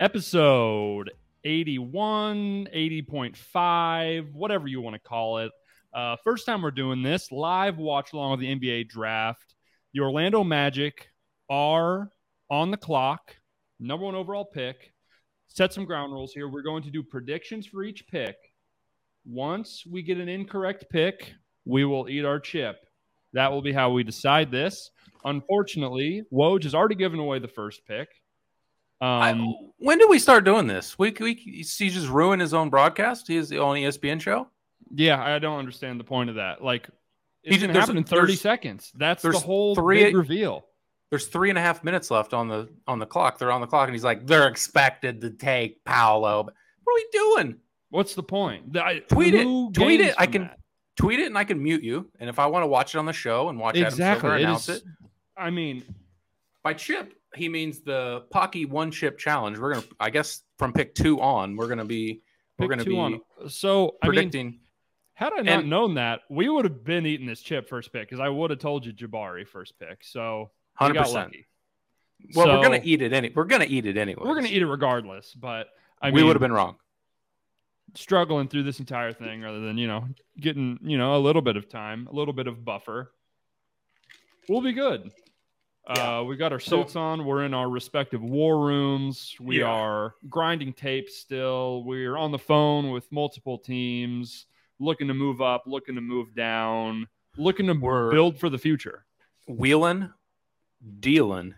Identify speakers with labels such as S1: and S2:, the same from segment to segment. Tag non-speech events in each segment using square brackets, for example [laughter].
S1: episode 81, 80.5, whatever you want to call it. Uh, first time we're doing this live watch along of the NBA draft. The Orlando Magic are on the clock, number one overall pick. Set some ground rules here. We're going to do predictions for each pick. Once we get an incorrect pick, we will eat our chip. That will be how we decide this. Unfortunately, Woj has already given away the first pick. Um,
S2: I, when did we start doing this? We, we he just ruined his own broadcast. He is E the only ESPN show.
S1: Yeah, I don't understand the point of that. Like,
S2: He
S1: it
S2: did-
S1: can
S2: there's-
S1: happen in thirty
S2: there's-
S1: seconds. That's the
S2: there's
S1: whole
S2: three-
S1: big reveal.
S2: There's three and a half minutes left on the on the clock. They're on the clock, and he's like, "They're expected to take Paolo." What are we doing?
S1: What's the point? I-
S2: Tweet it.
S1: who
S2: Tweet
S1: gains
S2: it. I
S1: from
S2: can-
S1: that?
S2: Tweet it, and I can mute you. And if I want to watch it on the show and watch Adam
S1: exactly.
S2: Silver
S1: It
S2: announce
S1: is-
S2: it
S1: I mean,
S2: by chip, he means the Pocky One Chip Challenge. We're gonna, I guess, from pick two on, we're gonna be we're
S1: pick
S2: gonna
S1: two
S2: be
S1: on. So I mean,
S2: predicting.
S1: had I not
S2: and-
S1: known that, we would have been eating this chip first pick because I would have told you Jabari first pick. So we
S2: Hundred
S1: got
S2: percent.
S1: lucky.
S2: Well, we're gonna
S1: So-
S2: eat it any. We're gonna eat it anyway.
S1: We're gonna eat it regardless. But I
S2: we
S1: mean,
S2: would have been wrong.
S1: struggling through this entire thing rather than you know getting you know a little bit of time a little bit of buffer we'll be good
S2: Yeah.
S1: uh, we got our
S2: So-
S1: suits on we're in our respective war rooms we
S2: Yeah.
S1: are grinding tapes still we're on the phone with multiple teams looking to move up looking to move down looking to
S2: We're-
S1: build for the future
S2: wheeling, dealing,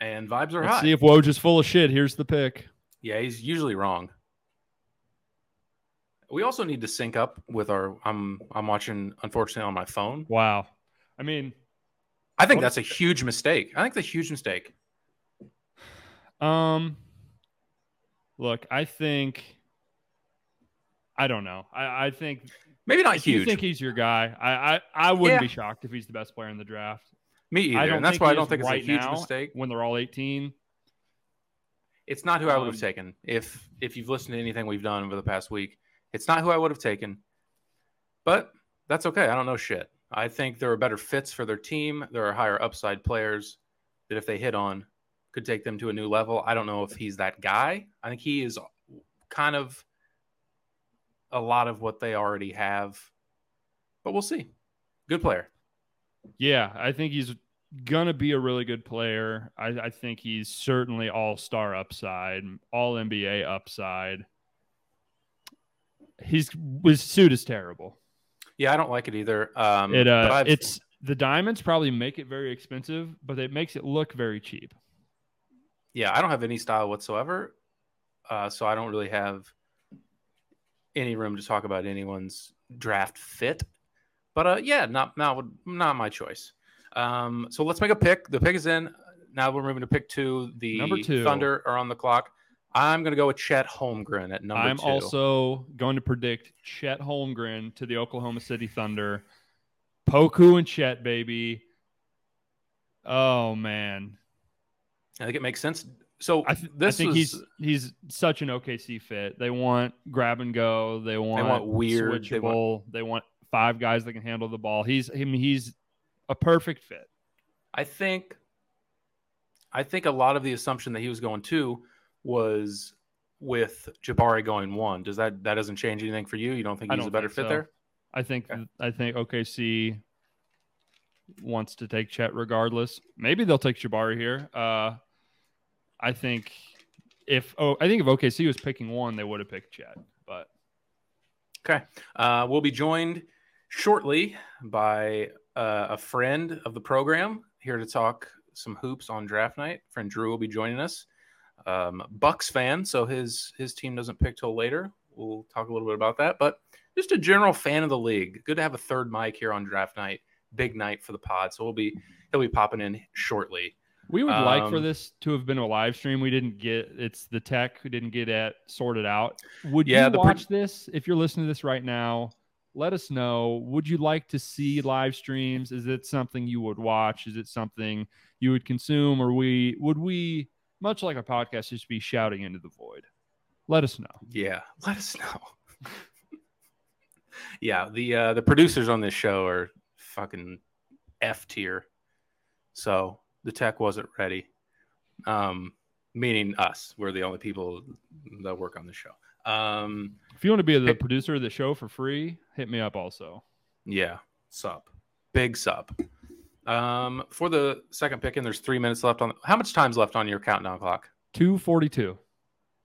S2: and vibes are
S1: let's
S2: high.
S1: see if woj is full of shit here's the pick
S2: yeah, he's usually wrong. We also need to sync up with our. I'm I'm watching unfortunately on my phone.
S1: wow i mean
S2: I think
S1: What
S2: that's a huge mistake. I think that's a huge mistake.
S1: Um, look, I think I don't know. I, I think
S2: Maybe not
S1: if you
S2: huge.
S1: think he's your guy, I I, I wouldn't
S2: Yeah.
S1: be shocked if he's the best player in the draft.
S2: Me either,
S1: I don't
S2: and that's
S1: think
S2: why
S1: he
S2: I don't
S1: is
S2: think
S1: right
S2: it's a huge
S1: now
S2: mistake.
S1: when they're all eighteen.
S2: It's not who I would have
S1: Um,
S2: taken if if you've listened to anything we've done over the past week. It's not who I would have taken, but that's okay. I don't know shit. I think there are better fits for their team. There are higher upside players that if they hit on could take them to a new level. I don't know if he's that guy. I think he is kind of a lot of what they already have, but we'll see. Good player.
S1: Yeah, I think he's gonna be a really good player. I, I think he's certainly all star upside, all NBA upside. He's his suit is terrible.
S2: Yeah, I don't like it either. Um,
S1: It
S2: but
S1: uh,
S2: I've-
S1: it's the diamonds probably make it very expensive, but it makes it look very cheap.
S2: yeah, I don't have any style whatsoever. Uh, so I don't really have any room to talk about anyone's draft fit. But uh, yeah, not not would- not my choice. Um, so let's make a pick. The pick is in. Now we're moving to pick two. The
S1: Number two.
S2: Thunder are on the clock. I'm gonna go with Chet Holmgren at number
S1: I'm
S2: two.
S1: also going to predict Chet Holmgren to the Oklahoma City Thunder. Poku and Chet, baby. Oh man,
S2: I think it makes sense. So
S1: I, th-
S2: this
S1: I think
S2: was,
S1: he's he's such an OKC fit. They want grab and go. They want,
S2: want weird, they
S1: switchable. They want...
S2: want-
S1: five guys that can handle the ball. He's I mean, he's a perfect fit.
S2: I think I think a lot of the assumption that he was going two was with Jabari going one. Does that that doesn't change anything for you? You don't think
S1: I
S2: he's a
S1: don't
S2: better
S1: think
S2: fit
S1: so.
S2: there?
S1: I think
S2: Okay.
S1: I think OKC wants to take Chet regardless. Maybe they'll take Jabari here. Uh, I think if oh I think if OKC was picking one, they would have picked Chet. But
S2: Uh, we'll be joined shortly by uh, a friend of the program here to talk some hoops on draft night. Friend Drew will be joining us. Um, Bucks fan, so his his team doesn't pick till later. We'll talk a little bit about that, but just a general fan of the league. Good to have a third mic here on draft night. Big night for the pod, so we'll be he'll be popping in shortly.
S1: we would like for
S2: Um,
S1: this to have been a live stream. We didn't get it's the tech we didn't get at sorted out. Would
S2: Yeah,
S1: you
S2: the pro-
S1: watch this if you're listening to this right now? Let us know. Would you like to see live streams? Is it something you would watch? Is it something you would consume? Or we would we much like a podcast just be shouting into the void? Let us know.
S2: Yeah, [laughs] let us know. [laughs] yeah, the uh, the producers on this show are fucking F tier, so the tech wasn't ready. Um, meaning us. We're the only people that work on the show. Um,
S1: If you want to be the
S2: Hey.
S1: producer of the show for free, hit me up also.
S2: yeah, sup, big sup. Um, for the second pick, and there's three minutes left on. How much time's left on your countdown clock?
S1: 242.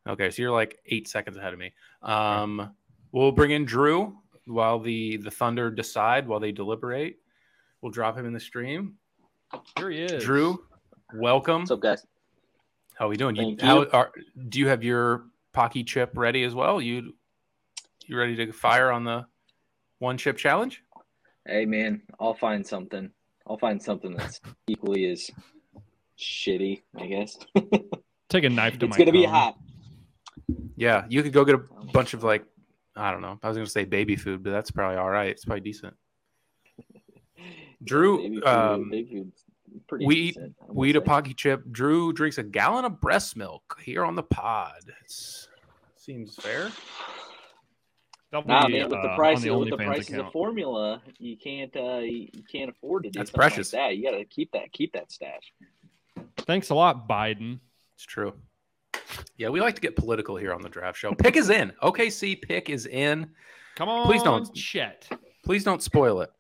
S2: Okay, so you're like eight seconds ahead of me. Um, we'll bring in Drew while the the Thunder decide while they deliberate. We'll drop him in the stream.
S1: Here he is.
S2: Drew, welcome.
S3: What's up, guys?
S2: How are we doing? You,
S3: Thank
S2: how
S3: you.
S2: are, do you have your Pocky chip ready as well? You you ready to fire on the one chip challenge?
S3: Hey, man, I'll find something. I'll find something that's equally as shitty, I guess.
S1: Take a knife to my
S3: it's gonna be
S1: tongue.
S3: hot.
S2: Yeah, you could go get a bunch of like I don't know. I was gonna say baby food, but that's probably all right. It's probably decent. Drew,
S3: Baby food-
S2: um,
S3: baby food's pretty
S2: we eat-
S3: decent, I
S2: We eat
S3: would
S2: a
S3: say.
S2: pocky chip. Drew drinks a gallon of breast milk here on the pod. It's, seems fair.
S1: That'll
S3: Nah,
S1: be,
S3: man, with
S1: uh,
S3: the
S1: on
S3: price with the
S1: OnlyFans
S3: price of the
S1: account.
S3: formula, you can't uh you, you can't afford to do
S2: That's
S3: something like
S2: precious.
S3: that. You gotta keep that keep that stash.
S1: Thanks a lot, Biden.
S2: It's true. Yeah, we like to get political here on the draft show. Pick is in. OKC pick is in.
S1: Come on,
S2: Please don't.
S1: Chet.
S2: Please don't spoil it.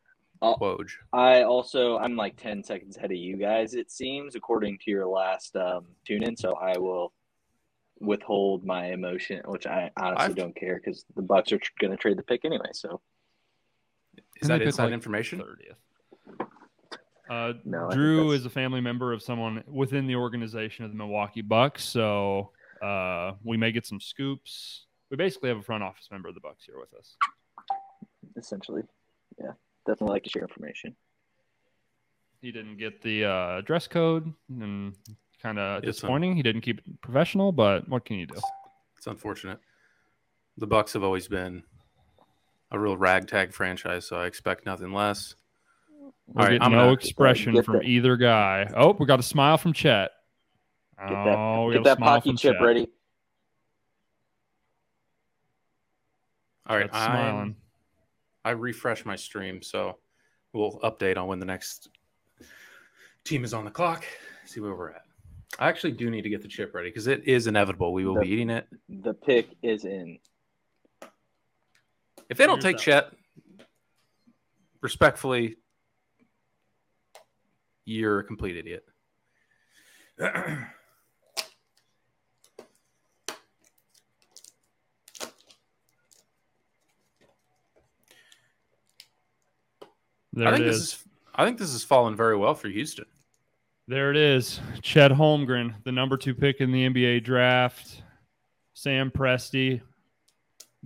S3: Oh.
S2: Woj.
S3: I also I'm like ten seconds ahead of you guys, it seems, according to your last um tune in, so I will withhold my emotion, which I honestly
S2: I've-
S3: don't care because the Bucks are tr- gonna trade the pick anyway, so
S2: Is
S1: And they
S2: that
S1: pick,
S2: inside
S1: like,
S2: information?
S1: Thirtieth. Uh,
S3: no I think
S1: Drew
S3: that's-
S1: is a family member of someone within the organization of the Milwaukee Bucks, so uh, we may get some scoops. We basically have a front office member of the Bucks here with us.
S3: essentially. Yeah. Definitely like to share information.
S1: He didn't get the uh, dress code, and kind of
S2: Yes, sir.
S1: disappointing. He didn't keep it professional, but what can you do?
S2: It's unfortunate. The Bucks have always been a real ragtag franchise, so I expect nothing less.
S1: We're
S2: right,
S1: getting
S2: I'm
S1: no
S2: gonna-
S1: expression
S3: Get
S1: from
S3: that-
S1: either guy. Oh, we got a smile from Chet.
S3: Get that
S1: oh, we
S3: get
S1: got a
S3: that
S1: smile
S3: pocky
S1: from
S3: chip
S1: Chet.
S3: ready.
S2: All right,
S1: Chet's
S2: I'm,
S1: smiling.
S2: I refresh my stream, so we'll update on when the next team is on the clock. See where we're at. I actually do need to get the chip ready because it is inevitable. We will be
S3: Yep.
S2: eating it.
S3: The pick is in.
S2: If they don't
S1: Here's
S2: take
S1: that.
S2: Chet, respectfully, you're a complete idiot.
S1: There
S2: I think
S1: it
S2: this
S1: is.
S2: is. I think this has fallen very well for Houston.
S1: There it is. Chet Holmgren, the number two pick in the NBA draft. Sam Presti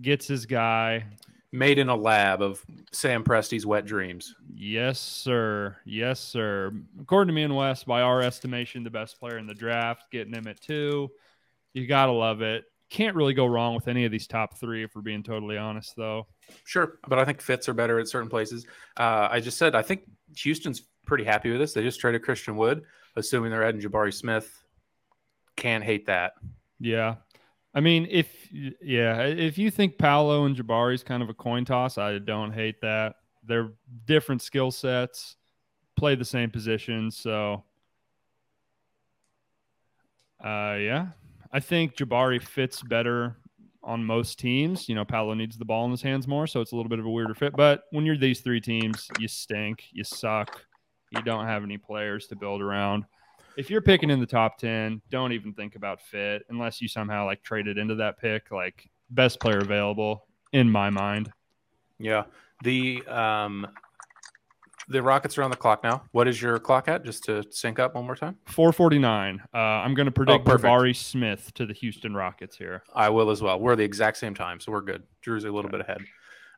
S1: gets his guy.
S2: Made in a lab of Sam Presti's wet dreams.
S1: Yes, sir. Yes, sir. According to me and West, by our estimation, the best player in the draft, getting him at two. You got to love it. Can't really go wrong with any of these top three, if we're being totally honest, though.
S2: Sure, but I think fits are better at certain places. Uh, I just said I think Houston's pretty happy with this. They just traded Christian Wood, assuming they're adding Jabari Smith. Can't hate that.
S1: Yeah. I mean, if yeah, if you think Paolo and Jabari's kind of a coin toss, I don't hate that. They're different skill sets, play the same position, so uh yeah. I think Jabari fits better on most teams. You know, Paolo needs the ball in his hands more, so it's a little bit of a weirder fit. But when you're these three teams, you stink, you suck, you don't have any players to build around if you're picking in the top 10 don't even think about fit unless you somehow like traded into that pick like best player available in my mind
S2: Yeah. The um, the Rockets are on the clock now. What is your clock at? Just to sync up one more time.
S1: 449 uh, i'm going to predict
S2: Oh, perfect.
S1: jabari smith to the houston rockets here
S2: I will as well. We're the exact same time, so we're good. Drew's a little bit ahead.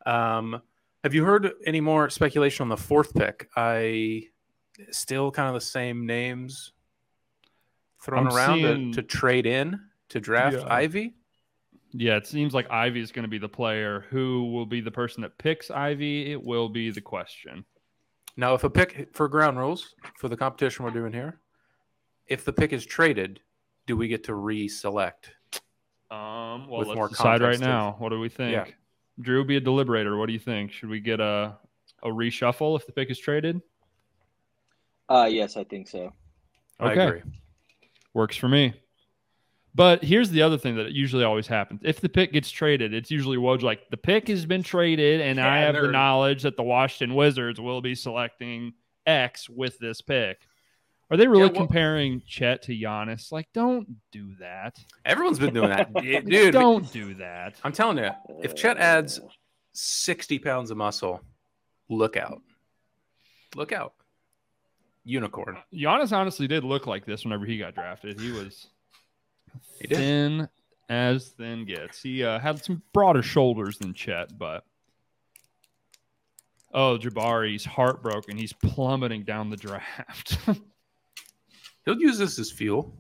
S2: Um, have you heard any more speculation on the fourth pick? I still kind of the same names thrown
S1: I'm
S2: around
S1: seeing-
S2: to, to trade in to draft
S1: Yeah.
S2: Ivy.
S1: yeah it seems like ivy is going to be the player who will be the person that picks ivy it will be the question
S2: Now, if a pick for ground rules for the competition we're doing here, if the pick is traded, do we get to re-select?
S1: um well
S2: With
S1: let's
S2: more
S1: decide right
S2: context of-
S1: now what do we think
S2: Yeah.
S1: drew be a deliberator what do you think should we get a a reshuffle if the pick is traded
S3: Uh yes, I think so.
S2: I agree.
S1: works for me But here's the other thing that usually always happens. If the pick gets traded, it's usually Woj like the pick has been traded, and I
S2: Yeah,
S1: have the
S2: they're-
S1: knowledge that the Washington Wizards will be selecting X with this pick. Are they really
S2: Yeah, wha-
S1: comparing Chet to Giannis? Like, don't do that.
S2: Everyone's been doing
S1: [laughs]
S2: that,
S1: Like,
S2: dude.
S1: don't do that.
S2: I'm telling you, if Chet adds
S3: Uh,
S2: 60 pounds of muscle, look out. Look out. Unicorn.
S1: Giannis honestly did look like this whenever he got drafted. He was
S2: He did.
S1: thin as thin gets. He uh, had some broader shoulders than Chet, but oh, Jabari's heartbroken. He's plummeting down the draft. [laughs]
S2: He'll use this as fuel.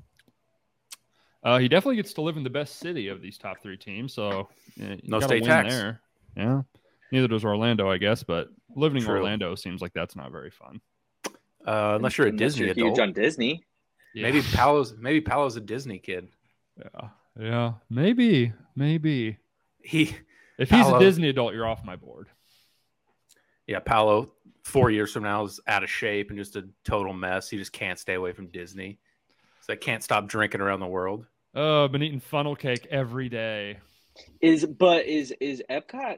S1: uh, he definitely gets to live in the best city of these top three teams, so yeah, you
S2: No
S1: gotta
S2: state
S1: win
S2: tax.
S1: There. Yeah, neither does Orlando, I guess. But living in
S2: True.
S1: Orlando seems like that's not very fun.
S2: Uh, unless you're a Disney
S3: you're
S2: adult.
S3: huge on Disney.
S1: Yeah.
S2: Maybe Paolo's maybe Paolo's a Disney kid.
S1: yeah, yeah, maybe, maybe.
S2: He
S1: If he's
S2: Paolo.
S1: a Disney adult, you're off my board.
S2: yeah, Paolo four years from now is out of shape and just a total mess. He just can't stay away from Disney. So they can't stop drinking around the world.
S1: Oh, I've been eating funnel cake every day.
S3: Is but is is Epcot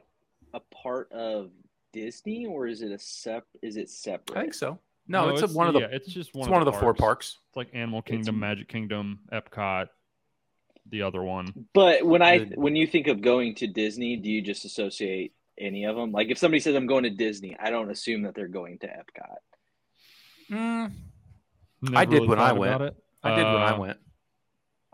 S3: a part of Disney or is it a sep? Is it separate?
S2: I think so. No, it's, a, one of
S1: yeah,
S2: the
S1: it's just one
S2: it's
S1: of
S2: one
S1: the
S2: of the four
S1: parks.
S2: parks.
S1: It's like Animal Kingdom, Magic Kingdom, Epcot, the other one.
S3: But when I
S2: The-
S3: when you think of going to Disney, do you just associate any of them? Like if somebody says I'm going to Disney, I don't assume that they're going to Epcot.
S2: Mm,
S1: Never
S2: I did when I
S1: thought
S2: went.
S1: about it.
S2: I did when I
S1: Uh,
S2: went.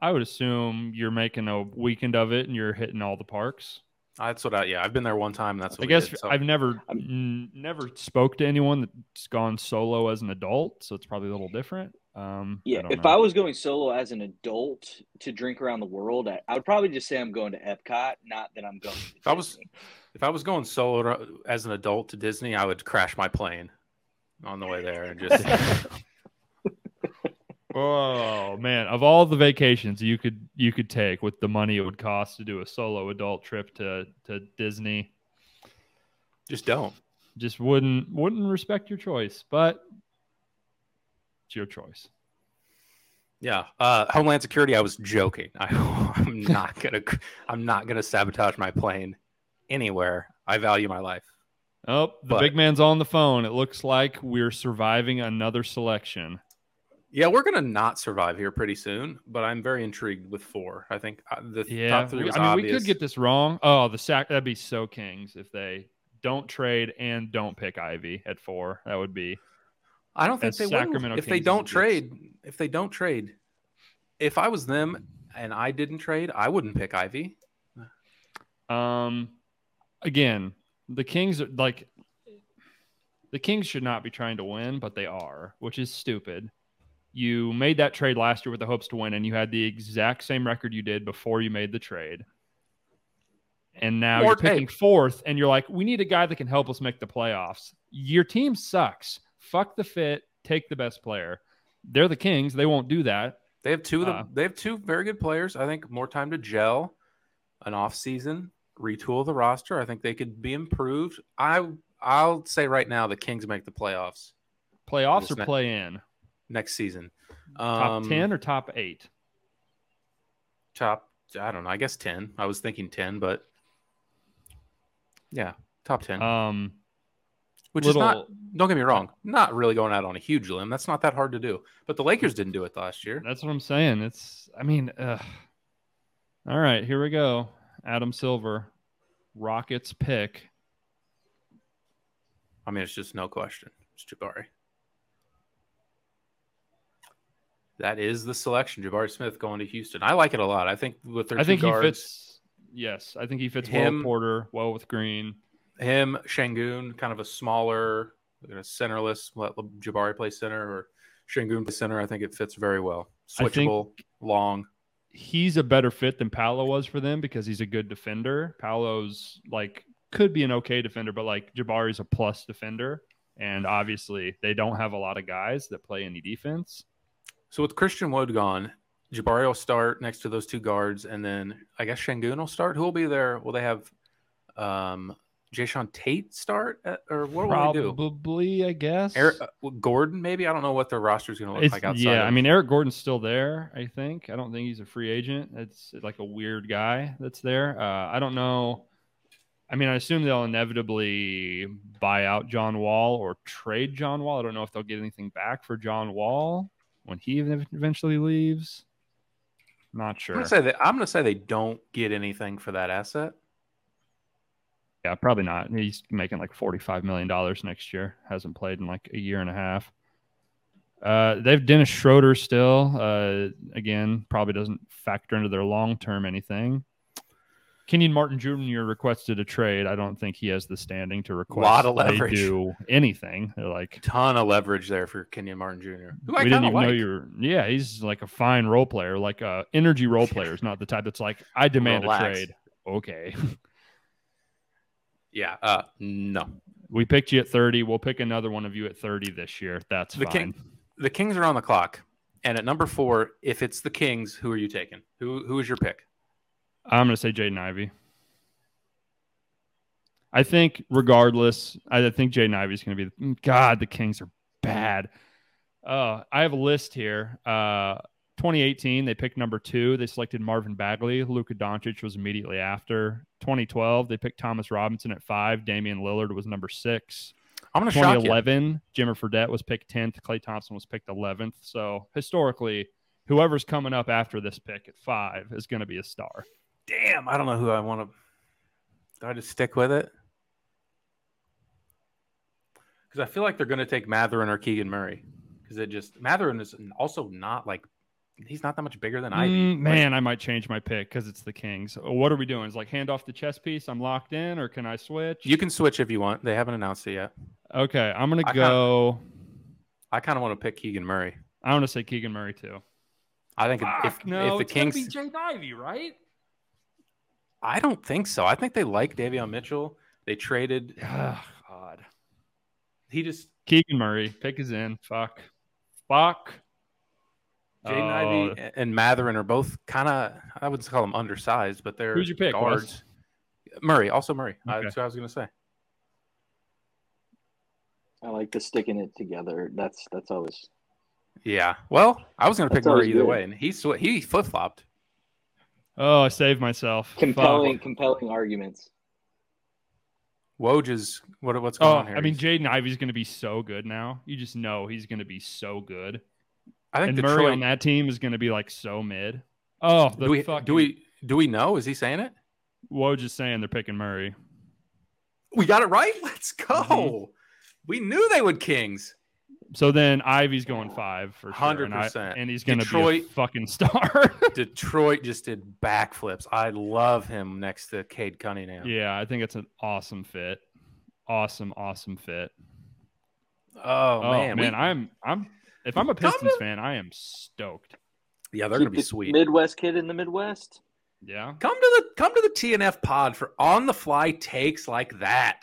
S1: I would assume you're making a weekend of it and you're hitting all the parks.
S2: That's what I yeah. I've been there one time. And that's what
S1: I
S2: we
S1: guess
S2: did, so-
S1: I've never n- never spoke to anyone that's gone solo as an adult, so it's probably a little different. Um,
S3: Yeah,
S1: don't
S3: if
S1: know.
S3: I was going solo as an adult to drink around the world, I, I would probably just say I'm going to Epcot, not that I'm going. To
S2: If I was-
S3: Disney.
S2: If I was going solo to- as an adult to Disney, I would crash my plane on the way there and just
S1: [laughs] Oh man, of all the vacations you could you could take with the money it would cost to do a solo adult trip to to Disney,
S2: just don't.
S1: just wouldn't wouldn't respect your choice, but it's your choice.
S2: Yeah, uh, Homeland Security. I was joking. [laughs] I, I'm not gonna. I'm not gonna sabotage my plane anywhere. I value my life.
S1: Oh, the
S2: But-
S1: big man's on the phone. It looks like we're surviving another selection.
S2: Yeah, we're gonna not survive here pretty soon, but I'm very intrigued with four. I think uh, the
S1: Yeah,
S2: top
S1: we-
S2: three was
S1: I mean we
S2: obvious.
S1: could get this wrong. Oh, the sack that'd be so kings if they don't trade and don't pick Ivy at four. That would be
S2: I don't think
S1: as
S2: they
S1: Sacramento
S2: will. If they
S1: Kings
S2: don't
S1: is-
S2: trade, if they don't trade, if I was them and I didn't trade, I wouldn't pick Ivy.
S1: Um, again, the Kings are like the Kings should not be trying to win, but they are, which is stupid. You made that trade last year with the hopes to win, and you had the exact same record you did before you made the trade. And now
S2: More
S1: you're
S2: tape.
S1: picking fourth, and you're like, we need a guy that can help us make the playoffs. Your team sucks. Fuck the fit. Take the best player. They're the Kings. They won't do that.
S2: They have two of the,
S1: Uh,
S2: they have two very good players. I think more time to gel, an off season, retool the roster. I think they could be improved. I I'll say right now the Kings make the playoffs
S1: Playoffs
S2: It's
S1: or
S2: not-
S1: play in?
S2: next season.
S1: Top
S2: Um,
S1: 10 or top eight?
S2: top. I don't know. I guess ten. I was thinking ten, but yeah, top ten.
S1: Um,
S2: which
S1: little-
S2: is not. Don't get me wrong. Not really going out on a huge limb. That's not that hard to do. But the Lakers didn't do it last year.
S1: That's what I'm saying. It's, I mean, ugh. all right, here we go. Adam Silver, Rockets pick.
S2: I mean, it's just no question. It's Jabari. That is the selection. Jabari Smith going to Houston. I like it a lot. I think with their
S1: I
S2: two
S1: think
S2: guards,
S1: he fits. Yes, I think he fits well
S2: Him.
S1: with Porter, well with Green.
S2: him, Shangoon, kind of a smaller, you know, centerless. Let Le- Jabari play center or Shangoon play center. I think it fits very well.
S1: I think-
S2: Switchable, long.
S1: He's a better fit than Paolo was for them because he's a good defender. Paolo's like could be an okay defender, but like Jabari's a plus defender. And obviously, they don't have a lot of guys that play any defense.
S2: So with Christian Wood gone, Jabari will start next to those two guards, and then I guess Shangoon will start. Who will be there? Will they have um, Jayshon Tate start at, or what do we do?
S1: Probably, I guess.
S2: Eric, uh, well, Gordon, maybe I don't know what their roster is going to look
S1: It's-
S2: like outside.
S1: yeah,
S2: of-
S1: I mean Eric Gordon's still there. I think I don't think he's a free agent. That's like a weird guy that's there. Uh, I don't know. I mean, I assume they'll inevitably buy out John Wall or trade John Wall. I don't know if they'll get anything back for John Wall when he ev- eventually leaves. Not
S2: I'm
S1: sure.
S2: going to say that I'm going to say they don't get anything for that asset.
S1: Yeah, probably not. He's making like forty-five million dollars next year. Hasn't played in like a year and a half. Uh, they've Dennis Schroeder still. Uh, again, probably doesn't factor into their long-term anything. Kenyon Martin Jr. requested a trade. I don't think he has the standing to request
S2: Lot of
S1: they
S2: leverage.
S1: do anything. They're like
S2: Ton of leverage there for Kenyon Martin Jr. Who I
S1: we didn't
S2: kind of
S1: even
S2: like.
S1: know you were. Yeah, he's like a fine role player, like a energy
S2: [laughs]
S1: role player. Is not the type that's like I demand a
S2: Relax.
S1: trade. Okay.
S2: Yeah, uh, no.
S1: We picked you at 30. We'll pick another one of you at 30 this year. That's
S2: The
S1: fine.
S2: King- The Kings are on the clock, and at number four, if it's the Kings, who are you taking? Who who is your pick?
S1: I'm going to say Jaden Ivey. I think, regardless, I think Jaden Ivey is going to be. God, the Kings are bad. Uh, I have a list here. Uh, 2018, they picked number two. They selected Marvin Bagley. Luka Doncic was immediately after. 2012, they picked Thomas Robinson at five. Damian Lillard was number six.
S2: I'm going to shock you.
S1: 2011, Jimmer Fredette was picked 10th. Clay Thompson was picked 11th. So historically, whoever's coming up after this pick at five is going to be a star.
S2: Damn, I don't know who I want to. Do I just stick with it? Because I feel like they're going to take Matherin or Keegan Murray. Because it just Matherin is also not like he's not that much bigger than Ivy.
S1: Mm, man, I might change my pick because it's the Kings. What are we doing? Is like hand off the chess piece? I'm locked in, or can I switch?
S2: you can switch if you want. They haven't announced it yet.
S1: Okay, I'm going to
S2: I kinda-
S1: go.
S2: I kind of want to pick Keegan Murray.
S1: I want to say Keegan Murray too.
S2: I think if-
S1: Fuck,
S2: if,
S1: no,
S2: if the
S1: it's gotta
S2: Kings,
S1: be Jaden Ivey, right?
S2: I don't think so. I think they like Davion Mitchell. They traded.
S1: Ah, God,
S2: He just
S1: Keegan Murray pick is in. Fuck, fuck.
S2: Jaden
S1: Oh,
S2: Ivey and Matherin are both kind of I wouldn't call them undersized, but they're
S1: Who's your pick,
S2: guards. Murray, also Murray. Uh,
S1: Okay.
S2: that's what I was going to say.
S3: I like the sticking it together. That's that's always
S2: Yeah. Well, I was going to pick
S3: That's always
S2: Murray either
S3: good.
S2: way, and he sw- he flip flopped.
S1: Oh, I saved myself.
S3: compelling
S1: Fuck.
S3: compelling arguments.
S2: Woj is what what's going
S1: Oh,
S2: on here?
S1: I mean,
S2: He's-
S1: Jaden Ivey's going to be so good now. You just know he's going to be so good.
S2: I think
S1: And
S2: Detroit.
S1: Murray on that team is going to be like so mid. Oh, the
S2: do we
S1: fucking,
S2: do we do we know? Is he saying it?
S1: Woj is saying they're picking Murray.
S2: We got it right. Let's go. We knew they would Kings.
S1: So then Ivy's going five for sure, and I-
S2: 100%.
S1: and he's going to be a
S2: Detroit-
S1: fucking
S2: [laughs]
S1: star.
S2: [laughs] Detroit just did backflips. I love him next to Cade Cunningham.
S1: yeah, I think it's an awesome fit. Awesome, awesome fit.
S2: Oh,
S1: Oh,
S2: man,
S1: man,
S2: we-
S1: I'm I'm if I'm a
S2: Come
S1: Pistons
S2: to-
S1: fan, I am stoked.
S2: yeah, they're gonna
S3: Keep
S2: be
S3: the
S2: sweet.
S3: Midwest kid in the Midwest.
S1: Yeah,
S2: Come to the come to the TNF pod for on the fly takes like that.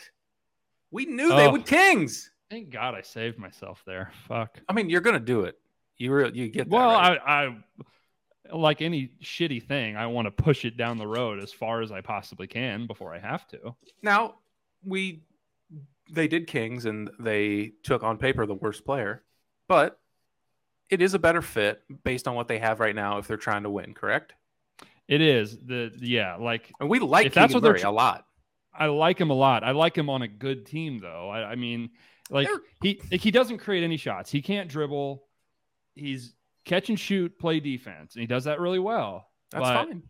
S2: We knew they
S1: Oh.
S2: would Kings.
S1: thank God I saved myself there. Fuck.
S2: I mean, you're gonna do it. You re- you get that,
S1: Well,
S2: right?
S1: I, I like any shitty thing, I want to push it down the road as far as I possibly can before I have to.
S2: now we they did Kings and they took on paper the worst player, but it is a better fit based on what they have right now if they're trying to win, correct?
S1: It is the yeah, like
S2: And we like
S1: If that's
S2: Keegan
S1: what they're
S2: Murray
S1: tr-
S2: a lot.
S1: I like him a lot. I like him on a good team though. I, I mean, like
S2: They're-
S1: he like, he doesn't create any shots. He can't dribble. He's catch and shoot, play defense, and he does that really well.
S2: That's
S1: But-
S2: fine.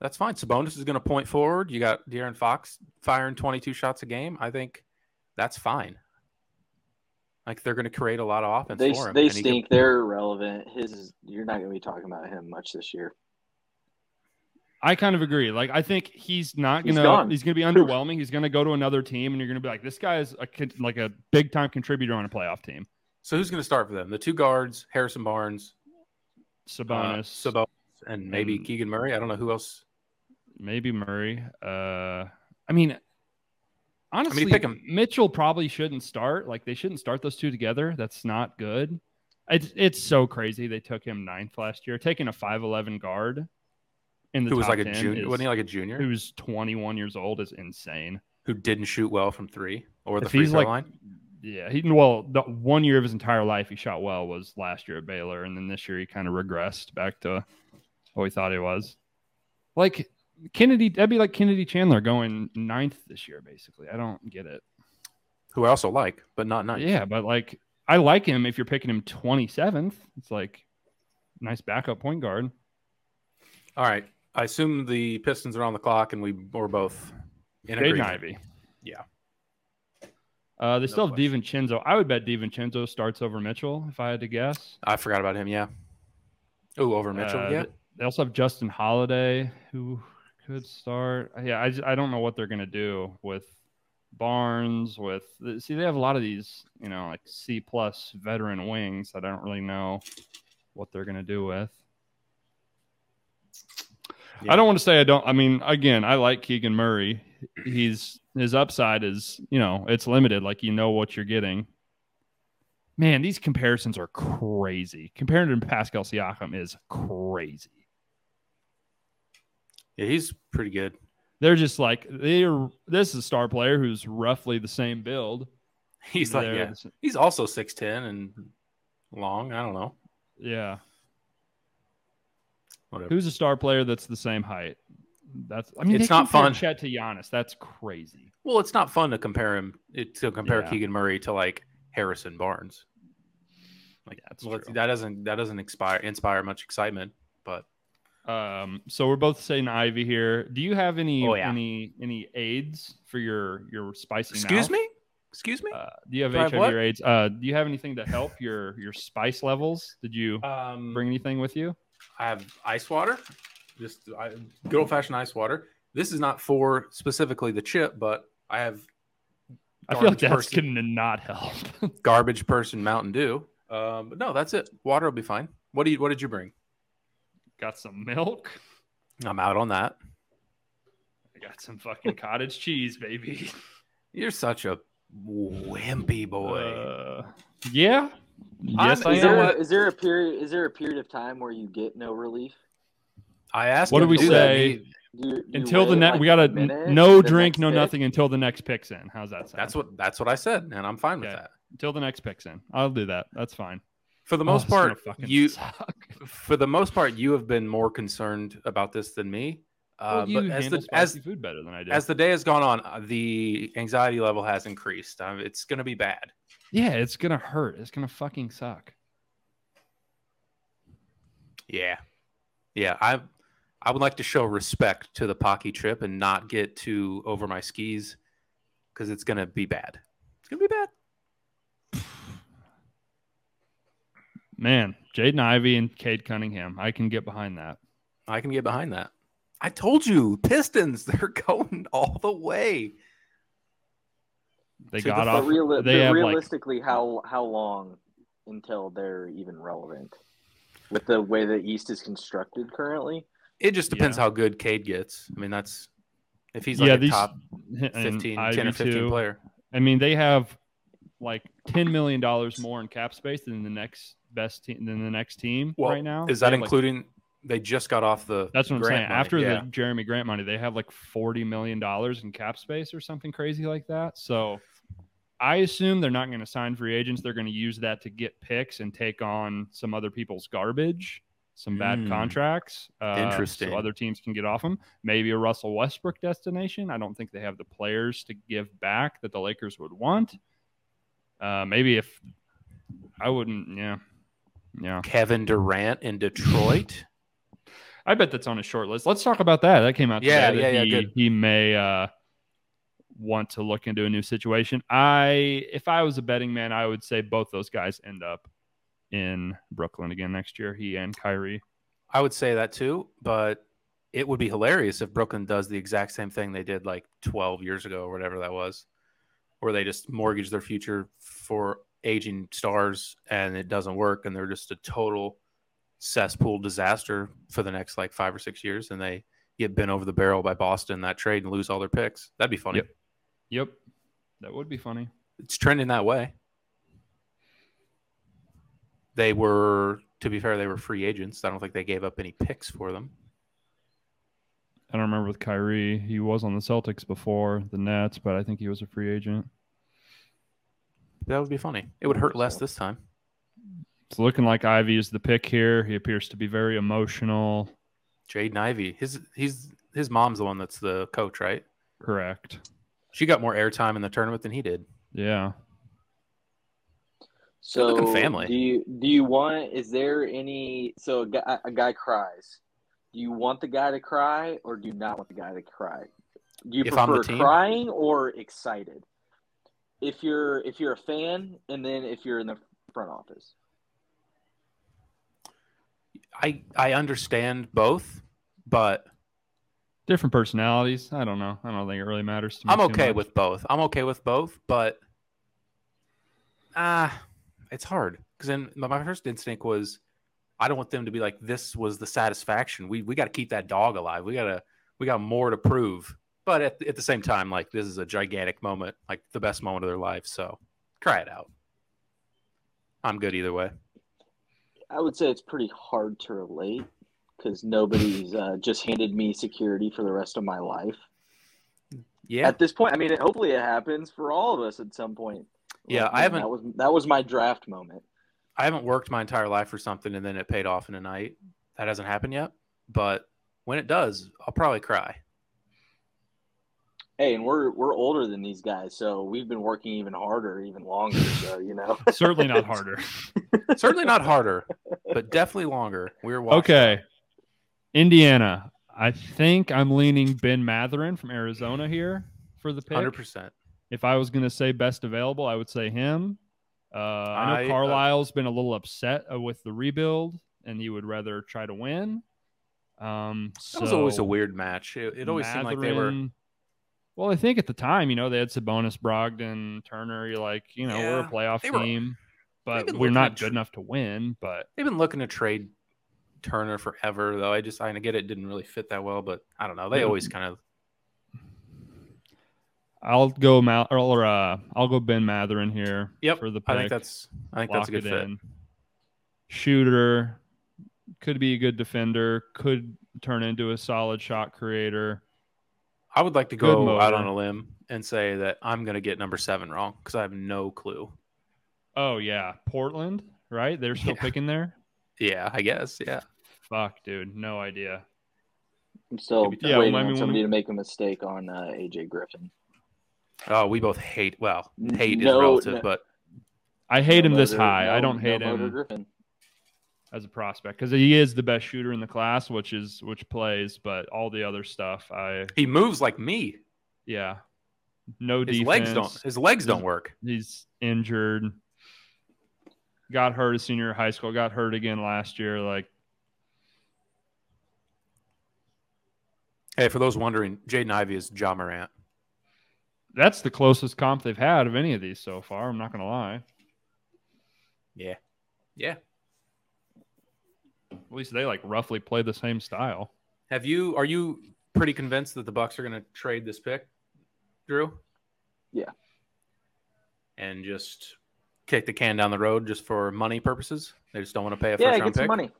S2: That's fine. Sabonis is going to point forward. You got De'Aaron Fox firing 22 shots a game. I think that's fine. Like they're going to create a lot of offense
S3: They
S2: for him.
S3: they
S2: and he can-
S3: stink. They're irrelevant. His is- you're not going to be talking about him much this year.
S1: I kind of agree. Like I think he's not
S3: He's
S1: gonna
S3: gone.
S1: he's, gonna be underwhelming. He's gonna go to another team, and you're gonna be like, this guy is a con- like a big time contributor on a playoff team.
S2: so who's going to start for them? The two guards, Harrison Barnes, uh,
S1: Sabonis,
S2: Sabonis, and maybe
S1: and-
S2: Keegan Murray. I don't know who else.
S1: maybe Murray. Uh, I mean, honestly,
S2: pick 'em.
S1: Mitchell probably shouldn't start. Like they shouldn't start those two together. That's not good. It's it's so crazy they took him ninth last year, taking a five eleven guard in the
S2: who was
S1: top
S2: like a
S1: 10
S2: junior?
S1: is-
S2: Wasn't he like a junior who,
S1: who's 21 years old is insane.
S2: didn't shoot well from three or the
S1: If
S2: free
S1: he's
S2: throw
S1: like,
S2: line?
S1: yeah, he well, the one year of his entire life he shot well was last year at Baylor, and then this year he kind of regressed back to what we thought he was. Like Kennedy, that'd be like Kennedy Chandler going ninth this year, basically. I don't get it.
S2: Who I also like, but not nice.
S1: Yeah, but like I like him if you're picking him 27th. It's like nice backup point guard.
S2: All right. I assume the Pistons are on the clock, and we were both in
S1: Jaden
S2: agreement.
S1: Ivey.
S2: Yeah.
S1: Uh, they
S2: No
S1: still have
S2: question.
S1: DiVincenzo. I would bet DiVincenzo starts over Mitchell if I had to guess.
S2: I forgot about him. Yeah. Oh, over Mitchell.
S1: Uh,
S2: yeah.
S1: They also have Justin Holiday who could start. Yeah, I, just, I don't know what they're going to do with Barnes. With see, they have a lot of these, you know, like C plus veteran wings that I don't really know what they're going to do with.
S2: Yeah.
S1: I don't want to say I don't. I mean, again, I like Keegan Murray. He's his upside is you know it's limited. Like you know what you're getting. Man, these comparisons are crazy. Comparing him to Pascal Siakam is crazy.
S2: Yeah, he's pretty good. [laughs]
S1: They're just like they're. This is a star player who's roughly the same build.
S2: He's like,
S1: They're
S2: yeah.
S1: the s-
S2: He's also 6'10 and long. I don't know.
S1: yeah.
S2: Whatever.
S1: Who's a star player that's the same height? That's. I mean,
S2: It's
S1: they
S2: not
S1: compare
S2: fun.
S1: Chet to Giannis. That's crazy.
S2: well, it's not fun to compare him it, to compare
S1: Yeah.
S2: Keegan Murray to like Harrison Barnes. Like
S1: Yeah, that's
S2: well, it's-
S1: true.
S2: that doesn't that doesn't inspire inspire much excitement, but
S1: Um, so we're both saying Ivy here. Do you have any
S2: Oh, yeah.
S1: any any aids for your your spicy?
S2: excuse
S1: mouth?
S2: me? Excuse me?
S1: Uh, do you have
S2: Do I have
S1: HIV
S2: what?
S1: or AIDS? Uh, do you have anything to help your your spice levels? Did you
S2: um
S1: Uh, bring anything with you?
S2: I have ice water, just I, good old fashioned ice water. This is not for specifically the chip, but I have
S1: I feel like
S2: garbage
S1: that's
S2: person-
S1: gonna not help. [laughs]
S2: garbage person Mountain Dew. Um, but no, that's it. Water will be fine. What do you What did you bring?
S1: got some milk.
S2: I'm out on that.
S1: I got some fucking cottage cheese, baby.
S2: You're such a wimpy [laughs] boy.
S1: Uh, yeah.
S2: I'm-
S1: Yes, I
S3: Is
S2: You know
S1: am.
S3: there,
S2: what?
S3: a, is there a period? Is there a period of time where you get no relief?
S2: I asked.
S1: What do
S2: him
S1: we
S2: to let
S1: say?
S2: me-
S3: Do you, do you
S1: Until the
S3: wait,
S1: net,
S3: like,
S1: we got
S3: a
S1: a
S3: minute
S1: no
S3: for the
S1: drink,
S3: next
S1: no
S3: pick?
S1: nothing until the next picks in. How's that sound?
S2: That's what That's what I said, and I'm fine with
S1: Okay.
S2: that.
S1: until the next picks in. I'll do that. That's fine.
S2: For the
S1: Oh,
S2: most
S1: it's gonna
S2: part,
S1: fucking
S2: you
S1: suck.
S2: [laughs] for the most part you have been more concerned about this than me. Uh,
S1: Well, you
S2: but as
S1: handle
S2: the as
S1: spicy food better than I do.
S2: as the day has gone on, uh, the anxiety level has increased. Um, it's going to be bad.
S1: yeah, it's gonna hurt. It's gonna fucking suck.
S2: Yeah, yeah. I I would like to show respect to the Pocky trip and not get too over my skis because it's going to be bad. It's going to be bad.
S1: Man, Jaden Ivey and Cade Cunningham. I can get behind that.
S2: I can get behind that. I told you, Pistons. [laughs] They're going all the way.
S1: They
S2: To the
S1: got
S2: fu-
S1: off.
S2: But
S3: But, reali-
S1: they
S3: but
S1: have like
S3: realistically, how how long until they're even relevant? With the way the East is constructed currently,
S2: It just depends
S1: Yeah.
S2: how good Cade gets. I mean, that's if he's like
S1: yeah
S2: a
S1: these
S2: top
S1: [laughs] and
S2: 15,
S1: Ivey
S2: 10 or 15
S1: too.
S2: player.
S1: I mean, they have like ten million dollars more in cap space than the next best team than the next team
S2: Well,
S1: right now.
S2: Is
S1: They
S2: that
S1: have, like,
S2: including they just got off the
S1: That's what I'm
S2: grant
S1: saying.
S2: money?
S1: After
S2: Yeah.
S1: the Jeremy Grant money, they have like forty million dollars in cap space or something crazy like that. So I assume they're not going to sign free agents. They're going to use that to get picks and take on some other people's garbage, some bad
S2: Hmm.
S1: contracts. Uh,
S2: Interesting.
S1: So other teams can get off them. Maybe a Russell Westbrook destination. I don't think they have the players to give back that the Lakers would want. Uh, maybe if I wouldn't, yeah, yeah.
S2: Kevin Durant in Detroit.
S1: I bet that's on his short list. Let's talk about that. That came out.
S2: Yeah,
S1: today, that
S2: yeah, yeah,
S1: He,
S2: good.
S1: he may uh, want to look into a new situation. I, if I was a betting man, I would say both those guys end up in Brooklyn again next year. He and Kyrie.
S2: I would say that too, but it would be hilarious if Brooklyn does the exact same thing they did like 12 years ago or whatever that was, where they just mortgage their future for aging stars and it doesn't work and they're just a total cesspool disaster for the next like five or six years and they get bent over the barrel by Boston in that trade and lose all their picks. That'd be funny.
S1: Yep. Yep, that would be funny.
S2: It's trending that way. They were, to be fair, they were free agents. I don't think they gave up any picks for them.
S1: I don't remember with Kyrie. He was on the Celtics before the Nets, but I think he was a free agent.
S2: That would be funny. It would hurt less this time.
S1: It's looking like Ivy is the pick here. He appears to be very emotional.
S2: Jaden Ivy. His he's his mom's the one that's the coach, right?
S1: Correct.
S2: She got more airtime in the tournament than he did.
S1: Yeah.
S2: Good
S3: So
S2: looking family.
S3: do you do you want? Is there any? So a guy, a guy cries. Do you want the guy to cry, or do you not want the guy to cry? Do you
S2: If I'm the
S3: prefer
S2: team?
S3: crying or excited? If you're if you're a fan, and then if you're in the front office,
S2: I I understand both, but
S1: Different personalities. I don't know. I don't think it really matters to me.
S2: I'm
S1: too
S2: okay
S1: much.
S2: with both. I'm okay with both, but ah, it's hard because then my- my first instinct was I don't want them to be like this was the satisfaction. We we got to keep that dog alive. We gotta we got more to prove. But at, at the same time, like this is a gigantic moment, like the best moment of their life. So cry it out. I'm good either way.
S3: I would say it's pretty hard to relate because nobody's uh, just handed me security for the rest of my life.
S2: Yeah,
S3: At this point, I mean, it, hopefully it happens for all of us at some point.
S2: Yeah,
S3: Like,
S2: I
S3: man,
S2: haven't-
S3: That was that was my draft moment.
S2: I haven't worked my entire life for something and then it paid off in a night. That hasn't happened yet, but when it does, I'll probably cry.
S3: hey, and we're we're older than these guys, so we've been working even harder, even longer. So you know,
S1: Certainly not harder.
S2: Certainly not harder, but definitely longer. We were watching.
S1: okay. Indiana. I think I'm leaning Ben Matherin from Arizona here for the pick.
S2: hundred percent.
S1: If I was going to say best available, I would say him. Uh, I
S2: I,
S1: know
S2: uh,
S1: Carlisle's been a little upset uh, with the rebuild, and he would rather try to win. Um,
S2: That was always a
S1: so-
S2: weird match. It, it always seemed like they were.
S1: Matherin- Well, I think at the time, you know, they had Sabonis, Brogdon, Turner. You're like, you know, we're a
S2: Yeah,
S1: playoff
S2: they were-
S1: team, but
S2: been
S1: we're
S2: looking
S1: not
S2: at
S1: good
S2: tr-
S1: enough to win. But
S2: They've been looking to trade Turner forever, though. I just I get it didn't really fit that well, but I don't know. They
S1: Yeah.
S2: always kind of
S1: I'll go Mal or uh, I'll go Ben Matherin here.
S2: Yep,
S1: for the pick.
S2: I think that's I think that's a
S1: Lock
S2: good fit.
S1: it in. Shooter could be a good defender. Could turn into a solid shot creator.
S2: I would like to
S1: Good
S2: go out
S1: motor.
S2: on a limb and say that I'm gonna get number seven wrong because I have no clue.
S1: Oh yeah, Portland, right? They're still
S2: Yeah.
S1: picking there.
S2: Yeah, I guess. Yeah.
S1: Fuck, dude, no idea.
S3: I'm still
S2: Could
S1: be tough. Yeah,
S3: waiting
S1: well, I mean,
S3: on
S1: when
S3: somebody
S1: we-
S3: to make a mistake on uh, AJ Griffin.
S2: Oh, we both hate. Well, hate
S3: No,
S2: is relative,
S3: no.
S2: but
S1: I hate
S3: No
S1: him this
S3: motor-
S1: high. I
S3: no-
S1: don't
S3: no
S1: hate
S3: motor
S1: him.
S3: Griffin.
S1: as a prospect because he is the best shooter in the class, which is which plays, but all the other stuff, I
S2: he moves like me.
S1: yeah, no
S2: His
S1: defense.
S2: legs don't. His legs don't work.
S1: He's injured. Got hurt as senior in high school. Got hurt again last year. Like
S2: Hey, for those wondering, Jaden Ivey is Ja Morant.
S1: that's the closest comp they've had of any of these so far. I'm not gonna lie.
S2: Yeah.
S1: At least they like roughly play the same style.
S2: Have you? Are you pretty convinced that the Bucks are going to trade this pick, Drew?
S3: Yeah.
S2: And just kick the can down the road just for money purposes. They just don't want to pay a
S3: Yeah,
S2: first
S3: get
S2: round
S3: some
S2: pick.
S3: money.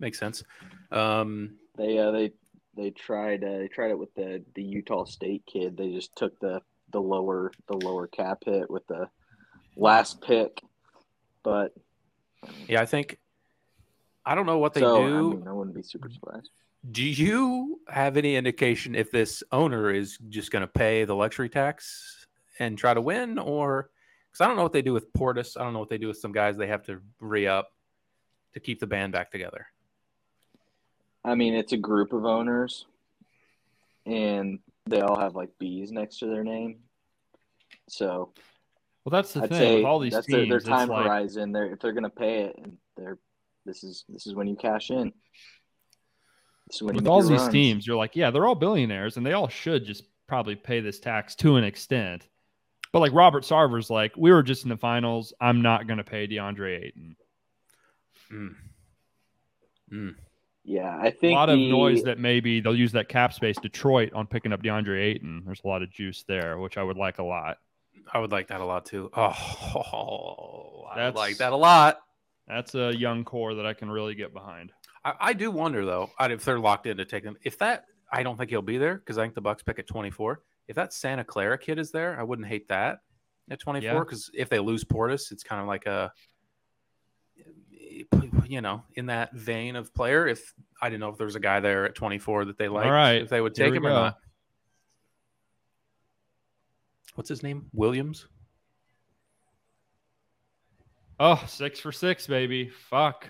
S2: Makes sense. Um,
S3: They uh, they they tried uh, they tried it with the the Utah State kid. They just took the the lower the lower cap hit with the last pick, but
S2: yeah, I think. I don't know what they
S3: so
S2: do.
S3: I, mean, I wouldn't be super surprised.
S2: Do you have any indication if this owner is just going to pay the luxury tax and try to win, or because I don't know what they do with Portis, I don't know what they do with some guys they have to re up to keep the band back together.
S3: I mean, it's a group of owners, and they all have like B's next to their name. So
S1: Well, that's the
S3: I'd
S1: thing
S3: say
S1: with all these
S3: that's
S1: teams.
S3: their, their
S1: it's
S3: time
S1: like-
S3: horizon. They're if they're gonna pay it, and they're this is this is when you cash in. This is when you
S1: with
S3: make
S1: all
S3: your
S1: these
S3: runs.
S1: teams, you're like, yeah, they're all billionaires and they all should just probably pay this tax to an extent. But like Robert Sarver's like, we were just in the finals. I'm not going to pay DeAndre Ayton.
S2: Mm.
S3: Yeah, I
S1: A
S3: think
S1: lot of
S3: the-
S1: noise that maybe they'll use that cap space Detroit on picking up DeAndre Ayton. There's a lot of juice there, which I would like a lot.
S2: I would like that a lot too. Oh, I would
S1: That's-
S2: like that a lot.
S1: That's a young core that I can really get behind.
S2: I, I do wonder though I- if they're locked in to take him. If that, I don't think he'll be there because I think the Bucks pick at twenty four. If that Santa Clara kid is there, I wouldn't hate that at twenty
S1: Yeah.
S2: four because if they lose Portis, it's kind of like a you know in that vein of player. If I didn't know if there was a guy there at twenty four that they liked,
S1: right,
S2: if they would
S1: here
S2: take
S1: we
S2: him or
S1: go.
S2: not. What's his name? Williams.
S1: Oh, six for six, baby. Fuck.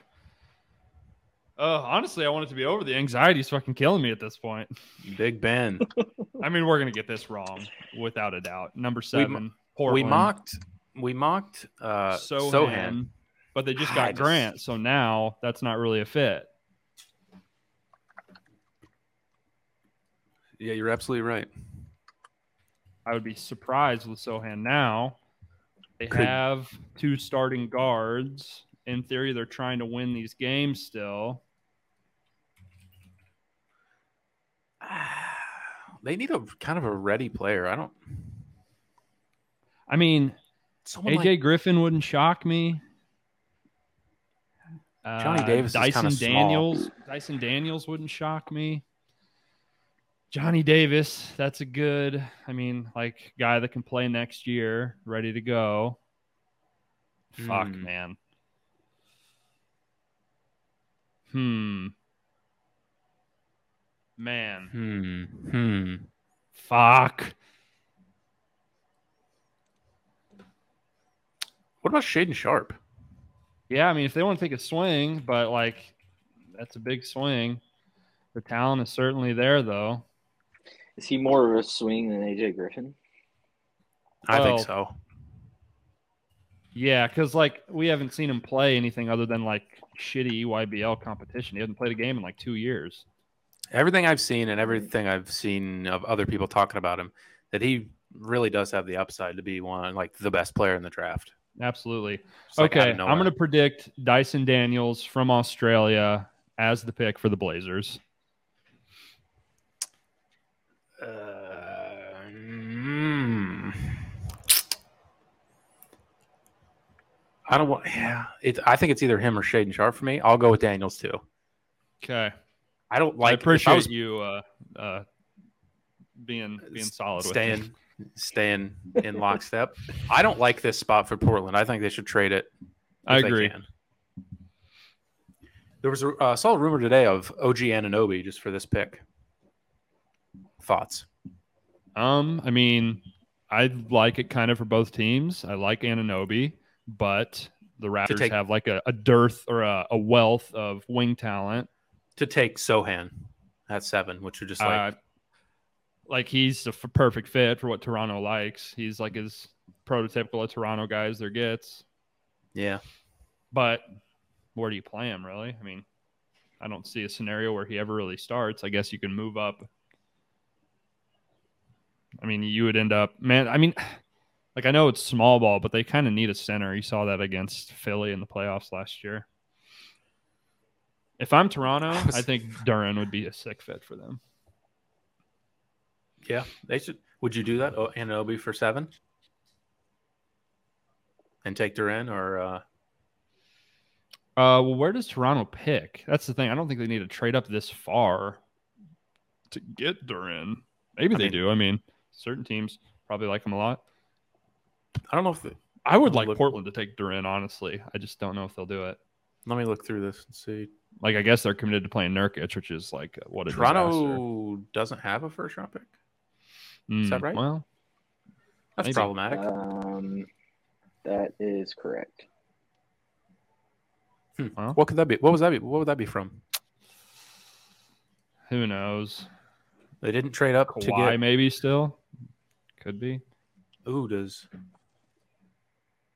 S1: Uh, honestly, I want it to be over. The anxiety's fucking killing me at this point.
S2: Big Ben.
S1: [laughs] I mean, we're gonna get this wrong without a doubt. Number
S2: We mo-
S1: seven, Portland.
S2: We mocked. We mocked. Uh,
S1: Sohan,
S2: Sohan.
S1: but they just
S2: I
S1: got
S2: just-
S1: Grant, so now that's not really a fit.
S2: Yeah, you're absolutely right. [sighs]
S1: I would be surprised with Sohan now. They
S2: Could-
S1: have two starting guards. In theory, they're trying to win these games still.
S2: They need a kind of a ready player. I don't.
S1: I mean,
S2: Someone
S1: AJ Griffin wouldn't shock me. Uh,
S2: Johnny Davis is
S1: Dyson
S2: kinda small.
S1: Daniels. Dyson Daniels wouldn't shock me. Johnny Davis, that's a good. I mean, like guy that can play next year, ready to go. Fuck,
S2: Hmm.
S1: man. Hmm. Man.
S2: Hmm. Hmm.
S1: Fuck.
S2: What about Shaden Sharp?
S1: Yeah, I mean, if they want to take a swing, but like, that's a big swing. The talent is certainly there, though.
S3: Is he more of a swing than AJ Griffin?
S2: I think
S1: Well-
S2: so.
S1: Yeah, because like we haven't seen him play anything other than like shitty YBL competition. He hasn't played a game in like two years.
S2: Everything I've seen and everything I've seen of other people talking about him, that he really does have the upside to be one like the best player in the draft.
S1: Absolutely.
S2: Just, like, out
S1: okay,
S2: of nowhere.
S1: I'm going to predict Dyson Daniels from Australia as the pick for the Blazers.
S2: Uh, mm. I don't want. Yeah, it's. I think it's either him or Shaden Sharp for me. I'll go with Daniels too.
S1: Okay,
S2: I don't
S1: I
S2: like. if
S1: appreciate
S2: was
S1: you uh, uh, being being solid with me.
S2: staying, staying in lockstep. I don't like this spot for Portland. I think they should trade it. if
S1: I
S2: they
S1: agree.
S2: can. There was a uh, saw a rumor today of OG Ananobi just for this pick. Thoughts?
S1: Um, I mean, I like it kind of for both teams. I like Ananobi, but the Raptors
S2: take-
S1: have like a, a dearth or a, a wealth of wing talent.
S2: to take Sohan at seven, which would just
S1: Uh,
S2: like
S1: like he's a f- perfect fit for what Toronto likes. He's like as prototypical a Toronto guy as there gets.
S2: yeah.
S1: But where do you play him really? I mean, I don't see a scenario where he ever really starts. I guess you can move up. I mean, you would end up, man. I mean, [sighs] like I know it's small ball, but they kind of need a center. You saw that against Philly in the playoffs last year. If I'm Toronto, I think Duran would be a sick fit for them.
S2: Yeah, they should. Would you do that, oh, Ananobi for seven, and take Duran or uh,
S1: Uh, well, where does Toronto pick? That's the thing. I don't think they need to trade up this far to get Duran. Maybe
S2: I
S1: they
S2: mean-
S1: do. I mean, certain teams probably like him a lot.
S2: I don't know if.
S1: I would
S2: I'm
S1: like
S2: look-
S1: Portland to take Duran, honestly. I just don't know if they'll do it.
S2: Let me look through this and see.
S1: Like, I guess they're committed to playing Nurkic, which is like what a disaster.
S2: Toronto doesn't have a first round pick.
S1: Mm,
S2: that right?
S1: Well,
S2: That's
S1: Maybe.
S2: problematic.
S3: Um, that is correct.
S2: Hmm.
S1: Huh?
S2: What could that be? What was that be? What would that be from?
S1: who knows?
S2: They didn't trade up to
S1: Kawhi,
S2: get.
S1: maybe still could be.
S2: Ooh, does.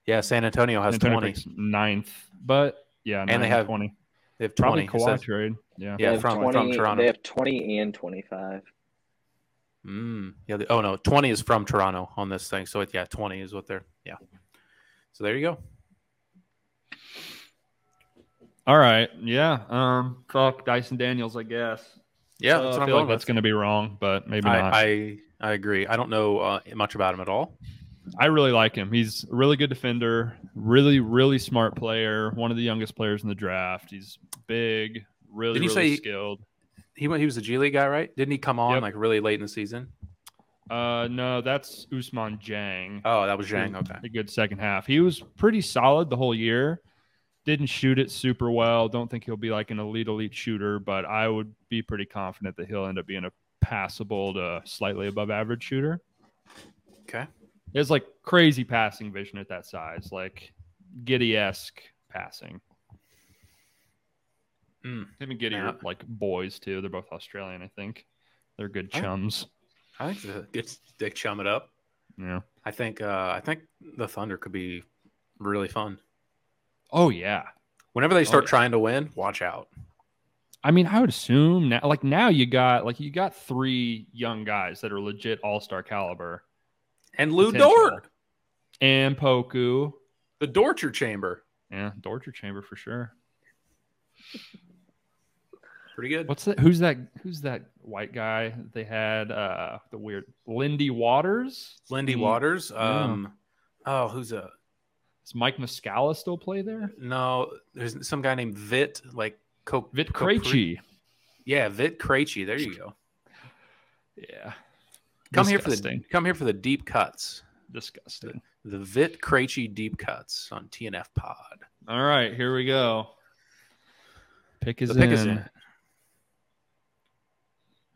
S2: Yeah, San Antonio has
S1: Antonio
S2: twenty.
S1: picks ninth, but yeah,
S2: they
S1: nine
S2: have
S1: twenty.
S2: They have
S1: Probably
S2: twenty. Is
S1: Kawhi
S2: that-
S1: trade. Yeah.
S2: Yeah,
S3: They have
S2: from- from Toronto.
S3: They have 20 and 25.
S2: Mm, yeah. The, oh no, twenty is from Toronto on this thing. So it, yeah, twenty is what they're yeah. So there you go.
S1: All right. Yeah. Um. Fuck Dyson Daniels, I guess.
S2: Yeah,
S1: Uh, I
S2: that's what I'm
S1: feel
S2: going
S1: like that's
S2: with.
S1: going to be wrong, but maybe not. I,
S2: I, I I agree. I don't know uh, much about him at all.
S1: really like him. He's a really good defender, really, really smart player, one of the youngest players in the draft. He's big, Really,
S2: Didn't you
S1: really
S2: say-
S1: skilled.
S2: He went. He was the G League guy, right? Didn't he come on
S1: Yep.
S2: like really late in the season?
S1: Uh, no, that's Usman Jang.
S2: Oh, that was Zhang. Okay.
S1: A good second half. He was pretty solid the whole year. Didn't shoot it super well. Don't think he'll be like an elite elite shooter, but I would be pretty confident that he'll end up being a passable to slightly above average shooter.
S2: Okay.
S1: He has like crazy passing vision at that size, like Giddy esque passing.
S2: Hmm.
S1: Him and Giddy are
S2: Yeah.
S1: like boys too. They're both Australian, I think. They're good
S2: Oh.
S1: chums.
S2: I think the good Dick chum it up.
S1: Yeah.
S2: I think. Uh, I think the Thunder could be really fun.
S1: Oh yeah.
S2: Whenever they start
S1: Oh, yeah.
S2: trying to win, watch out.
S1: I mean, I would assume now, like now you got like you got three young guys that are legit all star caliber
S2: And Lou
S1: Potential.
S2: Dort,
S1: and Poku.
S2: the Dorcher Chamber,
S1: Yeah, Dorcher Chamber for sure.
S2: pretty good.
S1: What's that? Who's that? Who's that white guy that they had? Uh, the weird Lindy Waters.
S2: Lindy
S1: Hmm.
S2: Waters. Um, oh, who's a
S1: Does Mike Muscala still play there?
S2: no? There's some guy named Vit like Co-
S1: Vit
S2: Capri-
S1: Krejci.
S2: Yeah, Vit Krejci. There you go.
S1: Yeah.
S2: Come here for
S1: Disgusting.
S2: the come here for the deep cuts.
S1: disgusting.
S2: The Vit Krejci deep cuts on TNF Pod.
S1: All right, here we go. Pick is
S2: The pick
S1: in.
S2: is in.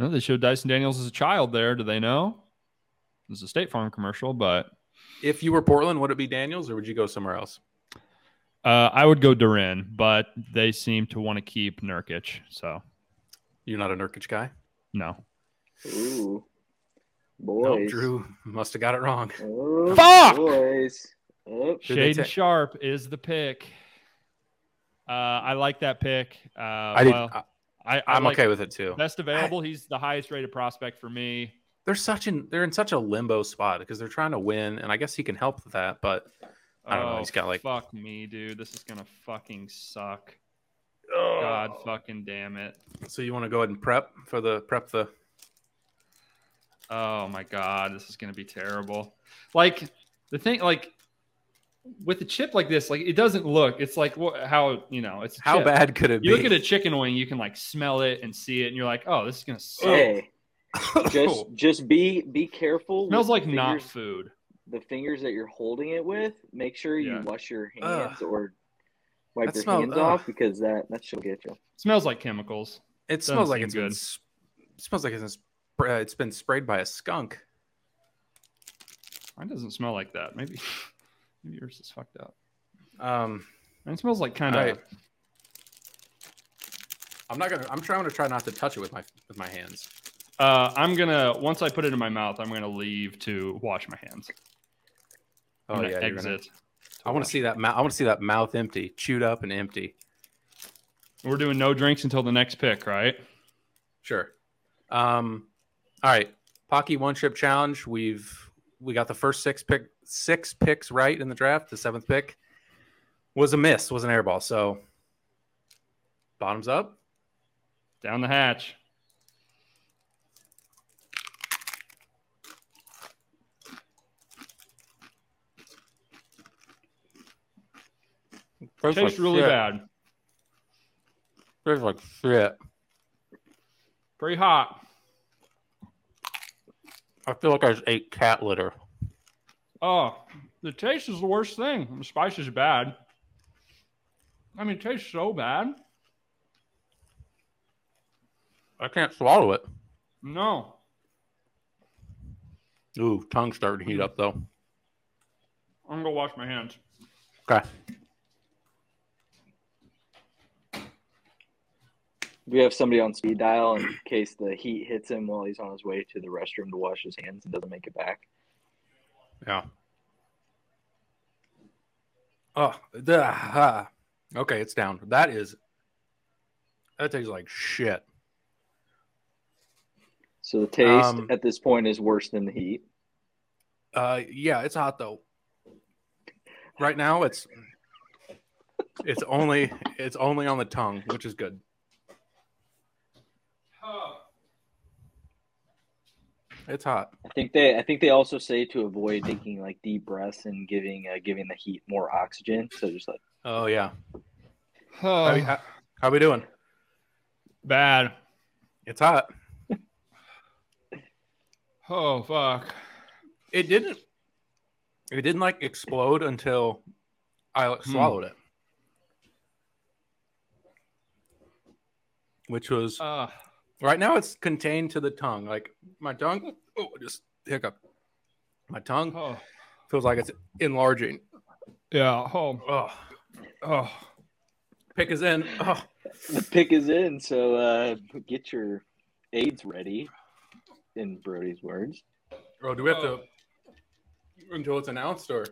S1: No, they showed Dyson Daniels as a child there. Do they know? It's a State Farm commercial, but
S2: If you were Portland, would it be Daniels or would you go somewhere else?
S1: uh, I would go Duran, but they seem to want to keep Nurkic. So
S2: You're not a Nurkic guy.
S1: no.
S3: Ooh,
S2: Nope,
S3: boys.
S2: Drew must have got it wrong.
S3: Oh,
S1: Fuck!
S3: Boys. Oh,
S2: Who'd they
S1: Shaden
S2: take?
S1: Sharp is the pick. Uh, I like that pick. Uh,
S2: I did.
S1: well, I,
S2: I,
S1: I
S2: I'm
S1: like
S2: okay with it too.
S1: Best available. He's the highest rated prospect for me.
S2: They're such in they're in such a limbo spot because they're trying to win, and I guess he can help with that. But I don't know, he's got, like-
S1: Oh, fuck me, dude. This is gonna fucking suck.
S2: Oh.
S1: God fucking damn it.
S2: So you want to go ahead and prep for the prep the
S1: Oh my god, this is gonna be terrible. Like the thing, like with a chip like this, like it doesn't look. It's like wha- how you know it's a
S2: how
S1: chip.
S2: bad could it
S1: You
S2: be?
S1: look at a chicken wing, you can like smell it and see it, and you're like, oh, this is gonna suck.
S3: Hey,
S1: [laughs]
S3: just just be be careful.
S1: It smells
S3: with
S1: like
S3: the
S1: not
S3: fingers-
S1: food.
S3: the fingers that you're holding it with. Make sure you
S1: Yeah.
S3: wash your
S2: Ugh.
S3: hands or wipe
S2: That
S3: your
S2: smell-
S3: hands
S2: ugh.
S3: off because that that should get you.
S1: It smells like chemicals.
S2: [laughs] it smells like
S1: seem
S2: it's been
S1: good.
S2: s- it smells like it's been, spr- uh, it's been sprayed by a skunk.
S1: Mine doesn't smell like that. Maybe, [laughs] maybe yours is fucked up.
S2: Um,
S1: Mine smells like kind of.
S2: Alright. I'm not gonna. I'm trying to try not to touch it with my with my hands.
S1: Uh, I'm gonna once I put it in my mouth, I'm gonna leave to wash my hands. I'm
S2: Oh
S1: gonna
S2: yeah, you're
S1: exit.
S2: gonna- I want to see that. mouth. I want to see that mouth empty, chewed up and empty.
S1: We're doing no drinks until the next pick, right?
S2: Sure. Um, all right, Pocky one chip challenge. We've we got the first six pick six picks right in the draft. The seventh pick was a miss, was an air ball. So bottoms up.
S1: Down the hatch. Tastes really bad.
S2: Tastes like shit.
S1: Pretty hot.
S2: I feel like I just ate cat litter.
S1: Oh, the taste is the worst thing. The spice is bad. I mean, it tastes so bad.
S2: I can't swallow it.
S1: No.
S2: Ooh, tongue's starting to heat up though.
S1: I'm gonna go wash my hands.
S2: Okay.
S3: We have somebody on speed
S1: [clears throat]
S3: dial in case the heat hits him while he's on his way to the restroom to wash his hands and doesn't make it back.
S2: Yeah. Oh, the, ah. okay, it's down. That is that tastes like shit.
S3: So the taste
S2: Um,
S3: at this point is worse than the heat.
S2: Uh, yeah, it's hot though. Right now, it's it's only it's only on the tongue, which is good. It's hot.
S3: I think they I think they also say to avoid taking like deep breaths and giving uh, giving the heat more oxygen. So just like
S2: Oh yeah.
S1: Oh,
S2: How, we- how, how we doing?
S1: Bad.
S2: It's hot.
S1: Oh fuck.
S2: It didn't. It didn't like explode until I like,
S1: Hmm.
S2: swallowed it, which was
S1: Uh,
S2: right now. It's contained to the tongue. Like my tongue. Oh, I just hiccup. My tongue
S1: oh.
S2: feels like it's enlarging.
S1: Yeah. Oh.
S2: Oh,
S1: Oh.
S2: pick is in. Oh,
S3: The pick is in, so uh, get your aids ready. In Brody's words,
S2: oh do we have to until it's announced or?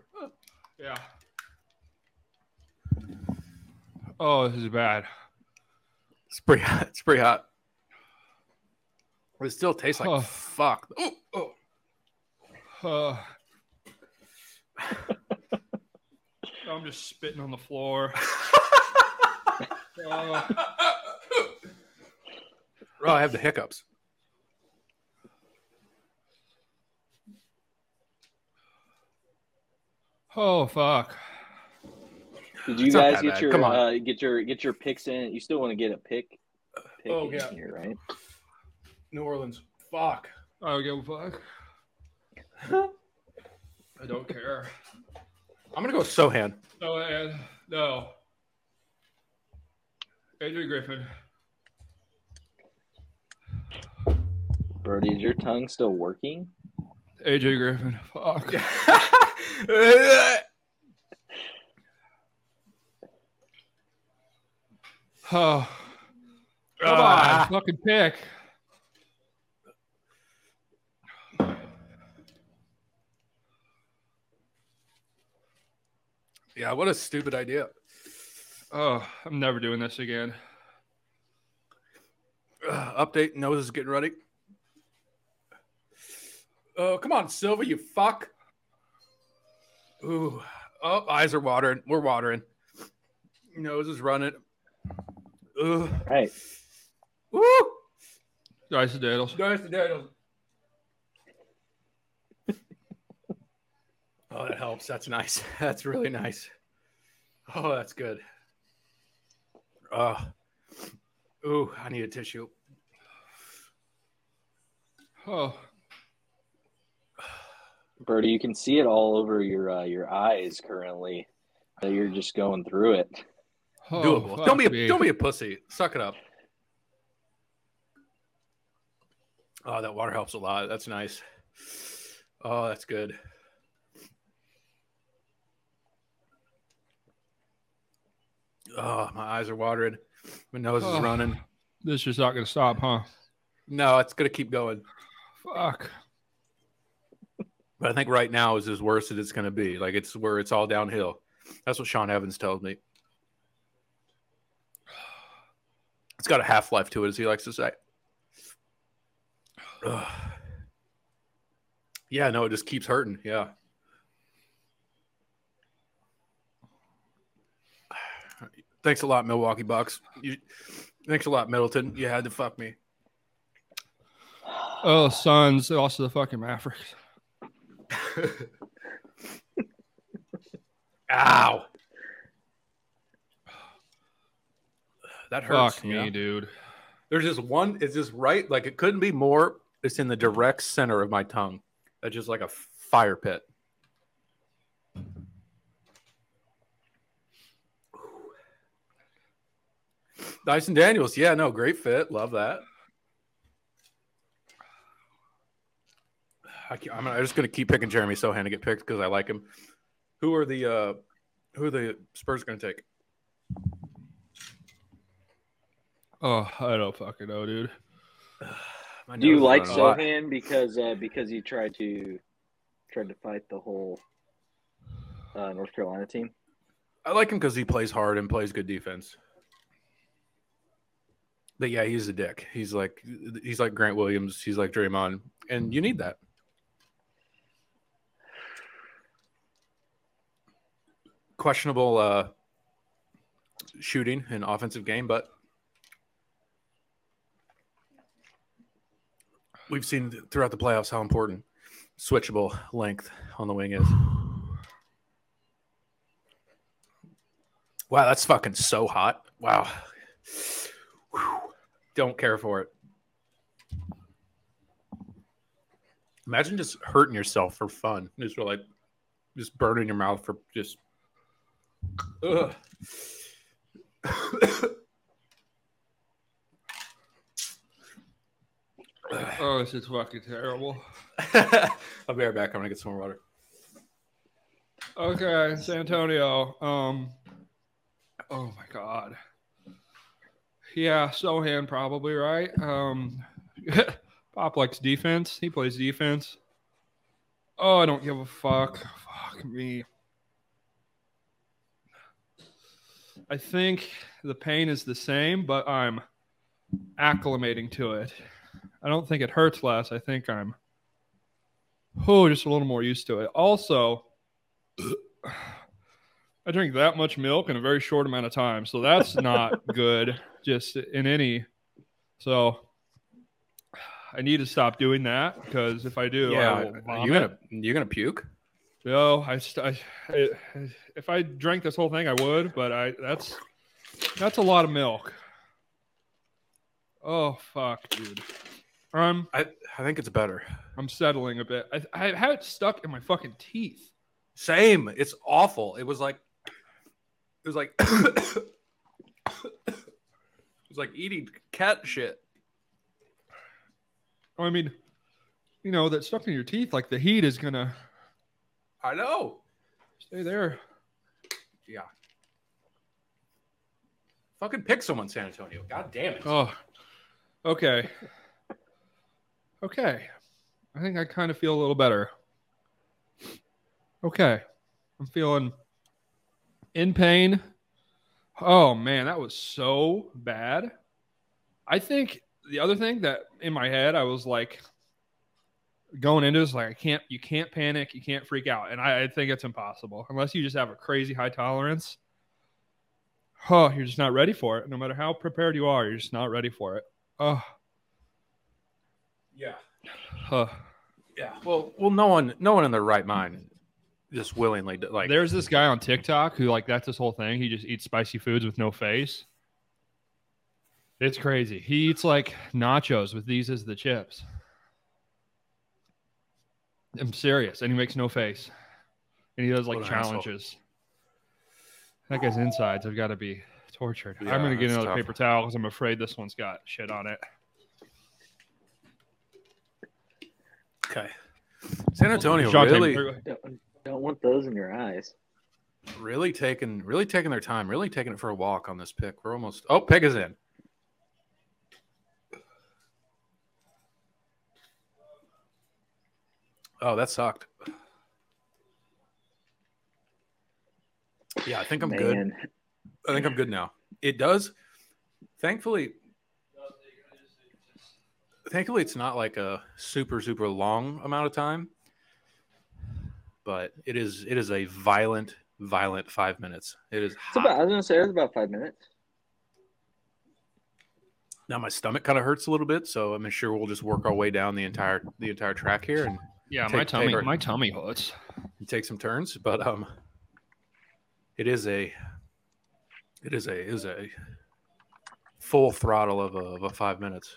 S1: Yeah. Oh, this is bad.
S2: It's pretty hot. It's pretty hot. It still tastes like
S1: Oh.
S2: fuck. Oh, oh.
S1: Uh, [laughs] I'm just spitting on the [laughs] floor. Uh,
S2: Oh, I have the hiccups.
S1: oh fuck.
S3: did you
S2: It's not
S3: guys
S2: that
S3: get
S2: bad.
S3: your
S2: Come on.
S3: uh, get your get your picks in? You still want to get a pick? pick
S2: Oh,
S3: in
S2: yeah.
S3: here, right?
S2: New Orleans. Fuck.
S1: I don't give a fuck. I don't care.
S2: I'm gonna go with Sohan. [laughs]
S1: No, and no. Adrian Griffin.
S3: Brody, is your tongue still working?
S1: AJ Griffin. Fuck. Oh. Come
S2: Ah.
S1: on, fucking pick.
S2: yeah, what a stupid idea.
S1: Oh, I'm never doing this again.
S2: Ugh, update. Nose is getting ready. Oh, come on, Silva, you fuck. Ooh. Oh, eyes are watering. We're watering. Nose is running. Ooh.
S3: Right.
S2: Woo!
S1: Dice the Daddles.
S2: Dice the Daniels. oh, that helps. That's nice. [laughs] That's really nice. Oh, that's good. Oh. Ooh, I need a tissue.
S1: Oh.
S3: Brody, you can see it all over your uh, your eyes currently. So you're just going through it.
S1: oh
S2: doable. don't be a,
S1: fuck me.
S2: don't be a pussy. Suck it up. Oh, that water helps a lot. That's nice. Oh, that's good. Oh, my eyes are watering. My nose is
S1: Oh.
S2: running.
S1: This is not going to stop, huh?
S2: No, it's gonna keep going.
S1: Fuck.
S2: But I think right now is as worse as it's gonna be. Like it's where it's all downhill. That's what Sean Evans tells me. It's got a half life to it, as he likes to say. [sighs] Ugh. Yeah, no, it just keeps hurting. Yeah. [sighs] Thanks a lot, Milwaukee Bucks. You, thanks a lot, Middleton. You had to fuck me.
S1: Oh, Suns lost to the fucking Mavericks.
S2: Ow. [sighs] That hurts.
S1: Fuck
S2: you
S1: me,
S2: know?
S1: dude.
S2: There's just one, it's just right. Like it couldn't be more. It's in the direct center of my tongue. That's just like a fire pit. Dyson Daniels. Yeah, no, great fit. Love that. I can't, I'm, gonna- I'm just going to keep picking Jeremy Sohan to get picked because I like him. Who are the uh, who are the Spurs going to take?
S1: Oh, I don't fucking know, dude.
S2: My
S3: Do you
S2: nose is
S3: like
S2: running a lot.
S3: Sohan because uh, because you tried to tried to fight the whole uh, North Carolina team?
S2: I like him because he plays hard and plays good defense. But yeah, he's a dick. He's like he's like Grant Williams. He's like Draymond, and you need that. Questionable uh, shooting and offensive game, but we've seen throughout the playoffs how important switchable length on the wing is. Wow, that's fucking so hot. Wow. Whew. Don't care for it. Imagine just hurting yourself for fun. Just like just burning your mouth for just. Ugh. [coughs]
S1: Oh, this is fucking terrible.
S2: [laughs] I'll be right back. I'm gonna get some more water.
S1: Okay, San Antonio. Um, oh my God. Yeah, Sohan probably right. Um, [laughs] Pop likes defense. He plays defense. Oh, I don't give a fuck. Fuck me. I think the pain is the same, but I'm acclimating to it. I don't think it hurts less. I think I'm oh, just a little more used to it. Also, I drink that much milk in a very short amount of time, so that's not good. Just in any, so I need to stop doing that because if I do, I will
S2: you
S1: vomit.
S2: gonna you gonna puke?
S1: No, I, st- I, I if I drank this whole thing, I would, but I that's that's a lot of milk. Oh fuck, dude. I'm
S2: I I think it's better.
S1: I'm settling a bit. I, I had it stuck in my fucking teeth.
S2: Same. It's awful. It was like it was like [coughs] it was like eating cat shit.
S1: I mean, you know, that stuck in your teeth, like the heat is gonna
S2: I know.
S1: stay there.
S2: Yeah. Fucking pick someone, San Antonio. God damn it.
S1: Oh, okay. Okay. I think I kind of feel a little better. Okay. I'm feeling in pain. Oh, man, that was so bad. I think the other thing that in my head, I was like going into this, like, I can't, you can't panic, you can't freak out. And I, I think it's impossible unless you just have a crazy high tolerance oh, you're just not ready for it. No matter how prepared you are, you're just not ready for it. Oh,
S2: Yeah.
S1: huh.
S2: Yeah. Well, well, no one, no one in their right mind just willingly d- like.
S4: There's this guy on TikTok who like that's his whole thing. He just eats spicy foods with no face. It's crazy. He eats like nachos with these as the chips. I'm serious, and he makes no face, and he does like
S2: What an asshole.
S4: challenges. That guy's insides have got to be tortured.
S2: Yeah,
S4: I'm gonna get
S2: that's
S4: another
S2: tough.
S4: paper towel because I'm afraid this one's got shit on it.
S2: okay. San Antonio
S4: Shot tape.
S2: really,
S3: Don't, don't want those in your eyes.
S2: really taking, really taking their time, really taking it for a walk on this pick. We're almost. Oh, pick is in. Oh, that sucked. Yeah, I think I'm good.
S3: Man,
S2: I think I'm good now. It does. Thankfully, thankfully, it's not like a super super long amount of time, but it is it is a violent violent five minutes. It is
S3: it's about,
S2: hot.
S3: I was gonna say it was about five minutes.
S2: now my stomach kind of hurts a little bit, so I'm sure we'll just work our way down the entire the entire track here and,
S4: Yeah,
S2: Take-
S4: my
S2: take
S4: tummy,
S2: her.
S4: my tummy hurts.
S2: and take some turns. But um, it is a it is a it is a full throttle of a, of a five minutes.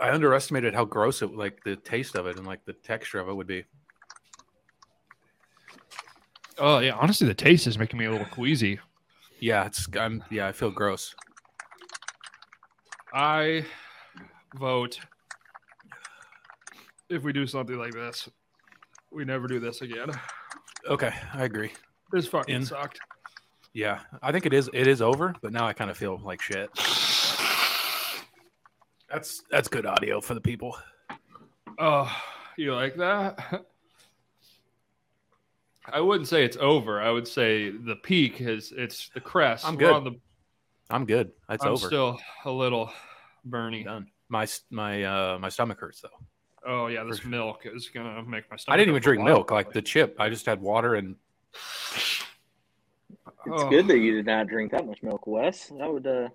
S2: I underestimated how gross it like the taste of it and like the texture of it would be.
S4: Oh yeah, honestly, the taste is making me a little queasy.
S2: Yeah, it's I'm yeah, I feel gross.
S1: I vote if we do something like this, we never do this again.
S2: Okay, I agree.
S1: This fucking
S2: In.
S1: sucked.
S2: Yeah, I think it is it is over, but now I kind of feel like shit. That's that's good audio for the people.
S1: Oh, you like that? I wouldn't say it's over. I would say the peak is it's the crest.
S2: I'm
S1: We're
S2: good.
S1: on the-
S2: I'm good. It's
S1: I'm
S2: over.
S1: still a little burny.
S2: done. My s- my uh my stomach hurts though.
S1: Oh yeah, this
S2: For-
S1: milk is gonna make my stomach.
S2: I didn't even
S1: hurt
S2: drink
S1: a lot.
S2: milk like the chip. I just had water and
S3: It's
S1: Oh.
S3: good that you did not drink that much milk, Wes. I would. Uh,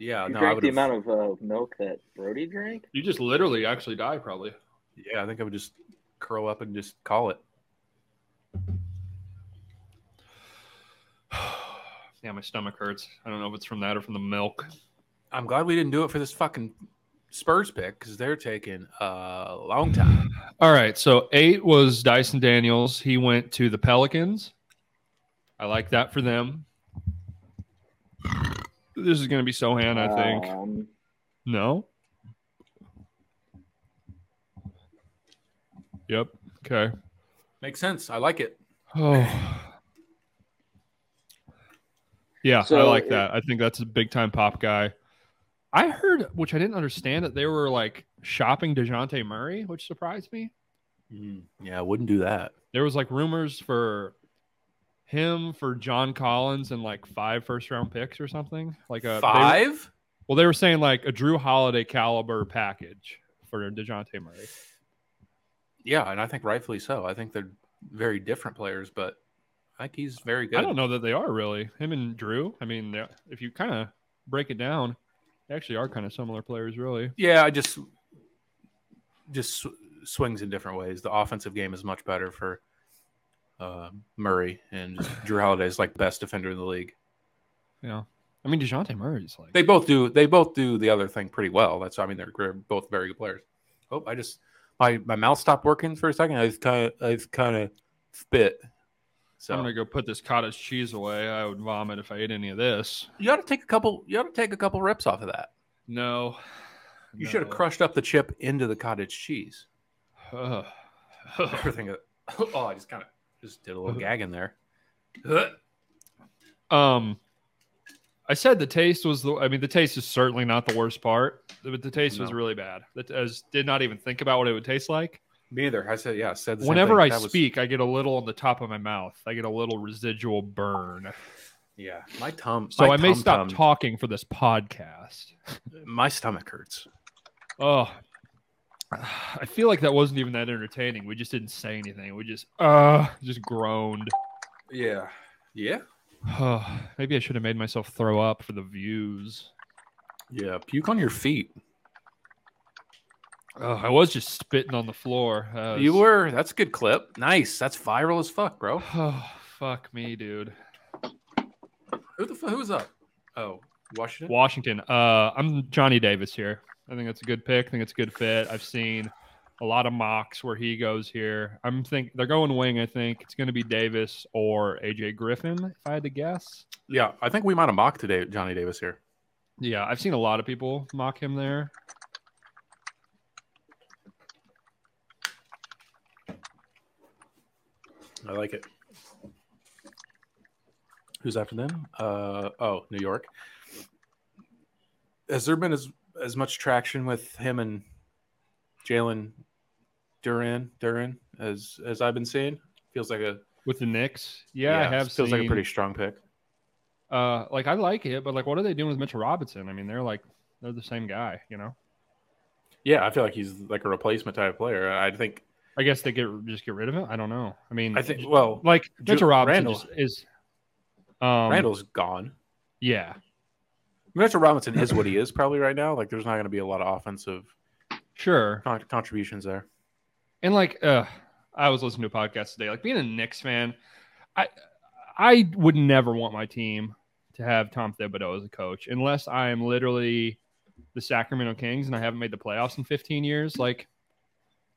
S2: yeah,
S3: you
S2: no, I
S3: drank
S2: would
S3: the amount of uh, milk that Brody drank.
S1: You just literally actually die probably. [sighs]
S2: Yeah, I think I would just curl up and just call it.
S1: Yeah, my stomach hurts. I don't know if it's from that or from the milk.
S2: I'm glad we didn't do it for this fucking Spurs pick because they're taking a long time.
S1: All right, so eight was Dyson Daniels. He went to the Pelicans. I like that for them. This is going to be Sohan, I think.
S3: Um,
S1: No. Yep. Okay.
S2: Makes sense. I like it.
S1: Oh. Yeah, I
S3: So
S1: like
S3: it-
S1: that. I think that's a big time pop guy. I heard, which I didn't understand, that they were like shopping Dejounte Murray, which surprised me.
S2: Yeah, I wouldn't do that.
S1: There was like rumors for him for John Collins and like five first round picks or something. Like a they were-
S2: Five?
S1: well, they were saying like a Drew Holiday caliber package for Dejounte Murray.
S2: Yeah, and I think rightfully so. I think they're very different players, but I think he's very good.
S1: I don't know that they are really him and Drew. I mean, they're- if you kind of break it down, they actually are kind of similar players, really.
S2: Yeah, I just just sw- swings in different ways. The offensive game is much better for uh, Murray, and
S1: [laughs]
S2: Drew Holiday is like best defender in the league.
S1: Yeah, I mean Dejounte Murray's like
S2: They both do. They both do the other thing pretty well. That's I mean they're, they're both very good players. Oh, I just my my mouth stopped working for a second. I just kind of I just kind of spit. So
S1: I'm gonna go put this cottage cheese away. I would vomit if I ate any of this.
S2: you ought to take a couple. You ought to take a couple reps off of that.
S1: No,
S2: You should have
S1: No.
S2: crushed up the chip into the
S1: [laughs]
S2: cottage cheese.
S1: Ugh.
S2: Everything. [laughs] Oh, I just kind of just did
S1: [laughs]
S2: a little gag in there.
S1: [sighs] um, I said the taste was the. I mean, the taste is certainly not the worst part, but the taste was
S2: No.
S1: really bad. That I just did not even think about what it would taste like.
S2: Me either. I said, yeah, I said the same
S1: Whenever
S2: thing.
S1: I
S2: That was-
S1: speak, I get a little on the top of my mouth. I get a little residual burn.
S2: yeah, my tum.
S1: So
S2: my
S1: I may stop
S2: tum-tum-
S1: talking for this podcast.
S2: My stomach hurts.
S1: Oh, I feel like that wasn't even that entertaining. We just didn't say anything. We just uh just groaned.
S2: Yeah. Yeah.
S1: maybe I should have made myself throw up for the views.
S2: Yeah. Puke on your feet.
S1: Ugh, I was just spitting on the floor. Uh,
S2: You were. That's a good clip. Nice. That's viral as fuck, bro.
S1: [sighs] Oh, fuck me, dude.
S2: Who the fuck? Who's up? Oh, Washington.
S1: Washington. Uh, I'm Johnny Davis here. I think that's a good pick. I think it's a good fit. I've seen a lot of mocks where he goes here. I'm think they're going wing. I think it's going to be Davis or AJ Griffin. If I had to guess.
S2: Yeah, I think we might have mocked today Johnny Davis here.
S1: Yeah, I've seen a lot of people mock him there.
S2: I like it. Who's after them? Uh, oh, New York. Has there been as as much traction with him and Jalen Duran Duran as as I've been seeing? Feels like a
S1: With the Knicks, yeah, I have
S2: feels
S1: seen.
S2: like a pretty strong pick.
S1: uh, like I like it, but like, what are they doing with Mitchell Robinson? I mean, they're like they're the same guy, you know.
S2: Yeah, I feel like he's like a replacement type player. I think.
S1: I guess they get just get rid of him. I don't know. I mean,
S2: I think. Well,
S1: like
S2: Ju-
S1: Mitchell Robinson
S2: Randall.
S1: just is. Um,
S2: Randall's gone.
S1: yeah,
S2: Mitchell Robinson is what he is probably right now. Like, there's not going to be a lot of offensive
S1: sure.
S2: con- contributions there.
S1: And like, uh, I was listening to a podcast today. Like being a Knicks fan, I I would never want my team to have Tom Thibodeau as a coach unless I am literally the Sacramento Kings and I haven't made the playoffs in 15 years. Like,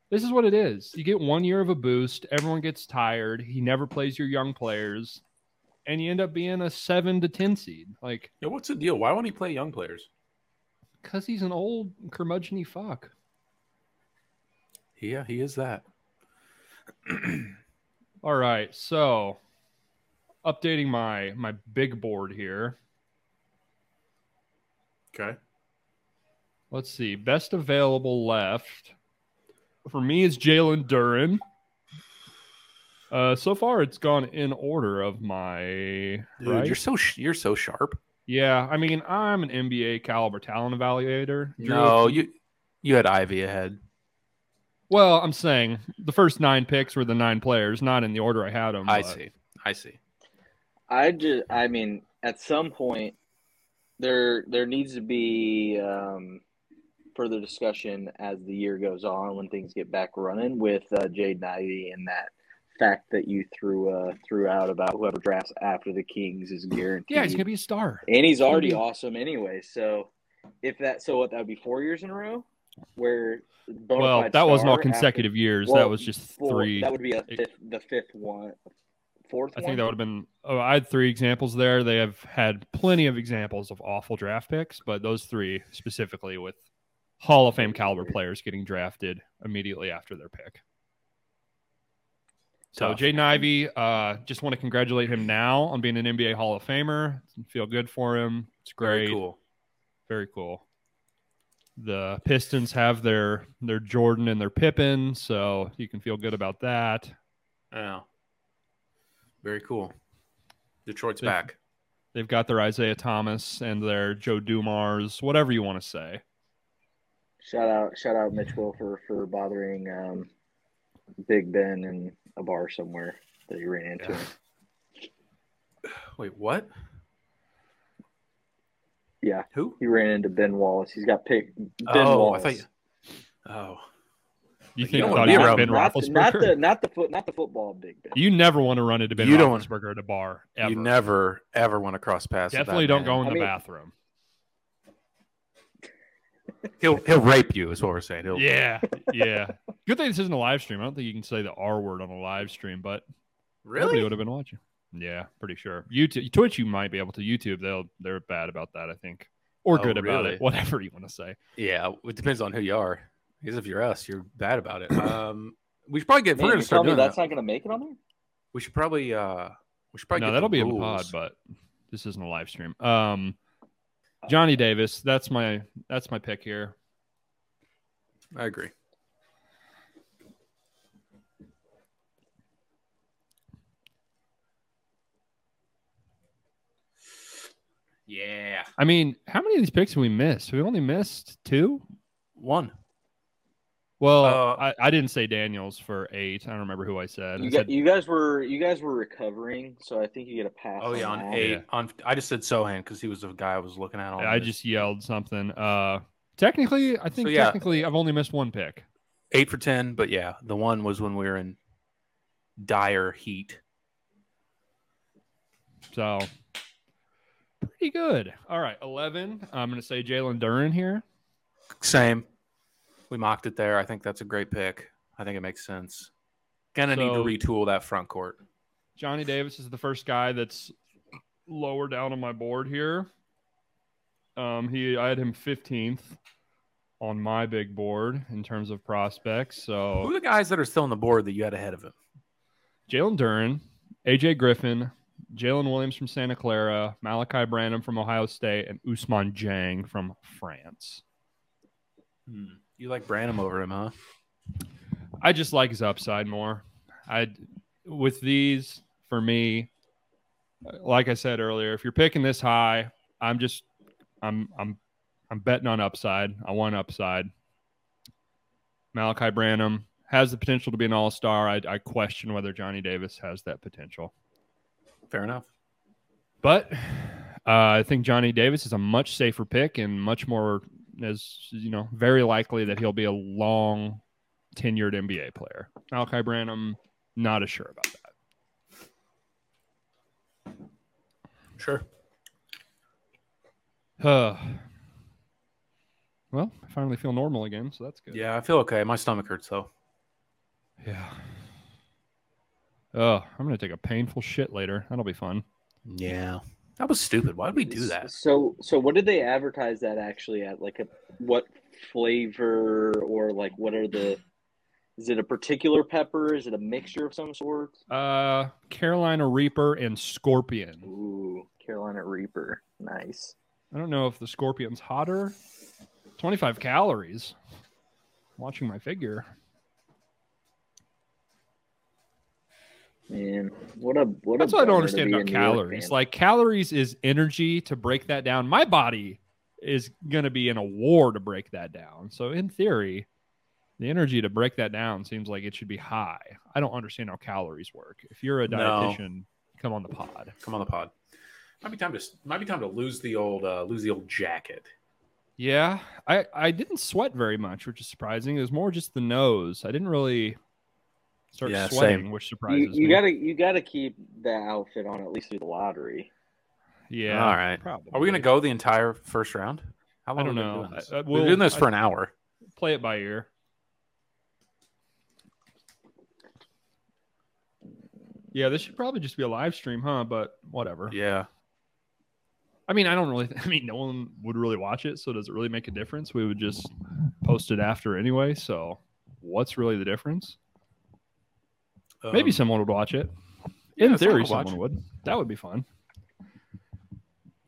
S1: this is what it is. You get one year of a boost. Everyone gets tired. He never plays your young players, and you end up being a seven to ten seed. Like,
S2: Yeah, what's the deal? Why won't he play young players?
S1: cause he's an old curmudgeony fuck.
S2: Yeah, he is that.
S1: All right, so updating my my big board here.
S2: Okay.
S1: Let's see. Best available left for me is Jalen Duran. Uh, so far, it's gone in order of my.
S2: Dude,
S1: right?
S2: you're so sh- you're so sharp.
S1: Yeah, I mean, I'm an NBA caliber talent evaluator. Drew,
S2: No, you you had Ivy ahead.
S1: Well, I'm saying the first nine picks were the nine players, not in the order I had them.
S2: I see. I see.
S3: I just, I mean, at some point, there there needs to be um, further discussion as the year goes on when things get back running with uh, Jaden Ivey and that fact that you threw uh, threw out about whoever drafts after the Kings is guaranteed.
S1: Yeah, he's gonna be a star.
S3: and he's already
S1: be-
S3: awesome anyway. So if that, so what that would be four years in a row where bona
S1: Well,
S3: fide
S1: that wasn't all
S3: star after-
S1: consecutive years. that
S3: Well,
S1: was just
S3: four-
S1: three.
S3: That would be a
S1: It-
S3: fifth, the fifth one, fourth.
S1: I
S3: one?
S1: think that would have been. Oh, I had three examples there. They have had plenty of examples of awful draft picks, but those three specifically with Hall of Fame caliber players getting drafted immediately after their pick. So
S2: Tough.
S1: Jaden Ivey, uh, just want to congratulate him now on being an NBA Hall of Famer. Feel good for him. It's great.
S2: Very cool.
S1: Very cool. The Pistons have their their Jordan and their Pippin, so you can feel good about that.
S2: Yeah. Very cool. Detroit's
S1: They-
S2: back.
S1: They've got their Isaiah Thomas and their Joe Dumars, whatever you want to say.
S3: Shout out, shout out Mitch Wilfer for bothering um, Big Ben in a bar somewhere that he ran into.
S2: Yeah. Wait, what?
S3: Yeah.
S2: Who?
S3: He ran into Ben Wallace. He's got pick. Ben
S2: oh, I
S3: Wallace.
S2: thought. You... Oh,
S1: You
S2: You
S1: think
S2: don't
S1: about
S2: wanna be
S1: you
S2: around
S1: Ben
S3: not, the, not the
S1: Roethlisberger?
S3: not the foot not the football Big Ben.
S1: You never want to run into Ben
S2: You don't wanna-
S1: Roethlisberger at a bar ever.
S2: you never ever want to cross paths. with
S1: Definitely
S2: that
S1: don't
S2: man.
S1: go in
S3: I
S1: the
S3: mean-
S1: bathroom.
S2: He'll he'll rape you. Is what we're saying. He'll... [laughs]
S1: Yeah, yeah. Good thing this isn't a live stream. I don't think you can say the R word on a live stream, but nobody
S2: Really?
S1: would have been watching. Yeah, pretty sure. YouTube, Twitch, you might be able to. YouTube, they'll they're bad about that, I think, or
S2: Oh,
S1: good about
S2: really?
S1: it, whatever you want to say.
S2: Yeah. It depends on who you are. Because if you're us, you're bad about it. Um, we should probably get.
S3: Man,
S2: we're
S3: you
S2: gonna
S3: tell
S2: start
S3: me
S2: doing
S3: that's
S2: that.
S3: not going to make it on there.
S2: We should probably. uh We should probably.
S1: no,
S2: get
S1: that'll
S2: the
S1: be in the pod,
S2: rules.
S1: but this isn't a live stream. Um, Johnny Davis, that's my that's my pick here.
S2: I agree. Yeah.
S1: I mean, how many of these picks have we missed? We only missed two.
S2: One.
S1: Well,
S2: Uh,
S1: I, I didn't say Daniels for eight. I don't remember who I said. I
S3: You,
S1: said
S3: got, you guys were you guys were recovering, so I think you get a pass.
S2: Oh yeah, on
S3: that.
S2: eight.
S1: Yeah.
S2: On I just said Sohan because he was the guy I was looking at. All
S1: I
S2: this.
S1: just yelled something. Uh, technically, I think
S2: So, yeah.
S1: technically I've only missed one pick.
S2: eight for ten, but yeah, the one was when we were in dire heat.
S1: So pretty good. All right, eleven. I'm gonna say Jalen Duran here.
S2: Same. We mocked it there. I think that's a great pick. I think it makes sense. Gonna
S1: So-
S2: need to retool that front court.
S1: Johnny Davis is the first guy that's lower down on my board here. Um, he I had him 15th on my big board in terms of prospects.
S2: Who are
S1: So
S2: the guys that are still on the board that you had ahead of him?
S1: Jalen Duran, AJ Griffin, Jalen Williams from Santa Clara, Malachi Branham from Ohio State, and Usman Jang from France.
S2: You like Branham over him, huh?
S1: I just like his upside more. I with these for me, like I said earlier, if you're picking this high, I'm just I'm I'm I'm betting on upside. I want upside. Malachi Branham has the potential to be an all-star. I, I question whether Johnny Davis has that potential,
S2: Fair enough.
S1: but uh, I think Johnny Davis is a much safer pick and much more as you know very likely that he'll be a long tenured NBA player. Malachi Branham, not as sure about that.
S2: Sure.
S1: [sighs] Huh. well, I finally feel normal again, so that's good.
S2: Yeah, I feel okay. My stomach hurts though.
S1: Yeah. Oh, I'm gonna take a painful shit later. That'll be fun.
S2: Yeah. That was stupid. Why did we do that?
S3: So so what did they advertise that actually at? Like a what flavor or like what are the? Is it a particular pepper? Is it a mixture of some sort?
S1: Uh, Carolina Reaper and Scorpion.
S3: Ooh, Carolina Reaper, nice.
S1: I don't know if the Scorpion's hotter. 25 calories. Watching my figure.
S3: Man, what a what
S1: That's
S3: a
S1: what I don't
S3: bummer to
S1: understand
S3: be a
S1: about
S3: New York
S1: calories.
S3: fan.
S1: Like calories is energy to break that down. My body is going to be in a war to break that down. So in theory, the energy to break that down seems like it should be high. I don't understand how calories work. If you're a
S2: No.
S1: dietitian, come on the pod.
S2: Come on the pod. Might be time to might be time to lose the old uh, lose the old jacket.
S1: Yeah, I I didn't sweat very much, which is surprising. It was more just the nose. I didn't really Start
S2: Yeah,
S1: sweating,
S2: same.
S1: which surprises
S3: You, you
S1: me.
S3: gotta you gotta keep that outfit on at least through the lottery.
S1: yeah.
S2: All right.
S1: Probably.
S2: Are we going to go the entire first round? How
S1: I don't
S2: have we been
S1: know.
S2: doing this?
S1: I- I-
S2: We've
S1: we'll-
S2: been doing this
S1: I-
S2: for an hour.
S1: play it by ear? Yeah, this should probably just be a live stream, huh? But whatever.
S2: Yeah.
S1: I mean, I don't really. [laughs] I mean, no one would really watch it, so does it really make a difference? We would just post it after anyway. So, what's really the difference? Maybe
S2: Um,
S1: someone would watch it. In
S2: yeah, someone
S1: theory,
S2: would watch
S1: someone
S2: it.
S1: would. That would be fun.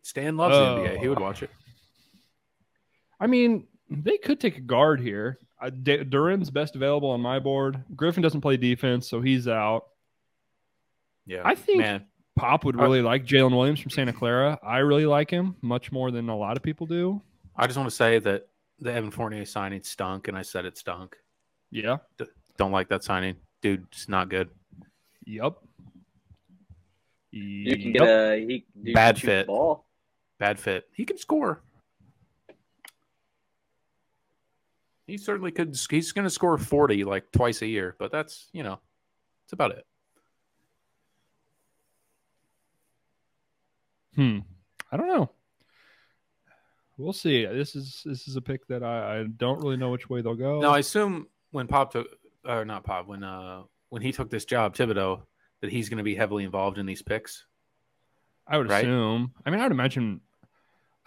S2: Stan loves
S1: Oh.
S2: the NBA. He would watch it.
S1: I mean, they could take a guard here. I, D- Durin's best available on my board. Griffin doesn't play defense, so he's out.
S2: Yeah.
S1: I think-
S2: Man.
S1: Pop would
S2: Uh,
S1: really like Jalen Williams from Santa Clara. I really like him much more than a lot of people do.
S2: I just want to say that the Evan Fournier signing stunk, and I said it stunk.
S1: Yeah.
S2: Don't like that signing. Dude, it's not good.
S1: Yep.
S3: You can
S1: Yep.
S3: get a he you can
S2: Bad
S3: shoot the
S2: fit.
S3: ball.
S2: Bad fit. He can score. He certainly could. He's going to score 40 like twice a year, but that's, you know, it's about it.
S1: Hmm. I don't know. We'll see. This is this is a pick that I, I don't really know which way they'll go.
S2: Now, I assume when Pop took, or not Pop, when uh when he took this job, Thibodeau, that he's going to be heavily involved in these picks.
S1: I would
S2: Right.
S1: assume. I mean, I would imagine.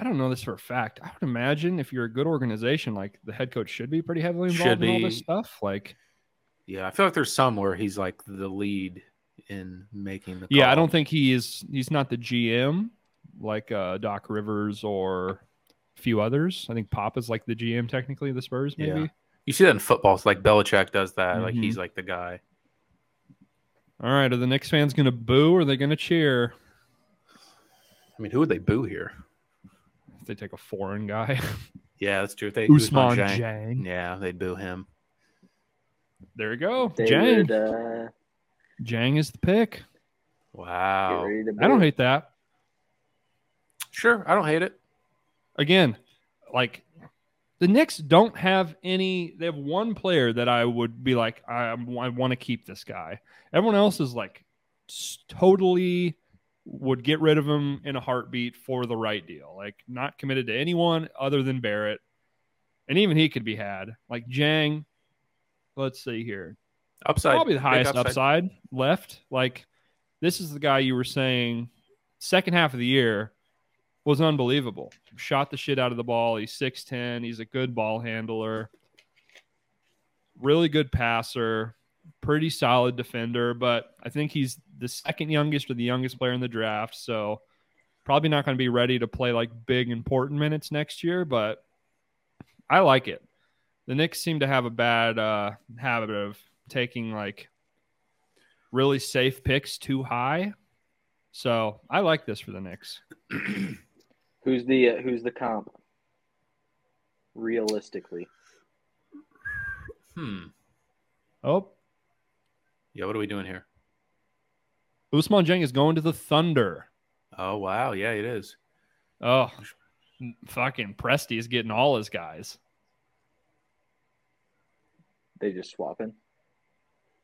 S1: I don't know this for a fact. I would imagine if you're a good organization, like the head coach should be pretty heavily involved
S2: Should
S1: in all
S2: be.
S1: this stuff. Like,
S2: Yeah, I feel like there's some where he's like the lead in making the.
S1: yeah, I
S2: call.
S1: don't think he is. He's not the GM like uh, Doc Rivers or a few others. I think Pop is like the GM technically. of The Spurs, maybe.
S2: Yeah. You see that in football. It's like Belichick does that. Like
S1: Mhm.
S2: he's like the guy.
S1: All right. Are the Knicks fans going to boo or are they going to cheer
S2: I mean, who would they boo here?
S1: if they take a foreign guy?
S2: Yeah, that's true. If They
S1: Usman
S2: Jang-
S1: Jang.
S2: Yeah, they'd boo him.
S1: There you go.
S3: They
S1: Jang.
S3: would, uh,
S1: Jang is the pick.
S3: get
S2: Wow.
S3: ready to
S1: I don't
S3: move.
S1: hate that.
S2: Sure, I don't hate it.
S1: again, like the Knicks don't have any. They have one player that I would be like, I, I want to keep this guy. Everyone else is like s- totally would get rid of him in a heartbeat for the right deal. Like not committed to anyone other than Barrett, and even he could be had. Like Jang, let's see here,
S2: Upside.
S1: probably the
S2: Big
S1: highest upside. left. Like this is the guy you were saying second half of the year was unbelievable. Shot the shit out of the ball. He's 6'10. He's a good ball handler. Really good passer. Pretty solid defender, but I think he's the second youngest or the youngest player in the draft, so probably not going to be ready to play like big important minutes next year, but I like it. The Knicks seem to have a bad uh, habit of taking like really safe picks too high. So I like this for the Knicks.
S3: Who's the uh, who's the comp? Realistically,
S2: Hmm.
S1: Oh,
S2: Yeah, what are we doing here?
S1: Usman Jang is going to the Thunder.
S2: Oh, wow. Yeah, it is.
S1: Oh, fucking Presti is getting all his guys.
S3: they just swapping.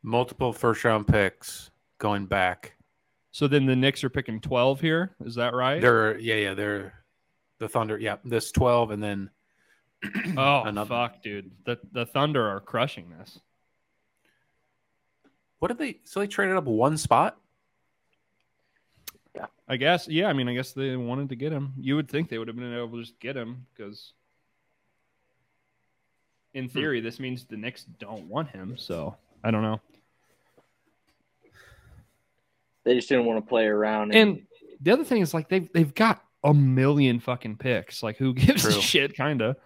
S2: Multiple first round picks going back.
S1: So then the Knicks are picking 12 here. Is that right?
S2: They're yeah, yeah, they're the Thunder. Yeah, this twelve and then
S1: [clears throat]
S2: [clears throat]
S1: oh,
S2: another-
S1: fuck, dude. The, the Thunder are crushing this.
S2: what did they so they traded up one spot?
S1: I guess. Yeah. I mean, I guess they wanted to get him. You would think they would have been able to just get him because,
S2: Hmm.
S1: in theory, this means the Knicks don't want him. So I don't know.
S3: They just didn't want to play around.
S1: And the other thing is like they've they've got a million fucking picks. Like who [laughs] gives
S2: True.
S1: a shit? Kind of.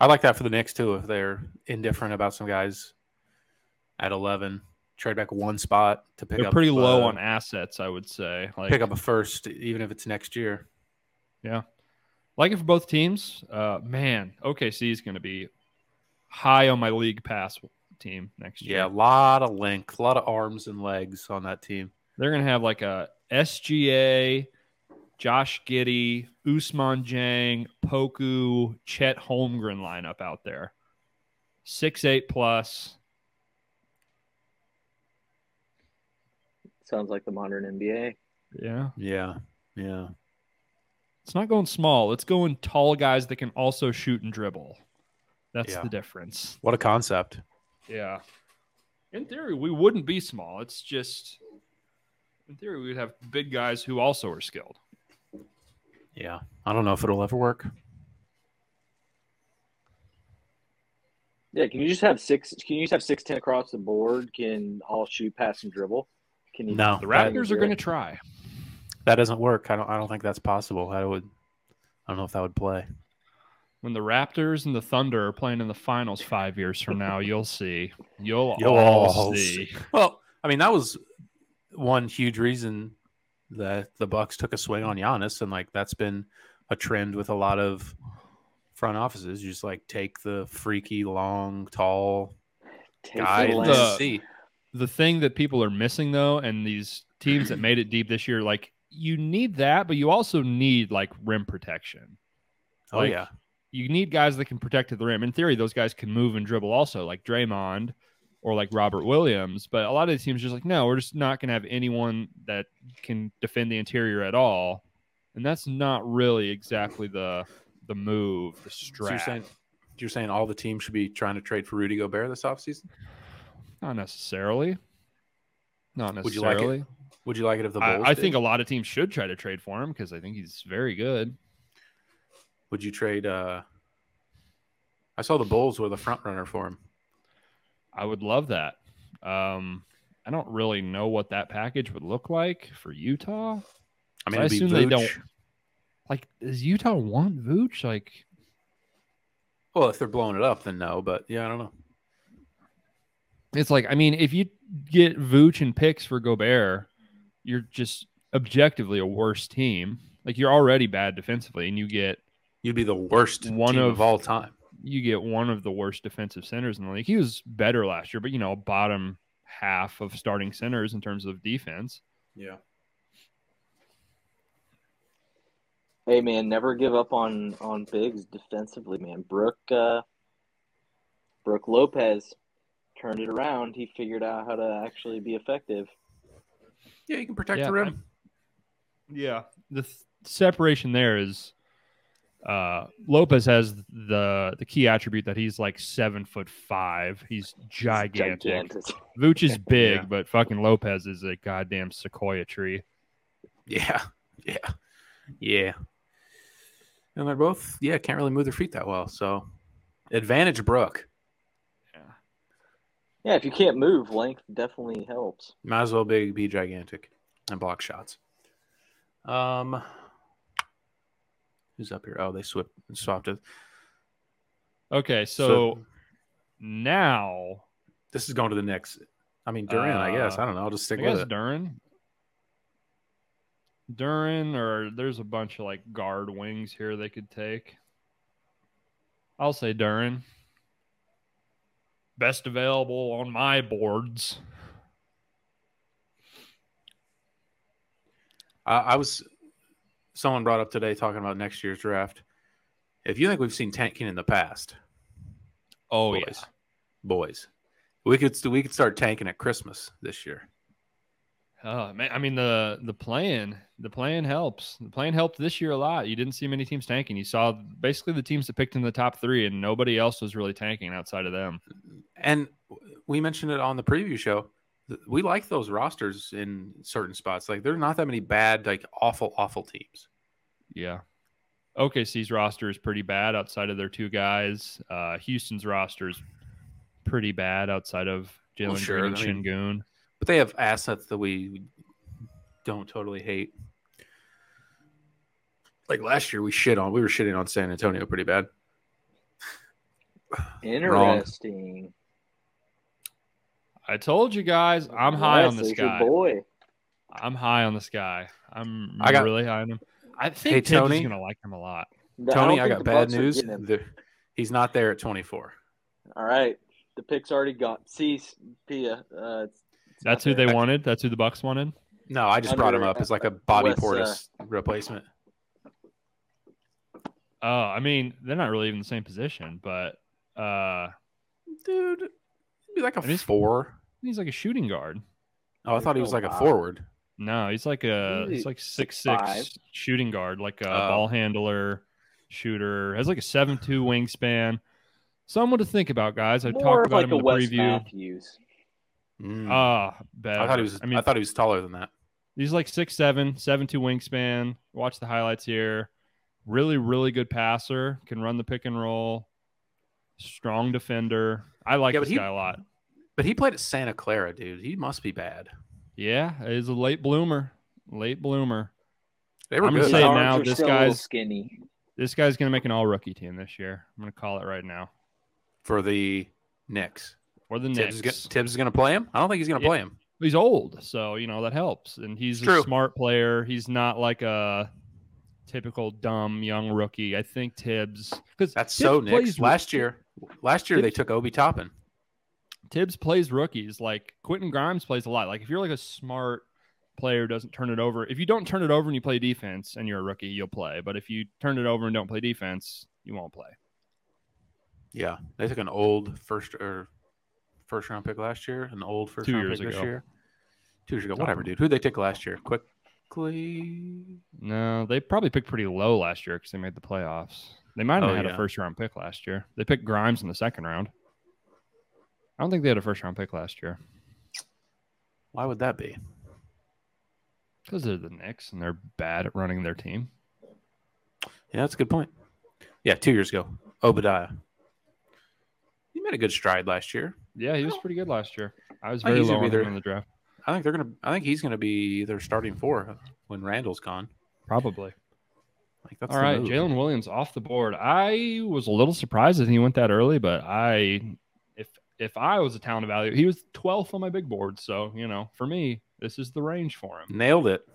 S2: I like that for the Knicks too, if they're indifferent about some guys at eleven. Trade back one spot to pick
S1: They're
S2: up
S1: pretty low
S2: uh,
S1: on assets, I would say. Like
S2: pick up a first, even if it's next year.
S1: like it for both teams. Uh, man, OKC is going to be high on my league pass team next year.
S2: Yeah, a lot of length, a lot of arms and legs on that team.
S1: They're gonna have like a SGA, Josh Giddy, Usman Jang, Poku, Chet Holmgren lineup out there. Six eight plus.
S3: Sounds like the modern NBA.
S1: Yeah.
S2: Yeah. Yeah.
S1: It's not going small. It's going tall guys that can also shoot and dribble. That's
S5: Yeah.
S1: the difference.
S2: What a concept.
S1: Yeah. In theory, we wouldn't be small. It's just, in theory, we'd have big guys who also are skilled.
S2: Yeah. I don't know if it'll ever work.
S3: Yeah, can you just have six? Can you just have six ten across the board? Can all shoot, pass, and dribble? Can you?
S2: No.
S1: The
S2: that-
S1: Raptors are going to try.
S2: that doesn't work. I don't. I don't think that's possible. I would. I don't know if that would play.
S1: When the Raptors and the Thunder are playing in the finals five years from now, you'll see. You'll,
S2: You'll
S1: all,
S2: all
S1: see.
S2: Well, I mean, that was one huge reason that the Bucks took a swing on Giannis, and like that's been a trend with a lot of front offices. You just like take the freaky, long, tall
S3: Take
S2: guy
S3: the
S2: and
S1: length.
S2: just
S3: lane.
S2: see.
S1: the thing that people are missing though, and these teams that made it deep this year, like you need that, but you also need like rim protection.
S2: Oh
S1: Like,
S2: yeah,
S1: You need guys that can protect to the rim. In theory, those guys can move and dribble also, like Draymond or like Robert Williams. But a lot of the teams are just like, no, we're just not gonna have anyone that can defend the interior at all. And that's not really exactly the the move, the
S2: so you're
S1: strat.
S2: saying you're saying all the teams should be trying to trade for Rudy Gobert this offseason?
S1: not necessarily. Not
S2: Would you like it?
S1: necessarily.
S2: Would you like it if the Bulls?
S1: I, I
S2: did?
S1: think a lot of teams should try to trade for him because I think he's very good.
S2: Would you trade? uh I saw the Bulls were the front runner for him.
S1: I would love that. Um, I don't really know what that package would look like for Utah.
S2: I mean,
S1: I
S2: it'd be
S1: assume they don't-
S2: Vooch.
S1: Like, does Utah want Vooch? Like,
S2: Well, if they're blowing it up, then no. But yeah, I don't know.
S1: it's like I mean, if you get Vooch and picks for Gobert, you're just objectively a worse team. Like you're already bad defensively, and you get
S2: You'd be the worst
S1: One
S2: team
S1: of-
S2: of, all time.
S1: you get one of the worst defensive centers in the league. He was better last year, but you know, bottom half of starting centers in terms of defense.
S2: Yeah.
S3: Hey man, never give up on on bigs defensively, man. Brooke uh, Brooke Lopez turned it around. He figured out how to actually be effective.
S2: Yeah, you can protect
S1: Yeah,
S2: the rim.
S1: Yeah, the th- separation there is uh, Lopez has the the key attribute that he's like seven foot five. He's gigantic.
S3: Gigantic.
S1: Vooch is big,
S2: Yeah.
S1: but fucking Lopez is a goddamn sequoia tree.
S2: yeah. [laughs] Yeah. Yeah. And they're both, yeah, can't really move their feet that well. So advantage Brooke.
S3: Yeah, if you can't move, length definitely helps.
S2: Might as well be, be gigantic and block shots. Um who's up here? Oh, they swapped swapped it.
S1: Okay, so, now
S2: this is going to the Knicks. I mean Durant, I guess.
S1: Uh,
S2: I don't know. I'll just stick
S1: I
S2: with
S1: guess
S2: it.
S1: Durin. Durin, or there's a bunch of like guard wings here they could take. I'll say Durin. Best available on my boards.
S2: I, I was someone brought up today talking about next year's draft. If you think we've seen tanking in the past,
S1: Oh
S2: boys,
S1: yes.
S2: boys, we could st- we could start tanking at Christmas this year.
S1: Oh, man, I mean the the plan the plan helps. The plan helped this year a lot. You didn't see many teams tanking. You saw basically the teams that picked in the top three, and nobody else was really tanking outside of them.
S2: And we mentioned it on the preview show. Th- We like those rosters in certain spots. Like there are not that many bad, like awful, awful teams.
S1: Yeah. OKC's roster is pretty bad outside of their two guys. Uh, Houston's roster is pretty bad outside of Jalen
S2: Well, sure,
S1: Green
S2: I mean-
S1: and Shingun.
S2: But they have assets that we don't totally hate. Like last year, we shit on. We were shitting on San Antonio pretty bad.
S3: Interesting.
S1: I told you guys, I'm high on
S3: Yes,
S1: this
S3: there's your
S1: guy.
S3: boy.
S1: I'm high on this guy. I'm
S2: I got-
S1: really high on him. I think
S2: Hey,
S1: Tibbs is
S2: Tony.
S1: going to like him a lot.
S3: No, I
S2: Tony,
S3: don't
S2: I,
S3: think
S2: got
S3: the
S2: bad
S3: Bucks are
S2: news.
S3: getting him.
S2: The- he's not there at 24.
S3: All right, the pick's already gone. See, Pia. Uh, it's- it's
S1: That's
S3: not
S1: who they
S3: there.
S1: wanted. That's who the Bucks wanted.
S2: No, I just brought him
S3: Under-
S2: up as like a Bobby
S3: Wes, uh,
S2: Portis replacement.
S1: Oh, I mean, they're not really even in the same position, but uh,
S2: Dude, it'd be like a
S1: It is-
S2: four.
S1: he's like a shooting guard.
S2: Oh, I thought he was like a forward.
S1: No, he's like a
S3: He's
S1: he's like six
S3: five.
S1: six shooting guard, like a
S6: Oh.
S1: ball handler, shooter. Has like a seven two
S2: [sighs]
S1: wingspan. Someone to think about, guys. I
S3: More
S1: talked
S3: of
S1: about
S3: like
S1: him
S3: a
S1: in the
S3: Wes
S1: preview.
S3: Matthews.
S2: Mm.
S1: Ah, better.
S2: I thought he was.
S1: I mean,
S2: I thought he was taller than that.
S1: He's like six seven, seven two wingspan. Watch the highlights here. Really, really good passer. Can run the pick and roll. Strong defender. I like
S2: Yeah, but
S1: this
S2: he-
S1: guy a lot.
S2: But he played at Santa Clara, dude. He must be bad.
S1: Yeah, he's a late bloomer. Late bloomer.
S2: They were
S1: I'm
S2: good.
S1: Say
S3: His
S1: it
S3: arms
S1: now,
S3: are
S1: this
S3: still a little
S1: guy's-
S3: skinny.
S1: This guy's gonna make an all rookie team this year. I'm gonna call it right now.
S2: for the Knicks.
S1: Or the
S2: Tibbs
S1: Knicks.
S2: is, go- Tibbs is going to play him. I don't think he's going to
S1: Yeah.
S2: play him.
S1: he's old, so you know that helps. And he's
S2: True.
S1: a smart player. He's not like a typical dumb young rookie. I think Tibbs because
S2: That's so Knicks. Last year, last year they took Obi Toppin.
S1: Tibbs plays rookies. Like Quentin Grimes plays a lot. Like if you're like a smart player who doesn't turn it over, if you don't turn it over and you play defense and you're a rookie, you'll play. But if you turn it over and don't play defense, you won't play.
S2: Yeah, they took an old first or first round pick last year, an old first
S1: Two
S2: round
S1: years
S2: pick this
S1: ago.
S2: year. Two years ago, whatever, dude. Who they take last year? Quickly,
S1: No, they probably picked pretty low last year because they made the playoffs. They might have
S2: Oh,
S1: had
S2: yeah.
S1: a first round pick last year. They picked Grimes in the second round. I don't think they had a first round pick last year
S2: why would that be?
S1: because they're the Knicks and they're bad at running their team.
S2: Yeah, that's a good point. Yeah, two years ago, Obadiah. He made a good stride last year.
S1: Yeah, he was pretty good last year. I was
S2: I think
S1: very
S2: he's
S1: low
S2: gonna
S1: on
S2: be
S1: him
S2: their-
S1: in the draft.
S2: I think they're gonna. I think he's gonna be their starting four when Randall's gone.
S1: Probably.
S2: Like that's
S1: All
S2: the
S1: right,
S2: move.
S1: Jalen Williams off the board. I was a little surprised that he went that early, but I, if if I was a talent evaluator, he was 12th on my big board. So you know, for me, this is the range for him.
S2: nailed it.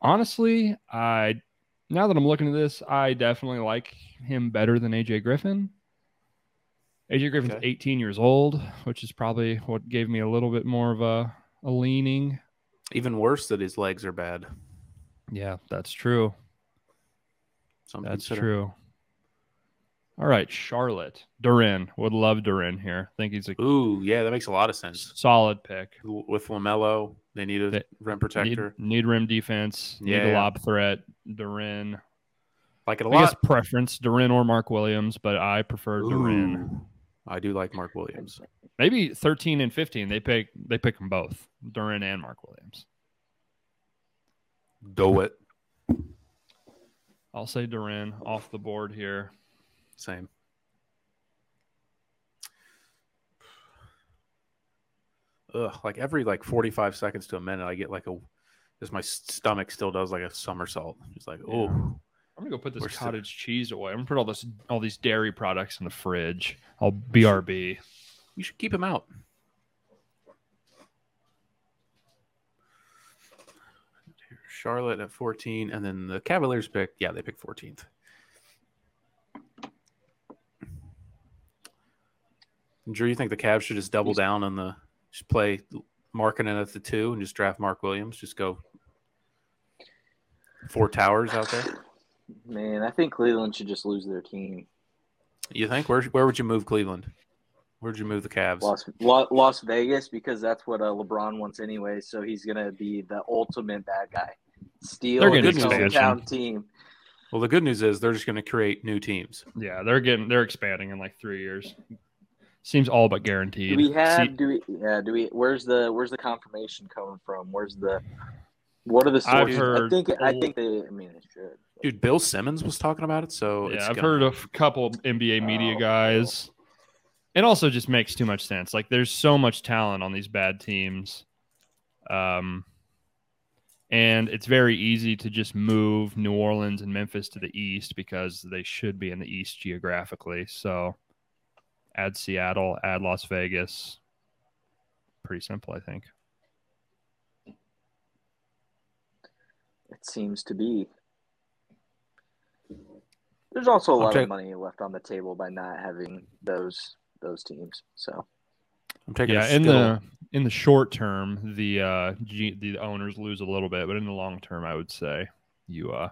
S1: Honestly, I now that I'm looking at this, I definitely like him better than AJ Griffin. AJ Griffin's
S2: Okay.
S1: 18 years old, which is probably what gave me a little bit more of a, a leaning.
S2: Even worse that his legs are bad.
S1: Yeah, that's true.
S2: Some
S1: That's
S2: consider.
S1: true. All right, Charlotte Durin would love Durin here. think he's a
S2: Ooh, yeah, that makes a lot of sense.
S1: solid pick.
S2: L- With Lamelo, they need a
S1: They-
S2: rim
S1: Need,
S2: protector.
S1: need rim defense. Need a
S2: Yeah.
S1: lob threat. Durin.
S2: like it a
S1: I guess
S2: lot.
S1: preference Durin or Mark Williams, but I prefer Durin.
S2: Ooh, I do like Mark Williams.
S1: Maybe thirteen and fifteen. They pick they pick them both, Durin and Mark Williams.
S2: Do it.
S1: I'll say Durin off the board here.
S2: Same. Ugh, like every like 45 seconds to a minute, I get like a just my s- stomach still does like a somersault. Just like, oh,
S1: I'm gonna go put this
S2: We're still-
S1: cottage cheese away. I'm gonna put all this all these dairy products in the fridge. I'll brb.
S2: you should keep him out. Charlotte at 14, and then the Cavaliers pick. Yeah, they pick 14th. Drew, you think the Cavs should just double down on the just play marketing at the two and just draft Mark Williams? Just go four towers out there.
S3: Man, I think Cleveland should just lose their team.
S2: You think where where would you move Cleveland? Where'd you move the Cavs?
S3: Las, La- Las Vegas because that's what uh, LeBron wants anyway. So he's gonna be the ultimate bad guy. Steal
S1: They're getting
S3: his
S1: expansion.
S3: hometown team.
S2: Well, the good news is they're just going to create new teams.
S1: Yeah, they're getting they're expanding in like three years. Seems all but guaranteed.
S3: Do we have?
S1: See-
S3: Do we? Yeah. Do we? Where's the? Where's the confirmation coming from? Where's the? What are the
S1: I've
S3: sources? I
S1: heard-
S3: think. I think they. I mean, it should.
S2: Dude, Bill Simmons was talking about it, so it's
S1: yeah, I've
S2: gonna-
S1: heard of a couple NBA media
S3: Oh.
S1: guys. It also just makes too much sense. Like there's so much talent on these bad teams. Um and it's very easy to just move New Orleans and Memphis to the east because they should be in the east geographically. So add Seattle, add Las Vegas. Pretty simple, I think.
S3: It seems to be. There's also a
S2: I'll
S3: lot
S2: take-
S3: of money left on the table by not having those those teams. So
S2: I'm taking
S1: Yeah,
S2: a
S1: in
S2: Skittle.
S1: the in the short term, the uh G, the owners lose a little bit, but in the long term, I would say you uh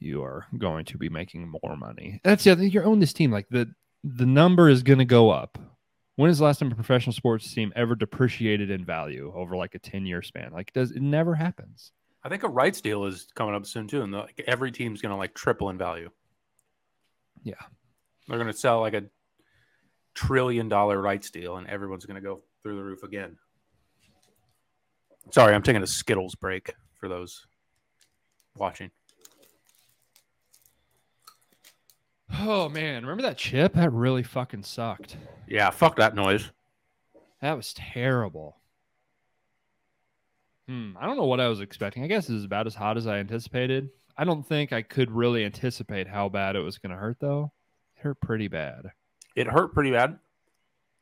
S1: you are going to be making more money. That's the other thing. You own this team, like the the number is going to go up. When is the last time a professional sports team ever depreciated in value over like a 10 year span? Like, it does it never happens?
S2: I think a rights deal is coming up soon too, and like every team's going to like triple in value.
S1: Yeah.
S2: they're going to sell like a trillion dollar rights deal, and everyone's going to go through the roof again. Sorry, I'm taking a Skittles break for those watching.
S1: Oh, man. Remember that chip? That really fucking sucked.
S2: Yeah, fuck that noise.
S1: That was terrible. Hmm, I don't know what I was expecting. I guess it was about as hot as I anticipated. I don't think I could really anticipate how bad it was going to hurt, though. It hurt pretty bad.
S2: It hurt pretty bad.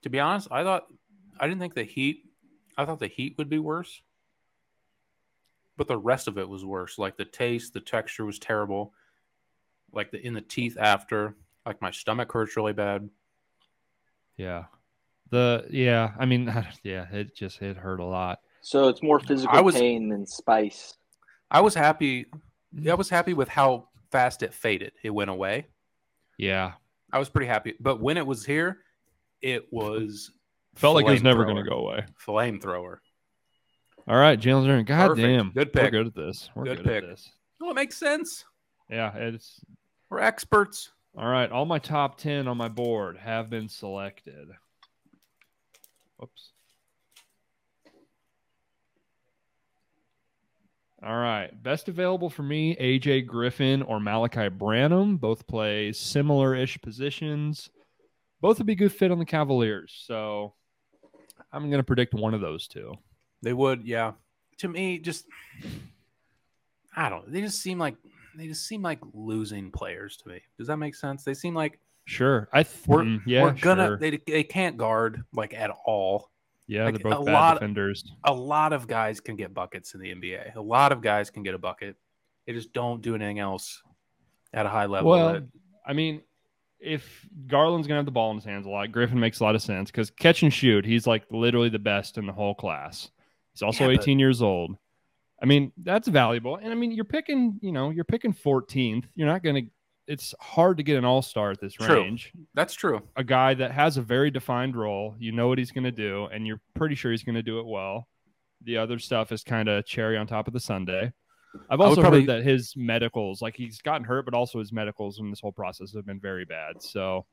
S2: To be honest, I thought I didn't think the heat. I thought the heat would be worse, but the rest of it was worse. Like the taste, the texture was terrible. Like the in the teeth after. Like my stomach hurts really bad.
S1: Yeah. The yeah, I mean, [laughs] yeah, it just it hurt a lot.
S3: So it's more physical
S2: I was-
S3: pain than spice.
S2: I was happy. I was happy with how fast it faded. It went away.
S1: Yeah,
S2: I was pretty happy. But when it was here, it was
S1: felt like it was never going
S2: flamethrower.
S1: to go away.
S2: flamethrower.
S1: All right, Jalen Duran. God
S2: Perfect.
S1: damn,
S2: Good
S1: We're
S2: pick.
S1: good at this. We're good,
S2: Good
S1: at
S2: pick.
S1: this.
S2: Well, it makes sense.
S1: Yeah, it's
S2: We're experts.
S1: all right. All my top ten on my board have been selected. Whoops. All right. Best available for me, AJ Griffin or Malachi Branham. Both play similar ish positions. Both would be good fit on the Cavaliers. So I'm going to predict one of those two.
S2: They would, yeah. To me, just I don't. They just seem like they just seem like losing players to me. Does that make sense? They seem like
S1: Sure. I th-
S2: We're-
S1: mm, yeah,
S2: we're gonna.
S1: sure.
S2: They they can't guard like at all.
S1: yeah,
S2: like,
S1: they're both
S2: a
S1: bad
S2: lot-
S1: defenders.
S2: A lot of guys can get buckets in the NBA. A lot of guys can get a bucket. They just don't do anything else at a high level.
S1: Well,
S2: that-
S1: I mean, if Garland's gonna have the ball in his hands a lot, Griffin makes a lot of sense because catch and shoot, he's like literally the best in the whole class. He's also
S2: Yeah, but-
S1: 18 years old. I mean, that's valuable. And I mean, you're picking, you know, you're picking 14th. You're not gonna. It's hard to get an all star at this
S2: True.
S1: range.
S2: that's true.
S1: A guy that has a very defined role, you know what he's gonna do, and you're pretty sure he's gonna do it well. The other stuff is kind of cherry on top of the Sunday. I've
S2: I would
S1: also
S2: probably-
S1: heard that his medicals, like he's gotten hurt, but also his medicals in this whole process have been very bad. So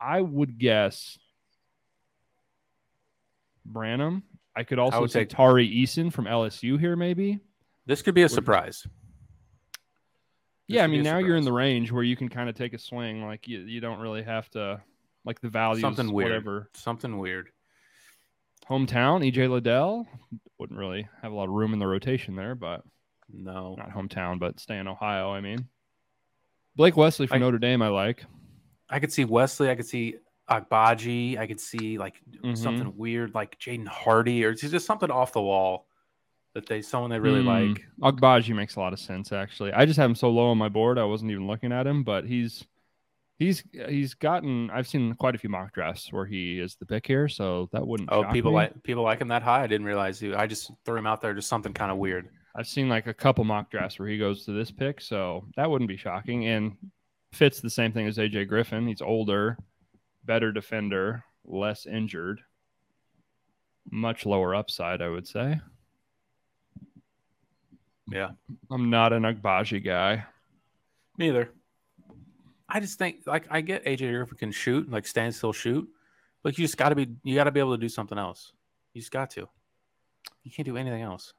S1: I would guess Branham. I could also
S2: would
S1: say
S2: take-
S1: Tari Eason from LSU here, maybe.
S2: This could be a surprise. This
S1: yeah, I
S2: could be
S1: mean,
S2: a
S1: now you're in
S2: surprise.
S1: the range where you can kind of take a swing. Like you, you don't really have to, like the values,
S2: Something weird.
S1: whatever.
S2: Something weird.
S1: Hometown, EJ Liddell. Wouldn't really have a lot of room in the rotation there, but
S2: No.
S1: not hometown, but stay in Ohio. I mean, Blake Wesley from
S2: I-
S1: Notre Dame, I like.
S2: I could see Wesley. I could see Agbaji. I could see like
S1: Mhm.
S2: something weird, like Jaden Hardy, or it's just something off the wall that they someone they really
S1: Hmm.
S2: like.
S1: Agbaji makes a lot of sense actually. I just have him so low on my board, I wasn't even looking at him, but he's he's he's gotten I've seen quite a few mock drafts where he is the pick here, so that wouldn't
S2: Oh,
S1: shock
S2: people
S1: me.
S2: like people like him that high. I didn't realize he. I just threw him out there, just something kind of weird.
S1: I've seen like a couple mock drafts where he goes to this pick, so that wouldn't be shocking and fits the same thing as AJ Griffin. He's older, better defender, less injured, much lower upside, I would say.
S2: Yeah.
S1: I'm not an Agbaji guy.
S2: Neither. I just think like I get AJ Griffin can shoot, like standstill shoot, but you just got to be you got to be able to do something else. You just got to. You can't do anything else.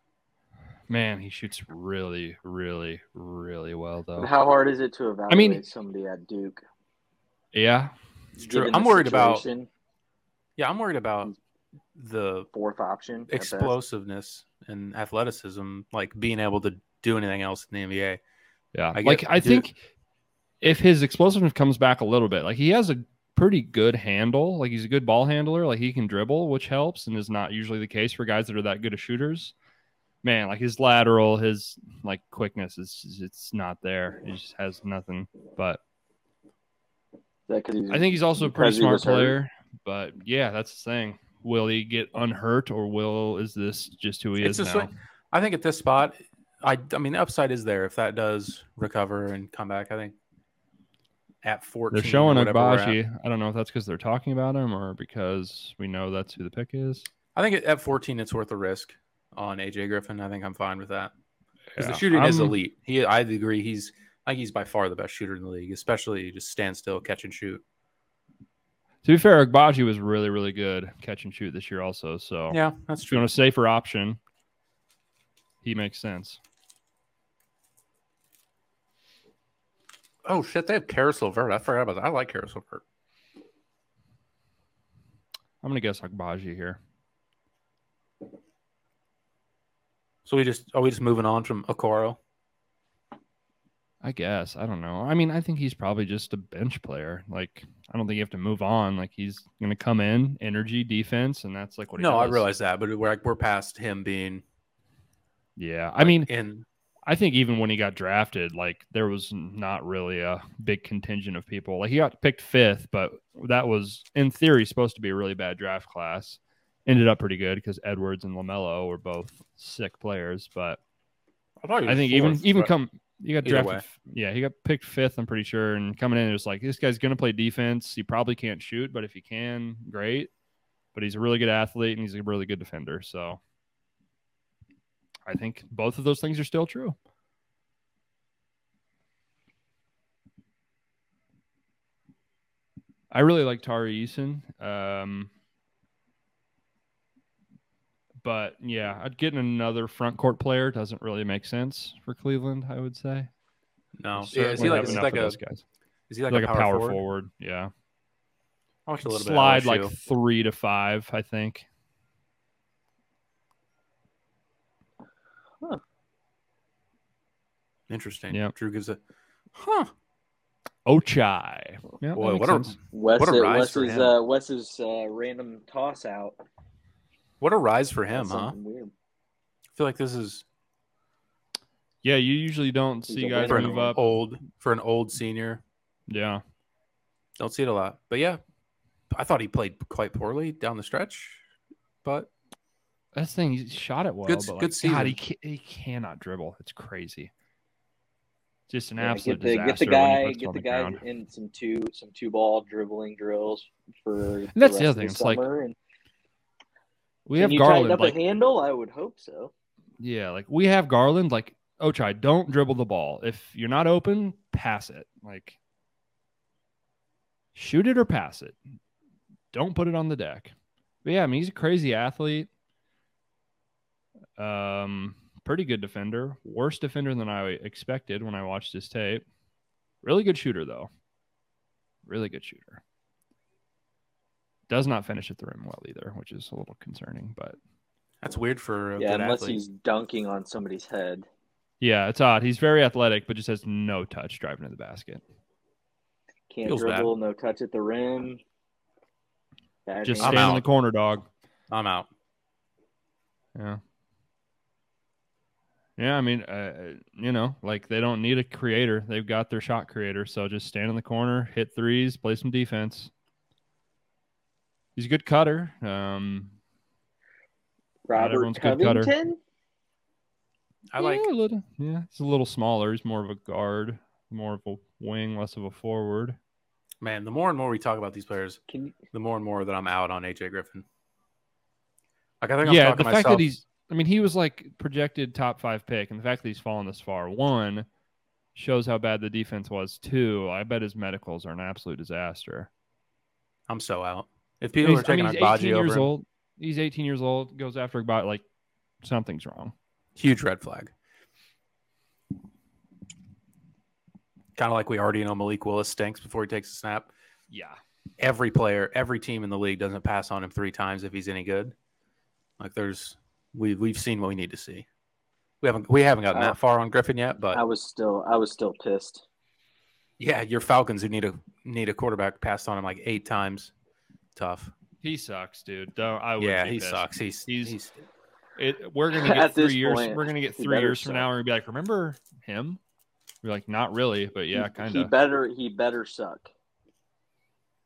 S1: Man, he shoots really, really, really well,
S2: Oh.
S1: though.
S3: How hard is it to evaluate
S1: mean-
S3: somebody at Duke?
S1: yeah,
S2: It's true.
S3: given the
S2: I'm worried about.
S3: situation,
S2: Yeah, I'm worried about the
S3: fourth option. at best.
S2: explosiveness and athleticism, like being able to do anything else in the NBA.
S1: yeah.
S2: I get-
S1: like I
S2: dude.
S1: think if his explosiveness comes back a little bit, like he has a pretty good handle, like he's a good ball handler, like he can dribble, which helps and is not usually the case for guys that are that good at shooters. Man, like his lateral, his like quickness is it's not there. He just has nothing. But
S3: Is that 'cause he's-
S1: I think he's also a pretty
S3: Because he
S1: smart
S3: was hurt.
S1: player. But yeah, that's the thing. Will he get unhurt, or will is this just who he
S2: It's
S1: is
S2: a
S1: now?
S2: swing. I think at this spot, I I mean, the upside is there if that does recover and come back. I think at 14.
S1: They're showing
S2: or whatever we're at.
S1: Agbaji. I don't know if that's because they're talking about him or because we know that's who the pick is.
S2: I think at 14, it's worth the risk on AJ Griffin. I think I'm fine with that because
S1: Yeah.
S2: the shooting is
S1: I'm-
S2: elite. He, I agree. He's I think he's by far the best shooter in the league, especially just stand still, catch and shoot.
S1: To be fair, Agbaji was really, really good catch and shoot this year also. So
S2: Yeah, that's
S1: if you want a safer option, he makes sense.
S2: Oh shit, they have Carousel Vert. I forgot about that. I like Carousel Vert.
S1: I'm gonna guess Agbaji here.
S2: So we just are we just moving on from Okoro?
S1: I guess. I don't know. I mean, I think he's probably just a bench player. Like, I don't think you have to move on. Like, he's going to come in, energy, defense, and that's like what he
S2: No, I
S1: does.
S2: realize that, but we're like we're past him being
S1: Yeah. I mean,
S2: in.
S1: I think even when he got drafted, like, there was not really a big contingent of people. Like, he got picked fifth, but that was, in theory, supposed to be a really bad draft class. Ended up pretty good because Edwards and LaMelo were both sick players, but
S2: I, thought he was
S1: I think even
S2: fourth,
S1: even
S2: but-
S1: come you got
S2: Either
S1: drafted.
S2: way.
S1: f- Yeah, he got picked fifth. I'm pretty sure. And coming in, it was like this guy's gonna play defense. He probably can't shoot, but if he can, great. But he's a really good athlete and he's a really good defender. So I think both of those things are still true. I really like Tari Eason. Um, but yeah, I'd getting another front court player doesn't really make sense for Cleveland. I would say.
S2: no.
S1: They
S2: Yeah, is
S1: certainly
S2: he like
S1: have
S2: is he
S1: enough
S2: like
S1: of
S2: a
S1: those guys.
S2: is he like,
S1: Like,
S2: a power, forward?
S1: Yeah,
S2: I watched a little bit of
S1: slide
S2: LSU.
S1: like three to five, I think.
S2: interesting. Yeah,
S1: Yep.
S2: Drew gives a huh. Oh,
S1: Ochai. Yeah, that
S2: Boy,
S1: makes
S2: what a
S1: sense.
S3: Wes,
S2: What a rise for
S3: Wes's
S2: him.
S3: uh, Wes's uh, random toss out.
S2: what a rise for him,
S3: That's
S2: huh?
S3: something weird.
S2: I feel like this is
S1: yeah. You usually don't
S3: He's
S1: see
S3: a
S1: guys
S2: for
S3: winner.
S1: move
S2: an
S1: up.
S2: old for an old senior.
S1: Yeah,
S2: Don't see it a lot, but yeah, I thought he played quite poorly down the stretch, but
S1: that's the thing. He shot it well,
S2: Good-
S1: but like,
S2: good season.
S1: God, he ca- he cannot dribble. It's crazy. Just an
S3: Yeah,
S1: absolute
S3: get the get the
S1: disaster when he
S3: guy
S1: puts it
S3: get
S1: on
S3: the,
S1: the
S3: guy
S1: ground.
S3: in some two some two ball dribbling drills for.
S1: And that's the
S3: rest
S1: other
S3: of
S1: thing, it's like,
S3: summer, and
S1: We
S3: Can
S1: have
S3: you tighten
S1: Garland.
S3: up
S1: Like,
S3: a handle? I would hope so.
S1: yeah, like we have Garland. Like Ochai, don't dribble the ball. If you're not open, pass it. Like shoot it or pass it. Don't put it on the deck. But yeah, I mean he's a crazy athlete. Um, pretty good defender. Worse defender than I expected when I watched his tape. Really good shooter though. Really good shooter. Does not finish at the rim well either, which is a little concerning, but
S2: that's weird for a
S3: yeah,
S2: good
S3: unless
S2: athlete.
S3: he's dunking on somebody's head.
S1: Yeah, it's odd. He's very athletic, but just has no touch driving to the basket.
S3: Can't
S2: Feels bad.
S3: dribble, no touch at the rim. Bad
S1: Just
S2: I'm
S1: stand
S3: hand.
S1: in the
S2: out.
S1: corner, dog.
S2: I'm out.
S1: Yeah. Yeah, I mean, uh, you know, like they don't need a creator. They've got their shot creator. So just stand in the corner, hit threes, play some defense. He's a good cutter. Um,
S3: Robert
S1: everyone's good cutter.
S3: Covington.
S2: I like
S1: yeah, a little, yeah, he's a little smaller. He's more of a guard, more of a wing, less of a forward.
S2: man. The more and more we talk about these players,
S3: Can you,
S2: the more and more that I'm out on AJ Griffin. Like I think I'm
S1: yeah,
S2: talking
S1: the fact
S2: myself-
S1: that he's I mean, he was like projected top five pick, and the fact that he's fallen this far, one, shows how bad the defense was. Two, I bet his medicals are an absolute disaster.
S2: I'm so out. If people are
S1: He's- I
S2: taking
S1: mean,
S2: Agbaji
S1: he's 18
S2: over,
S1: years
S2: him,
S1: old. He's 18 years old, goes after about like something's wrong.
S2: huge red flag. Kind of like we already know Malik Willis stinks before he takes a snap.
S1: Yeah.
S2: every player, every team in the league doesn't pass on him three times if he's any good. Like there's we we've seen what we need to see. We haven't we haven't gotten
S3: Uh,
S2: that far on Griffin yet, but
S3: I was still I was still pissed.
S2: yeah, your Falcons who need a need a quarterback passed on him like eight times. Tough.
S1: He sucks, dude. Don't, I would
S2: Yeah,
S1: be
S2: he
S1: pissed.
S2: sucks. He's
S1: He's-
S2: he's,
S1: It, we're
S2: [laughs]
S1: gonna get
S3: At
S1: three
S3: this
S1: years.
S3: point,
S1: we're gonna get
S3: he
S1: three
S3: better
S1: years from
S3: suck.
S1: now, and we're gonna be like, remember him? We're like, not really, but yeah,
S3: He-
S1: kind
S3: He
S1: of.
S3: better he better suck.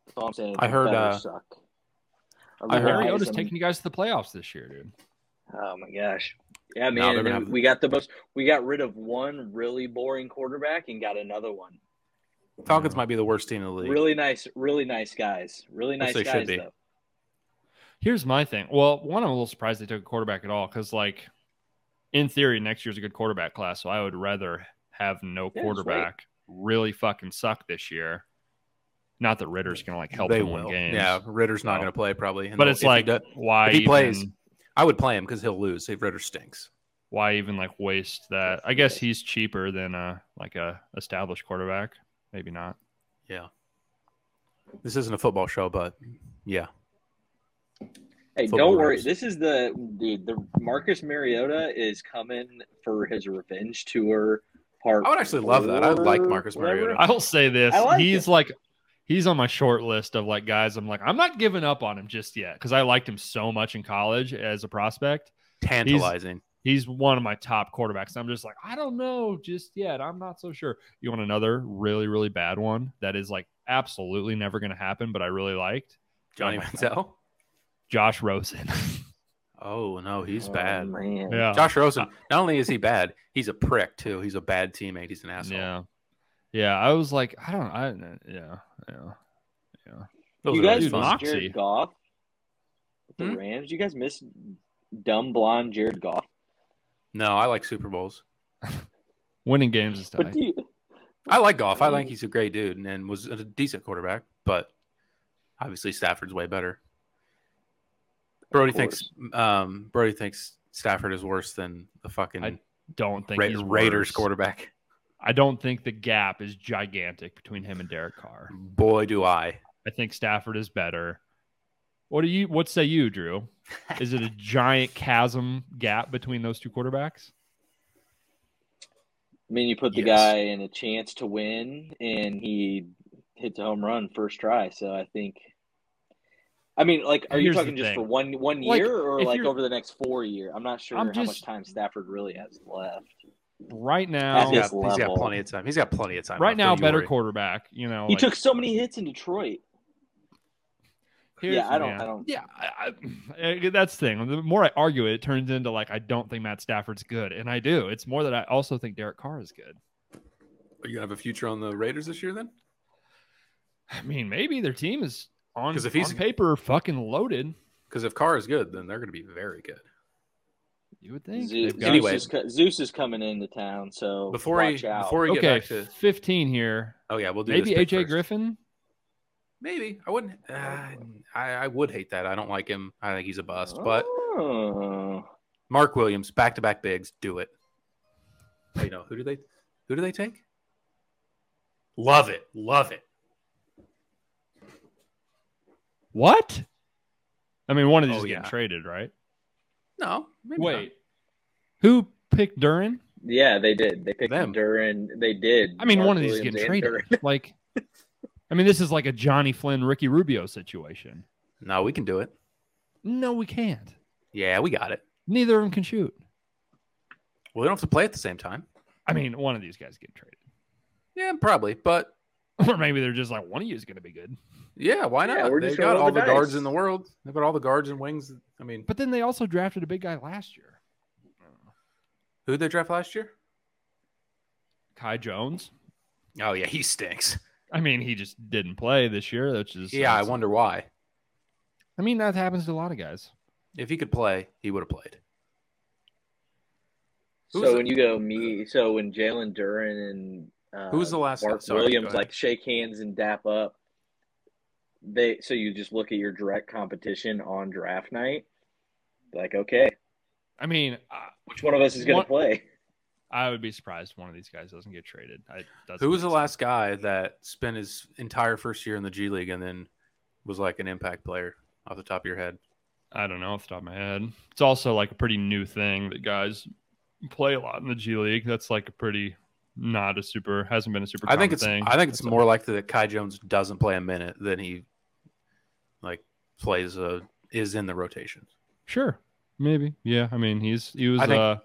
S3: That's all I'm saying.
S2: I
S3: He
S2: heard,
S3: better
S2: uh,
S3: suck.
S2: I heard-
S1: Barry
S3: Otherwise,
S1: Otis
S3: I'm-
S1: taking you guys to the playoffs this year, dude.
S3: Oh my gosh. Yeah,
S2: No,
S3: man.
S2: they're
S3: and
S2: gonna
S3: then
S2: have-
S3: we got the most. We got rid of one really boring quarterback and got another one.
S2: Falcons might be the worst team in the league.
S3: Really nice, really nice guys. Really
S2: Yes,
S3: nice
S2: they should
S3: guys
S2: be.
S3: though.
S1: Here's my thing. Well, one, I'm a little surprised they took a quarterback at all because, like, in theory, next year's a good quarterback class. So I would rather have no
S3: Yeah, just
S1: quarterback really fucking suck this year. Not that Ritter's going to like help
S2: they
S1: them win
S2: will.
S1: games.
S2: Yeah, Ritter's not
S1: So-
S2: going to play probably. and
S1: but
S2: they'll-
S1: it's
S2: if he
S1: like
S2: does-
S1: why
S2: if he
S1: even,
S2: plays- I would play him because he'll lose. If Ritter stinks.
S1: why even like waste that? I guess he's cheaper than a like a established quarterback. Maybe not.
S2: Yeah. This isn't a football show, but yeah,
S3: Hey,
S2: Football
S3: don't worry.
S2: rules.
S3: This is the dude. The Marcus Mariota is coming for his revenge tour. Part.
S2: I would actually love that. I would like
S3: four,
S2: Marcus
S3: whatever.
S2: Mariota.
S1: I'll say this.
S3: I like
S1: he's like he's on my short list of like guys I'm like I'm not giving up on him just yet because I liked him so much in college as a prospect.
S2: tantalizing.
S1: He's one of my top quarterbacks. I'm just like I don't know just yet. I'm not so sure. You want another really really bad one that is like absolutely never going to happen but I really liked [laughs]
S2: Johnny Manziel.
S1: Josh Rosen. [laughs]
S2: Oh no, he's
S3: Oh,
S2: bad.
S3: man.
S1: yeah.
S2: Josh Rosen.
S1: Uh,
S2: Not only is he bad, he's a prick too. He's a bad teammate. He's an asshole.
S1: Yeah. Yeah, I was like I don't I yeah. Yeah.
S2: Those
S3: you
S2: are
S3: guys
S2: always
S3: miss
S2: fun.
S1: Knox- Moxie.
S3: Jared Goff. With The
S2: Hmm?
S3: Rams. You guys miss dumb blonde Jared Goff.
S2: No, I like Super Bowls.
S1: Winning games is
S3: But
S1: tight.
S3: do you,
S2: I like golf. I think he's a great dude and was a decent quarterback, but obviously Stafford's way better. Brody thinks um, Brody thinks Stafford is worse than the fucking
S1: I Don't think
S2: Ra-
S1: he's
S2: Raiders
S1: worse.
S2: quarterback.
S1: I don't think the gap is gigantic between him and Derek Carr.
S2: Boy, do I!
S1: I think Stafford is better. What do you what say you, Drew? Is it a giant chasm gap between those two quarterbacks?
S3: I mean, you put the
S2: Yes.
S3: guy in a chance to win, and he hits a home run first try. So I think. I mean, like, are
S1: Here's
S3: you
S1: the
S3: talking just
S1: thing.
S3: for one one
S1: Like,
S3: year, or
S1: if
S3: like
S1: you're-
S3: over the next four year? I'm not sure
S1: I'm
S3: how much
S1: just-
S3: time Stafford really has left.
S1: Right
S2: He's
S1: now,
S3: At his
S2: got, he's got
S3: Oh, level.
S2: plenty of time. He's got plenty of time.
S1: right
S2: left.
S1: now,
S2: Don't you
S1: better
S2: worry.
S1: quarterback. You know,
S3: He
S1: like,
S3: took so many hits in Detroit.
S1: here's-
S3: yeah, I don't- I don't-
S1: Yeah, I, I, that's the thing. The more I argue it, it turns into like I don't think Matt Stafford's good, and I do. It's more that I also think Derek Carr is good.
S2: Are you gonna have a future on the Raiders this year then?
S1: I mean, maybe their team is on
S2: 'Cause if he's-
S1: on paper fucking loaded.
S2: Because if Carr is good, then they're gonna be very good.
S1: You would think.
S3: Zeus,
S1: They've
S3: Zeus,
S1: got-
S2: Anyway.
S3: is, co- Zeus is coming into town, so
S2: Before he
S3: watch out.
S2: before he
S1: okay,
S2: get back to
S1: 15 here.
S2: oh yeah, we'll do
S1: Maybe
S2: this pick
S1: AJ
S2: first.
S1: Griffin.
S2: Maybe I wouldn't. Uh, I, I would hate that. I don't like him. I think he's a bust. But
S3: Oh.
S2: Mark Williams, back to back bigs, do it. You know who do they? Who do they take? Love it, love it.
S1: What? I mean, one of these is
S2: Oh,
S1: getting
S2: yeah.
S1: traded, right?
S2: No, maybe
S1: Wait, who picked Durin?
S3: yeah, they did. They picked
S2: Them.
S3: Duran. They did.
S1: I mean,
S3: Mark
S1: one of these is
S3: Williams
S1: getting
S3: and
S1: traded.
S3: Duran.
S2: [laughs]
S1: like, I mean, this is like a Johnny Flynn, Ricky Rubio situation.
S2: Not. No, we can do it.
S1: No, we can't.
S2: Yeah, we got it.
S1: Neither of them can shoot.
S2: Well, we don't have to play at the same time.
S1: I mean, one of these guys get traded, [laughs]
S2: Yeah, probably. But
S1: or maybe they're just like one of you is going to be good.
S2: yeah, why
S3: Yeah,
S2: not?
S3: we're
S2: They
S3: just
S2: got
S3: rolling
S2: all
S3: the
S2: the guards
S3: dice.
S2: in the world. They got all the guards and wings. I mean,
S1: But then they also drafted a big guy last year,
S2: who they draft last year?
S1: Kai Jones.
S2: Oh yeah, he stinks.
S1: I mean, he just didn't play this year, which is
S2: Yeah, I wonder why.
S1: I mean, that happens to a lot of guys.
S2: If he could play, he would have played. Who's
S3: So
S2: the-
S3: when you go me, so when Jalen Duran and uh,
S2: Who was the last
S3: Mark
S2: sorry, go
S3: Williams
S2: ahead.
S3: like shake hands and dap up, they so you just look at your direct competition on draft night, like okay,
S1: I mean, I,
S3: which one of us is going
S1: One-
S3: to play?
S1: I would be surprised if one of these guys doesn't get traded. I, doesn't
S2: Who was
S1: make
S2: the
S1: sense.
S2: last guy that spent his entire first year in the G League and then was like an impact player off the top of your head?
S1: I don't know off the top of my head. It's also like a pretty new thing that guys play a lot in the G League. That's like a pretty not a super hasn't been a super.
S2: I think
S1: common
S2: it's
S1: thing.
S2: I think it's
S1: That's a-
S2: more likely that Kai Jones doesn't play a minute than he like plays a is in the rotation.
S1: sure maybe yeah. I mean he's he was
S2: I think-
S1: uh,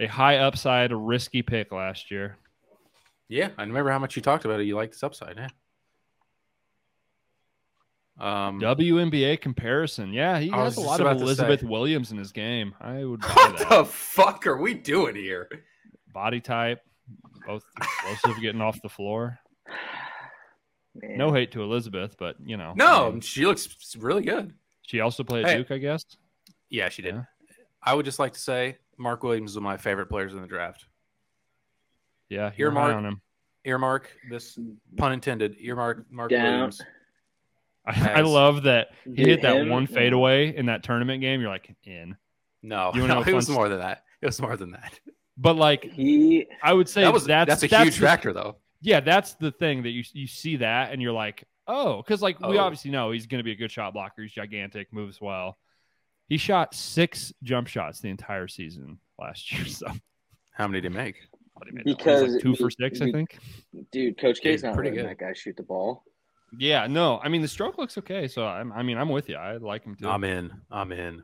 S1: a high upside risky pick last year.
S2: Yeah, I remember how much you talked about it. You liked this upside, yeah. Um,
S1: WNBA comparison. Yeah, he
S2: I
S1: has
S2: was
S1: a
S2: just
S1: lot of
S2: about to
S1: Elizabeth
S2: say.
S1: Williams in his game. I
S2: [laughs]
S1: would buy
S2: what
S1: that.
S2: the fuck are we doing here?
S1: body type, both explosive getting off the floor.
S3: Man.
S1: No hate to Elizabeth, but you know, I
S2: No,
S1: mean,
S2: she looks really good.
S1: she also played at
S2: Hey.
S1: Duke, I guess.
S2: Yeah, she did.
S1: Yeah.
S2: I would just like to say Mark Williams is one of my favorite players in the draft.
S1: Yeah, you're
S2: Earmark.
S1: high on him.
S2: Earmark this pun intended. Earmark Mark
S3: Down.
S2: Williams.
S1: I, I
S2: Nice.
S1: love that he
S3: Dude,
S1: hit that
S3: him-
S1: one fadeaway in that tournament game. You're like in,
S2: No,
S1: You wanna know
S2: [laughs] no
S1: a
S2: it was
S1: fun-
S2: more than that. It was more than that.
S1: but like
S3: He
S1: I would say
S2: that was
S1: that's
S2: that's a huge
S1: the-
S2: factor though.
S1: yeah, that's the thing that you you see that and you're like, oh, because like we
S2: Oh.
S1: obviously know he's going to be a good shot blocker. He's gigantic, moves well. He shot six jump shots the entire season last year. [laughs] So
S2: How many did he make?
S1: what do you mean?
S3: Because
S1: Like two for
S3: he-
S1: six,
S3: he-
S1: I think.
S3: dude, Coach K's
S2: Dude,
S3: not
S2: pretty
S3: letting
S2: good.
S3: that guy shoot the ball.
S1: Yeah, no, I mean the stroke looks okay. So I'm, I mean I'm with you. I like him too.
S7: I'm in. I'm in.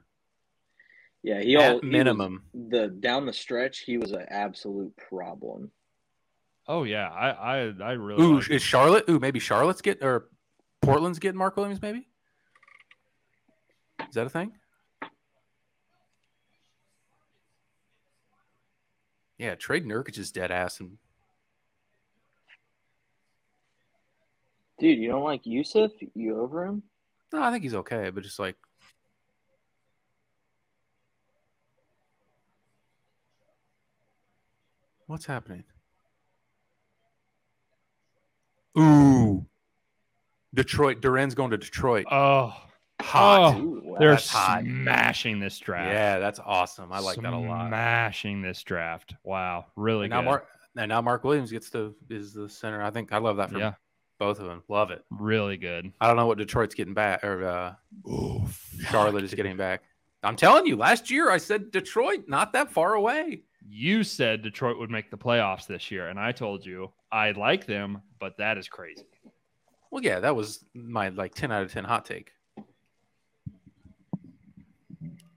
S3: Yeah, he all
S2: At
S3: he was-
S2: minimum.
S3: the down the stretch, he was an absolute problem.
S1: oh yeah, I I, I really.
S2: Ooh,
S1: like him.
S2: is Charlotte? Ooh, maybe Charlotte's get or Portland's getting Mark Williams. Maybe is that a thing? Yeah, trade Nurkic's dead ass and
S3: Dude, you don't like Yusuf? You over him?
S2: No, I think he's okay, but just like what's happening? Ooh. Detroit Duran's going to Detroit.
S1: oh,
S2: Hot.
S1: Oh,
S3: Ooh, wow.
S1: they're
S2: that's hot.
S1: smashing this draft.
S2: yeah, that's awesome. I like that a lot.
S1: Smashing this draft. Wow, really
S2: And now
S1: good.
S2: Mark and now Mark Williams gets the is the center. I think I love that for
S1: yeah,
S2: both of them. Love it.
S1: really good.
S2: I don't know what Detroit's getting back or uh
S1: [laughs] Oh,
S2: Charlotte is getting back. I'm telling you, last year I said Detroit, not that far away.
S1: you said Detroit would make the playoffs this year, and I told you I like them, but that is crazy.
S2: Well, yeah, that was my like 10 out of 10 hot take.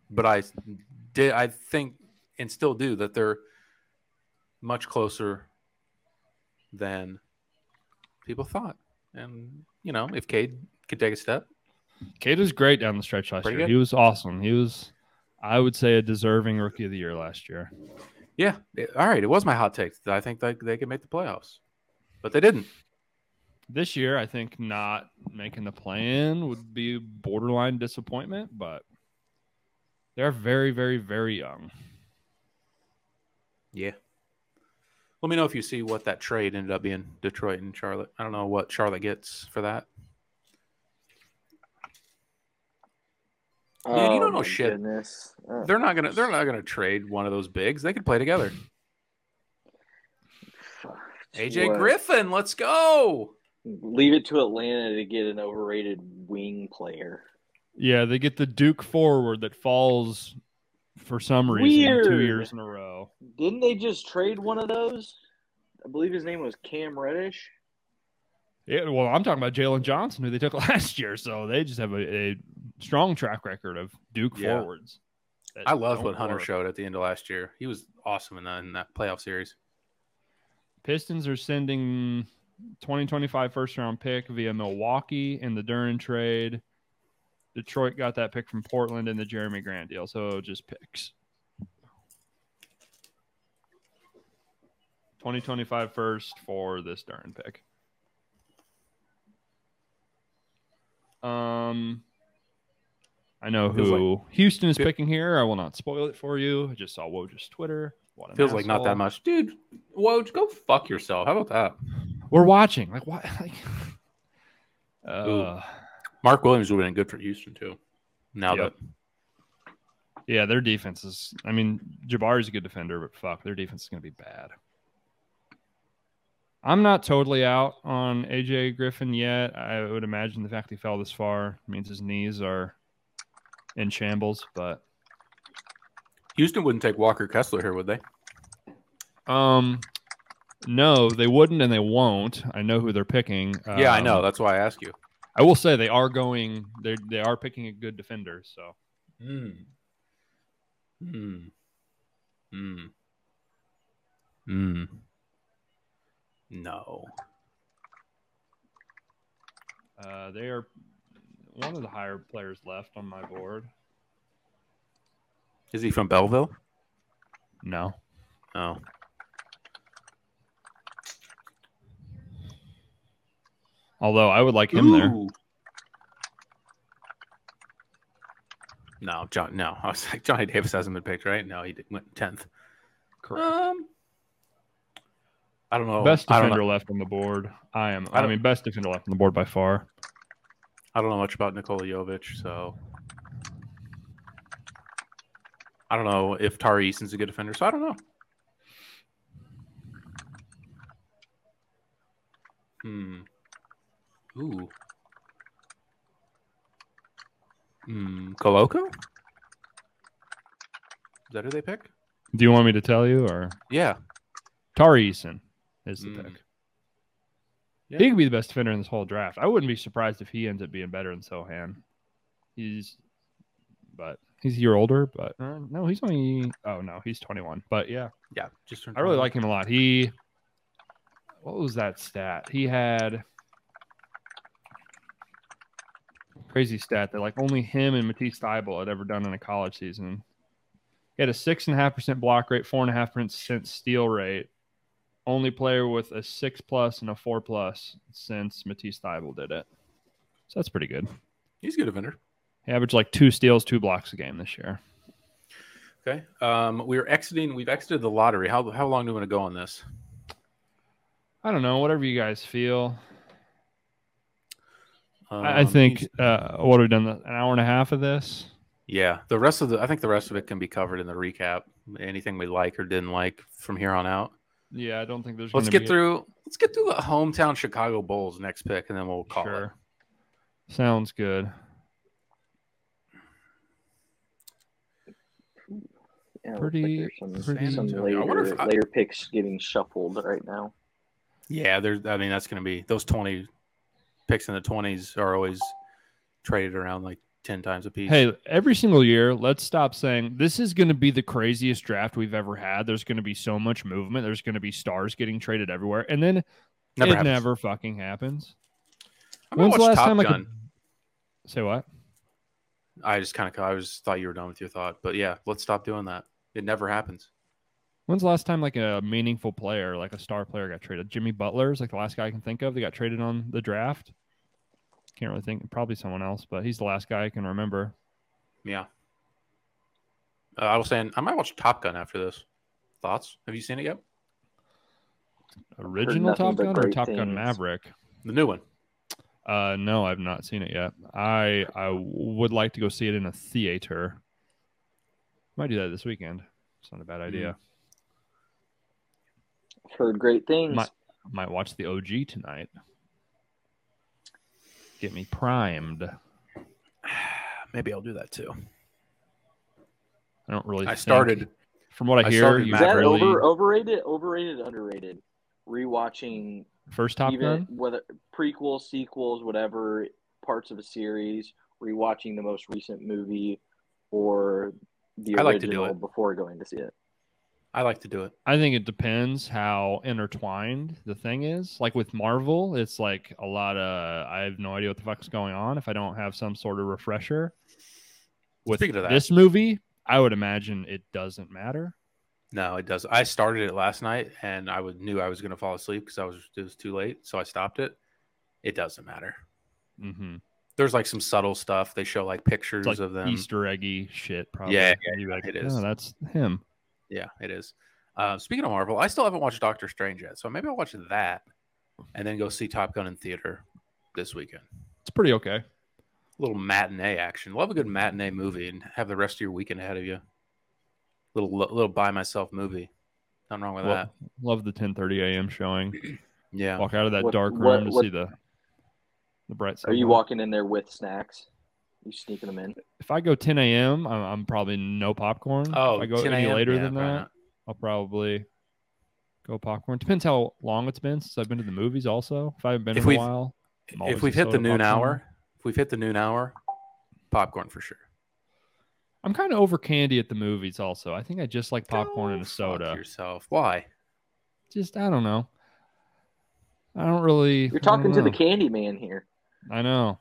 S2: But I did, I think, and still do, that they're much closer than people thought. And, you know, if Cade could take a step,
S1: Cade was great down the stretch last
S2: Pretty
S1: year.
S2: good.
S1: He was awesome. He was, I would say, a deserving rookie of the year last year.
S2: yeah, it- all right, it was my hot take. I think they, they could make the playoffs, but they didn't.
S1: This year, I think not making the plan would be borderline disappointment, but they're very, very, very young.
S2: Yeah. Let me know if you see what that trade ended up being Detroit and Charlotte. I don't know what Charlotte gets for that. Dude, you don't know
S3: Oh, my
S2: shit.
S3: Goodness. Uh,
S2: They're not gonna. They're not gonna trade one of those bigs. They could play together.
S3: fuck.
S2: AJ
S3: What?
S2: Griffin, let's go.
S3: Leave it to Atlanta to get an overrated wing player.
S1: Yeah, they get the Duke forward that falls for some reason two
S3: Weird.
S1: years in a row.
S3: Didn't they just trade one of those? I believe his name was Cam Reddish.
S1: Yeah, well, I'm talking about Jalen Johnson, who they took [laughs] last year, so they just have a, a strong track record of Duke
S2: Yeah.
S1: forwards. that
S2: I love
S1: don't
S2: what Hunter
S1: work.
S2: showed at the end of last year. He was awesome in that, in that playoff series.
S1: Pistons are sending 2025 first round pick via Milwaukee in the Duran trade. Detroit got that pick from Portland in the Jeremy Grant deal, so just picks. 2025 first for this Duran pick. Um, I know
S2: Feels
S1: who Houston is
S2: Fe-
S1: picking here. I will not spoil it for you. I just saw Woj's Twitter. What an
S2: Feels like not
S1: asshole.
S2: that much, dude. Woj, go fuck yourself. How about that?
S1: We're watching. Like what? Like, uh,
S2: [laughs] Ooh. Mark Williams would have been good for Houston too. Now
S1: Yep.
S2: that
S1: yeah, their defense is. I mean, Jabari's a good defender, but fuck, their defense is going to be bad. I'm not totally out on AJ Griffin yet. I would imagine the fact he fell this far means his knees are in shambles. But
S2: Houston wouldn't take Walker Kessler here, would they?
S1: um, no, they wouldn't, and they won't. I know who they're picking.
S2: yeah, I
S1: Um,
S2: know. That's why I ask you.
S1: I will say they are going. They they are picking a good defender. So
S2: Hmm.
S1: mm.
S2: Hmm. Hmm. Hmm. No.
S1: Uh, they are one of the higher players left on my board.
S2: Is he from Belleville?
S1: No.
S2: Oh.
S1: Although I would like him there.
S8: Ooh.
S2: No, John. No, I was like Johnny Davis hasn't been picked, right? No, he did, went tenth.
S1: Correct.
S2: Um, I don't know.
S1: best
S2: Oh, I don't
S1: defender
S2: know.
S1: left on the board. I am.
S2: I
S1: I,
S2: don't-
S1: mean, best defender left on the board by far.
S2: I don't know much about Nikola Jovic, so I don't know if Tari Eason's a good defender. So I don't know. Hmm. Ooh. Hmm. Koloko? Is that who they pick?
S1: Do you want me to tell you or
S2: Yeah.
S1: Tari Eason is the
S2: Mm.
S1: pick?
S2: Yeah.
S1: He could be the best defender in this whole draft. I wouldn't be surprised if he ends up being better than Sohan. He's, but he's a year older. But uh, no, he's only. Oh no, he's 21. But yeah,
S2: Yeah. Just turned
S1: I really
S2: 21.
S1: like him a lot. He, what was that stat? He had crazy stat that like only him and Matisse Thybul had ever done in a college season. He had a six and a half percent block rate, four and a half percent steal rate. Only player with a six plus and a four plus since Matisse Thybul did it. So that's pretty good.
S2: He's a good defender.
S1: He averaged like two steals, two blocks a game this year.
S2: Okay. Um, we are exiting. We've exited the lottery. How how long do we want to go on this?
S1: I don't know, whatever you guys feel.
S2: Um,
S1: I I think uh, what have we done? An hour and a half of this.
S2: Yeah, the rest of the I think the rest of it can be covered in the recap. Anything we like or didn't like from here on out.
S1: Yeah, I don't think there's.
S2: Let's
S1: gonna
S2: get
S1: be-
S2: through. Let's get through the hometown Chicago Bulls next pick, and then we'll call it.
S1: Sure. Sounds good.
S3: Yeah, it looks
S1: Pretty-
S3: like there's some,
S1: pretty-
S3: some
S2: I
S3: later,
S2: wonder if I-
S3: later picks getting shuffled right now.
S2: Yeah, there's. I mean, that's going to be those twenty picks in the twenties are always traded around like ten times a piece.
S1: Hey, every single year, let's stop saying this is going to be the craziest draft we've ever had. There's going to be so much movement. There's going to be stars getting traded everywhere, and then
S2: never
S1: it
S2: happens.
S1: never fucking happens.
S2: I'm gonna
S1: When's the
S2: watch
S1: last
S2: Top
S1: time I could-
S2: Gun.
S1: Say what?
S2: I just kind of. I was thought you were done with your thought, but yeah, let's stop doing that. It never happens.
S1: When's the last time like a meaningful player, like a star player, got traded? Jimmy Butler is like the last guy I can think of that got traded on the draft. Can't really think. Probably someone else, but he's the last guy I can remember.
S2: Yeah. Uh, I was saying I might watch Top Gun after this. Thoughts? Have you seen it yet?
S1: Original
S3: nothing
S1: Top
S3: but
S1: Gun or
S3: great
S1: Top Gun
S3: things.
S1: Maverick?
S2: The new one.
S1: Uh, no, I've not seen it yet. I I would like to go see it in a theater. Might do that this weekend. It's not a bad idea.
S3: I've heard great things.
S1: My-
S2: Mm-hmm.
S1: Might watch the OG tonight. Get me primed. I
S2: Maybe I'll do that too.
S1: don't really.
S2: I
S1: think-
S2: started.
S1: From what I,
S2: I
S1: hear,
S2: started
S1: you
S2: Matt
S3: Is that
S1: really
S3: over, overrated, overrated, underrated? Rewatching
S1: first Top
S3: even
S1: Gun.
S3: whether prequels, sequels, whatever parts of a series, rewatching the most recent movie or the
S2: I
S3: original
S2: like to do it.
S3: before going to see it.
S2: I like to do it.
S1: I think it depends how intertwined the thing is. Like with Marvel, it's like a lot of I have no idea what the fuck's going on if I don't have some sort of refresher. With
S2: Speaking of that-
S1: this movie, I would imagine it doesn't matter.
S2: No, it does. I started it last night, and I would knew I was going to fall asleep because I was it was too late, so I stopped it. It doesn't matter.
S1: hmm
S2: There's like some subtle stuff. They show like pictures
S1: It's like
S2: of them.
S1: Easter eggy shit. Probably.
S2: Yeah,
S1: And you're like,
S2: it is.
S1: "Oh, that's him.
S2: Yeah, it is. Uh, speaking of Marvel, I still haven't watched Doctor Strange yet, so maybe I'll watch that and then go see Top Gun in theater this weekend.
S1: It's pretty okay.
S2: little matinee action. Love a good matinee movie and have the rest of your weekend ahead of you. Little little by myself movie. Nothing wrong with
S1: Lo-
S2: that.
S1: love the 10:30 a.m. showing.
S2: Yeah.
S1: Walk out of that
S3: What-
S1: dark room
S3: what-
S1: to
S3: what-
S1: see the the bright side.
S3: Are you
S1: light.
S3: walking in there with snacks? You sneaking them in?
S1: If I go 10 a.m., I'm, I'm probably no popcorn.
S2: Oh,
S1: if I go
S2: 10
S1: any
S2: a.m.?
S1: later
S2: Yeah,
S1: than that,
S2: probably not.
S1: I'll probably go popcorn. Depends how long it's been since I've been to the movies. Also, if I haven't been in
S2: If
S1: a
S2: we've-
S1: while, I'm always
S2: If we've
S1: a
S2: hit the
S1: soda
S2: noon
S1: popcorn.
S2: hour, if we've hit the noon hour, popcorn for sure.
S1: I'm kind of over candy at the movies. Also, I think I just like popcorn
S2: Go
S1: and a
S2: fuck
S1: soda.
S2: yourself. Why?
S1: Just I don't know. I don't really.
S3: You're
S1: I don't
S3: talking to the
S1: know.
S3: candy man here.
S1: I know.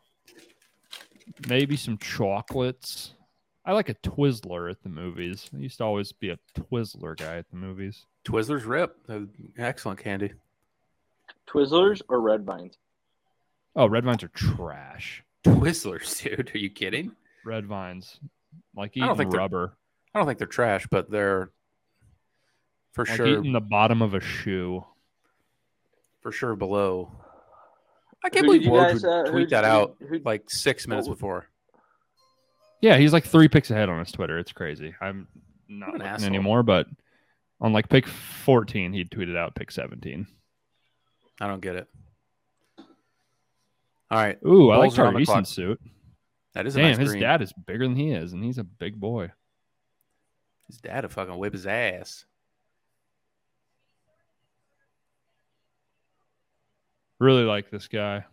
S1: Maybe some chocolates. I like a Twizzler at the movies. I used to always be a Twizzler guy at the movies.
S2: Twizzlers rip. They're Excellent candy.
S3: Twizzlers or red vines?
S1: Oh, red vines are trash.
S2: [laughs] Twizzlers, dude. Are you kidding?
S1: Red vines, like
S2: don't
S1: eating
S2: think they're-
S1: rubber,
S2: I don't think they're trash, but they're for
S1: like
S2: sure
S1: eating the bottom of a shoe.
S2: for sure below. I can't
S3: Who
S2: believe
S3: did you
S2: Woj
S3: guys, Oh.
S2: would
S3: uh, who
S2: tweet
S3: did
S2: that
S3: you-
S2: out
S3: who-
S2: like six minutes
S3: what-
S2: before.
S1: Yeah, he's like three picks ahead on his Twitter. It's crazy. I'm not
S2: What an
S1: looking
S2: asshole.
S1: anymore, but on like pick 14, he tweeted out pick 17.
S2: I don't get it. All right,
S1: Ooh, I like
S2: Bulls are on the
S1: Tyrese in
S2: clock.
S1: suit.
S2: that is a
S1: Damn,
S2: nice
S1: his
S2: green.
S1: dad is bigger than he is, and he's a big boy.
S2: His dad will fucking whip his ass.
S1: Really like this guy.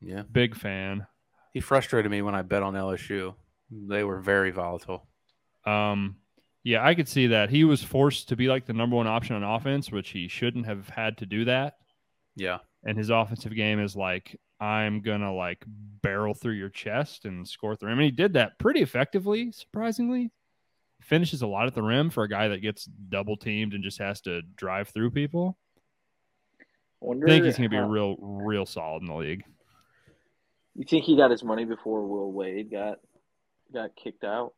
S2: Yeah,
S1: Big fan.
S2: he frustrated me when I bet on LSU. They were very volatile.
S1: Um, yeah, I could see that. He was forced to be like the number one option on offense, which he shouldn't have had to do that.
S2: Yeah,
S1: And his offensive game is like, I'm gonna like barrel through your chest and score through him. And he did that pretty effectively, surprisingly. Finishes a lot at the rim for a guy that gets double teamed and just has to drive through people. I
S3: Wonder
S1: think he's gonna be
S3: how-
S1: real, real solid in the league.
S3: You think he got his money before Will Wade got got kicked out?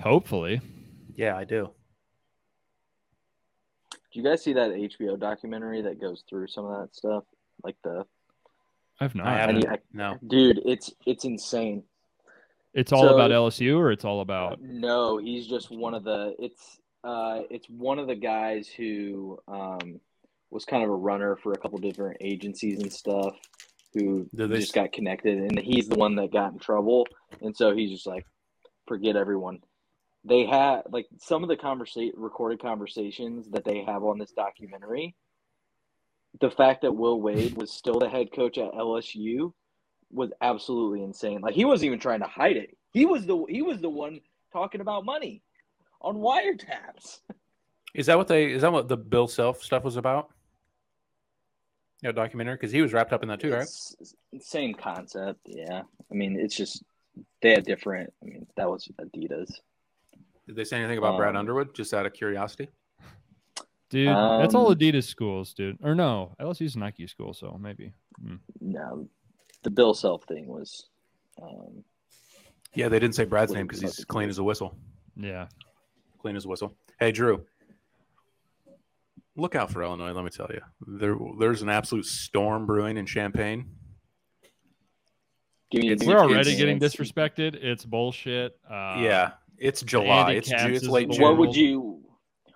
S1: Hopefully.
S2: yeah, I do.
S3: Do you guys see that HBO documentary that goes through some of that stuff? Like the
S1: I've not.
S2: I
S3: and
S2: haven't.
S3: he-
S2: No,
S3: dude, it's it's insane.
S1: It's all
S3: So-
S1: about LSU or it's all about
S3: No, he's just one of the. It's uh, it's one of the guys who um, was kind of a runner for a couple different agencies and stuff. Who
S2: Do they-
S3: just got connected, and he's the one that got in trouble, and so he's just like, forget everyone. They had like some of the conversation, recorded conversations that they have on this documentary. The fact that Will Wade was still the head coach at LSU was absolutely insane. Like he wasn't even trying to hide it. He was the he was the one talking about money on wiretaps.
S2: is that what they? Is that what the Bill Self stuff was about? Yeah, documentary because he was wrapped up in that too, right?
S3: It's same concept, yeah. I mean, it's just they had different. I mean, that was Adidas.
S2: Did they say anything about Brad
S3: Um,
S2: Underwood? Just out of curiosity.
S1: dude. that's all
S3: Um,
S1: Adidas schools, dude. Or no, LSU's Nike school, so maybe. Hmm.
S3: No, the Bill Self thing was. Um,
S2: Yeah, they didn't say Brad's
S3: Wouldn't
S2: name because
S3: be
S2: he's
S3: fucking
S2: clean as a whistle.
S1: Yeah.
S2: Clean as a whistle. Hey, Drew. Look out for Illinois. Let me tell you, there there's an absolute storm brewing in Champaign.
S3: give me,
S2: It's-
S3: give
S1: We're
S3: me two
S1: already
S3: minutes.
S1: getting disrespected. It's bullshit. Uh,
S2: yeah, it's July. It's,
S1: handicaps
S2: June, it's
S1: is
S2: late
S1: the
S2: June.
S3: What would you?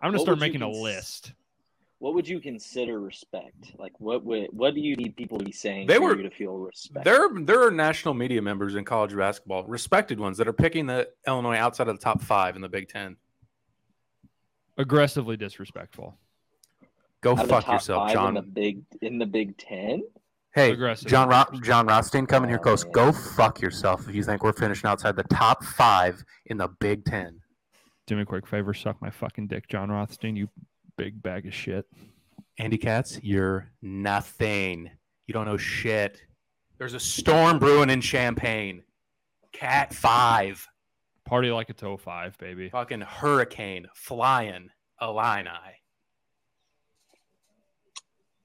S1: I'm gonna
S3: What
S1: start
S3: would you
S1: making a
S3: cons-
S1: list.
S3: What would you consider respect? Like, what would what do you need people to be saying
S2: They
S3: for
S2: were-
S3: you to feel respect?
S2: There, there are national media members in college basketball, respected ones that are picking the Illinois outside of the top five in the Big Ten.
S1: Aggressively disrespectful.
S2: Go
S3: Out of the
S2: fuck
S3: top
S2: yourself,
S3: five
S2: John.
S3: In the big in the Big Ten.
S2: hey,
S1: Aggressive.
S2: John Ro- John Rothstein, coming here
S3: Oh,
S2: close.
S3: man.
S2: Go fuck yourself if you think we're finishing outside the top five in the Big Ten.
S1: Do me a quick favor. Suck my fucking dick, John Rothstein. You big bag of shit.
S2: Andy Katz, you're nothing. You don't know shit. There's a storm brewing in Champagne. Cat five.
S1: Party like it's 05, baby.
S2: Fucking hurricane flying Illini.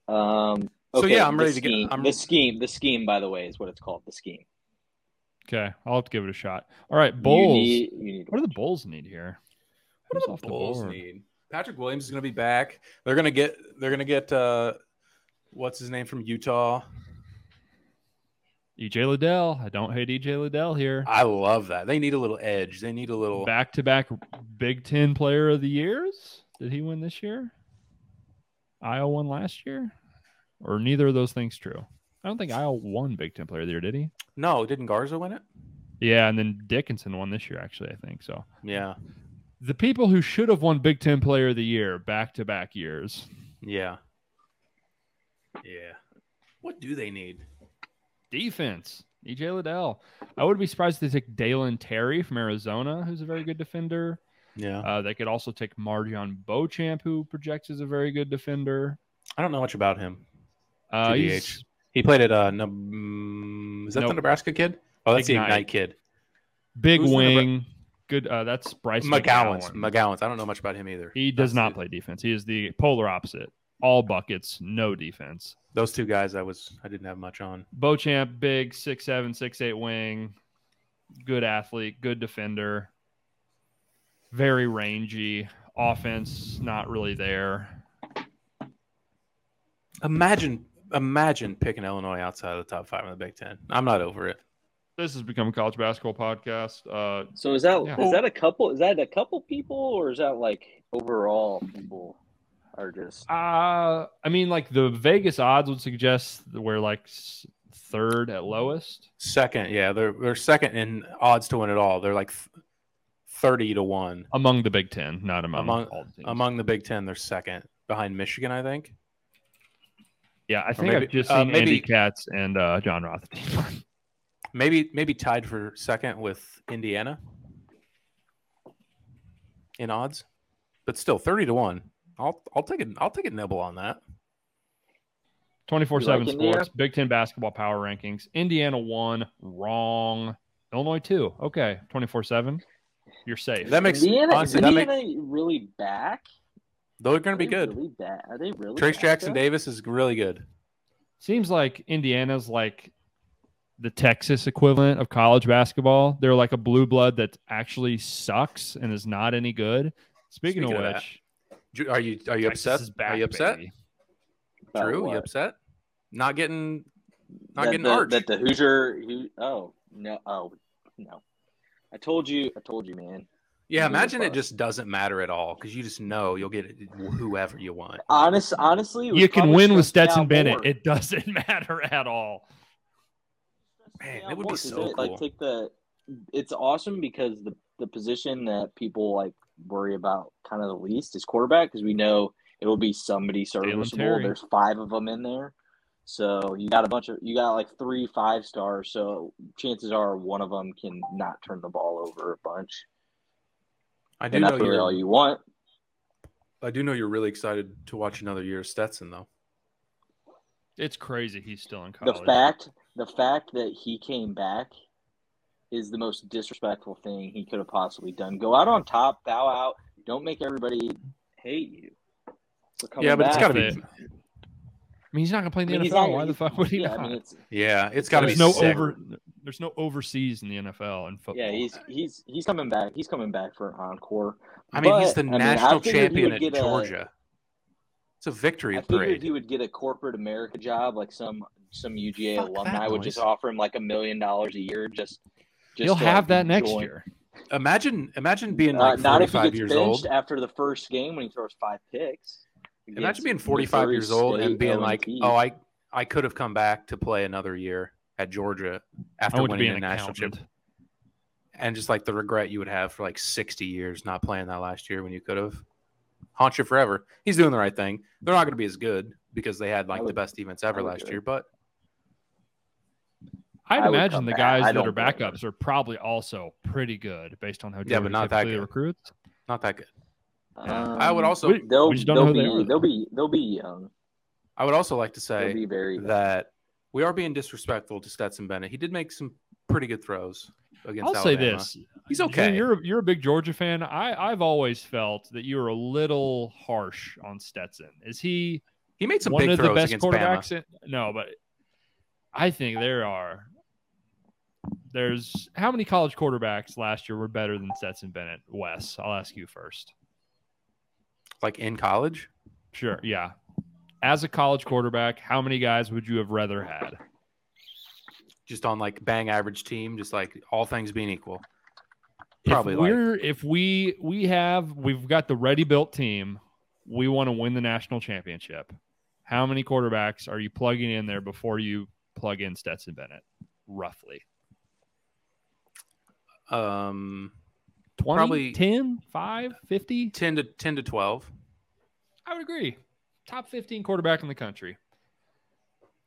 S3: Um,
S2: So,
S3: okay,
S2: yeah, I'm
S3: the
S2: ready to get-
S3: scheme-
S2: I'm-
S3: the scheme. The scheme, by the way, is what it's called. The scheme.
S1: Okay, I'll have to give it a shot. All right,
S3: You
S1: Bulls.
S3: need- you need-
S1: What do the Bulls need here?
S2: What
S1: Who's
S2: do
S1: off
S2: the Bulls
S1: board?
S2: need? Patrick Williams is going to be back. They're going to get. They're going to get. Uh, what's his name from Utah?
S1: EJ E Liddell. I don't hate EJ Liddell here.
S2: I love that. They need a little edge. They need a little.
S1: Back to back Big Ten Player of the Years. Did he win this year? Iowa won last year, or neither of those things true. I don't think Iowa won Big Ten Player of the Year, did he?
S2: No, didn't Garza win it?
S1: Yeah, and then Dickinson won this year, actually, I think. So
S2: Yeah,
S1: the people who should have won Big Ten Player of the Year back to back years.
S2: yeah, yeah. What do they need?
S1: Defense. EJ Liddell. I would be surprised if they take Dalen Terry from Arizona, who's a very good defender.
S2: Yeah,
S1: Uh, they could also take Marjan Beauchamp, who projects as a very good defender.
S2: I don't know much about him.
S1: Uh,
S2: TBH.
S1: he's-
S2: He played at uh, Neb- is that the
S1: Nope.
S2: Nebraska kid? Oh, that's
S1: Ignite.
S2: the Ignite kid.
S1: Big
S2: Who's the number-
S1: wing. Good. Uh, that's Bryce
S2: McGowan's.
S1: McGowan.
S2: McGowan's. I don't know much about him either.
S1: He does
S2: That's
S1: not
S2: the-
S1: play defense. He is the polar opposite all buckets, no defense.
S2: Those two guys, I was I didn't have much on.
S1: Beauchamp, big six seven, six eight wing, good athlete, good defender, very rangy. Offense not really there.
S2: Imagine imagine picking Illinois outside of the top five in the Big Ten. I'm not over it.
S1: This has become a college basketball podcast. Uh,
S3: So is that is
S1: Yeah.
S3: that a couple? Is that a couple people, or is that like overall people are just?
S1: uh, I mean, like the Vegas odds would suggest that we're like s- third at lowest.
S2: Second, yeah, they're they're second in odds to win it all. They're like th- thirty to one
S1: among the Big Ten, not among,
S2: Among-
S1: all the teams.
S2: among the Big Ten. They're second behind Michigan, I think.
S1: yeah, I think
S2: maybe-
S1: I've just
S2: uh,
S1: seen
S2: maybe-
S1: Andy Katz and uh, John [laughs] Rothstein.
S2: Maybe maybe tied for second with Indiana in odds, but still thirty to one. I'll I'll take a I'll take a nibble on that.
S1: Twenty four
S3: You
S1: seven
S3: like Indiana?
S1: sports, Big Ten basketball power rankings. Indiana one, wrong. Illinois two. Okay, twenty four seven. You're safe.
S2: That makes
S3: Indiana,
S2: honestly
S3: is
S2: that makes
S3: Indiana really back?
S2: they're going to
S3: Are
S2: be
S3: they
S2: good.
S3: Really bad? Are they really?
S2: Trace
S3: back,
S2: Jackson
S3: though?
S2: Davis is really good.
S1: Seems like Indiana's like the Texas equivalent of college basketball. They're like a blue blood that actually sucks and is not any good. Speaking,
S2: Speaking
S1: of,
S2: of
S1: which,
S2: Ju- Are you are you
S1: Texas
S2: upset?
S1: is back,
S2: are you upset?
S1: baby.
S3: About
S2: Drew, you
S3: what?
S2: upset? Not getting not
S3: that
S2: getting
S3: the,
S2: arch.
S3: That the Hoosier. Who, oh no! Oh no! I told you. I told you, man.
S2: yeah,
S3: Drew was
S2: imagine it
S3: bust.
S2: just doesn't matter at all because you just know you'll get it whoever you want.
S3: Honest, honestly, it was
S1: you can
S3: probably
S1: win with
S3: stressing
S1: Stetson
S3: out
S1: Bennett.
S3: more.
S1: It doesn't [laughs] matter at all.
S2: Man,
S3: Yeah,
S2: it would be
S3: work, is
S2: so
S3: it? Like
S2: cool.
S3: take the it's awesome because the the position that people like worry about kind of the least is quarterback because we know it'll be somebody serviceable.
S1: Terry.
S3: There's five of them in there. So you got a bunch of you got like three five stars, so chances are one of them can not turn the ball over a bunch,
S2: I do
S3: and that's
S2: know
S3: really all
S2: you're
S3: you want.
S2: I do know you're really excited to watch another year of Stetson though.
S1: It's crazy he's still in
S3: The
S1: college.
S3: fact the fact that he came back is the most disrespectful thing he could have possibly done. Go out on top, bow out. Don't make everybody hate you. for coming
S2: Yeah, but it's
S3: back.
S2: gotta be
S1: That's I mean, he's not going to play in
S3: I
S1: the
S3: mean,
S1: NFL.
S3: he's not-
S1: Why the
S3: he's-
S1: fuck would he
S3: yeah,
S1: not?
S3: I mean, it's,
S2: Yeah, it's gotta
S1: there's
S2: be
S1: no
S2: sick.
S1: over. There's no overseas in the NFL in football.
S3: yeah, he's he's he's coming back. He's coming back for an encore.
S2: I mean, he's
S3: But,
S2: the
S3: I mean, I
S2: national
S3: figured he
S2: champion
S3: would
S2: at
S3: get a-
S2: Georgia. It's a victory
S3: I
S2: parade.
S3: figured he would get a corporate America job, like some some UGA
S2: Fuck that
S3: alumni would
S2: noise.
S3: just offer him like a million dollars a year. Just, just
S1: He'll
S3: to,
S1: have
S3: like,
S1: that next
S3: join.
S1: year.
S2: Imagine imagine being
S3: Uh,
S2: like
S3: not
S2: forty
S3: if he
S2: five
S3: gets
S2: years
S3: benched
S2: old.
S3: after the first game when he throws five picks.
S2: Imagine
S3: Against
S2: being 45
S3: Missouri
S2: years old and
S3: State,
S2: being
S3: O&T.
S2: like, "Oh, I I could have come back to play another year at Georgia
S1: I
S2: after
S1: want to be
S2: winning
S1: an
S2: the national championship."
S1: accountant.
S2: And just like the regret you would have for like 60 years not playing that last year when you could have haunt you forever. He's doing the right thing. They're not going to be as good because they had like
S3: I
S2: the
S3: would-
S2: best defense ever
S3: I would
S2: last
S3: do it.
S2: year, but
S1: I'd
S3: I would
S1: imagine
S3: come
S1: the
S3: back.
S1: guys
S3: I
S1: that
S3: don't
S1: are
S3: blame him.
S1: backups are probably also pretty good based on how
S2: Yeah, but
S1: Georgia
S2: not that
S1: typically
S2: good.
S1: recruits.
S2: not that good.
S3: Um,
S2: I would also
S1: we-
S3: They'll,
S1: We just don't
S3: they'll
S1: know who
S3: be
S1: they are, though.
S3: they'll be they'll be young.
S2: I would also like to
S3: They'll
S2: say
S3: be very
S2: that we are being disrespectful to Stetson Bennett. He did make some pretty good throws against
S1: I'll say
S2: Alabama.
S1: this:
S2: He's
S1: June,
S2: okay.
S1: you're a, you're a big Georgia fan. I I've always felt that you were a little harsh on Stetson. Is he
S2: He made some
S1: one
S2: big
S1: of the
S2: throws
S1: best
S2: against Bama.
S1: quarterbacks. In, no, but I think there are. There's how many college quarterbacks last year were better than Stetson Bennett? Wes, I'll ask you first.
S2: like in college.
S1: Sure, yeah. As a college quarterback, how many guys would you have rather had?
S2: just on like bang average team, just like all things being equal.
S1: If
S2: Probably like
S1: we're if we we have we've got the ready built team, we want to win the national championship. How many quarterbacks are you plugging in there before you plug in Stetson Bennett? Roughly
S2: um
S1: 20,
S2: Probably-
S1: 10, 5, 50?
S2: ten to ten to twelve.
S1: I would agree. Top 15 quarterback in the country.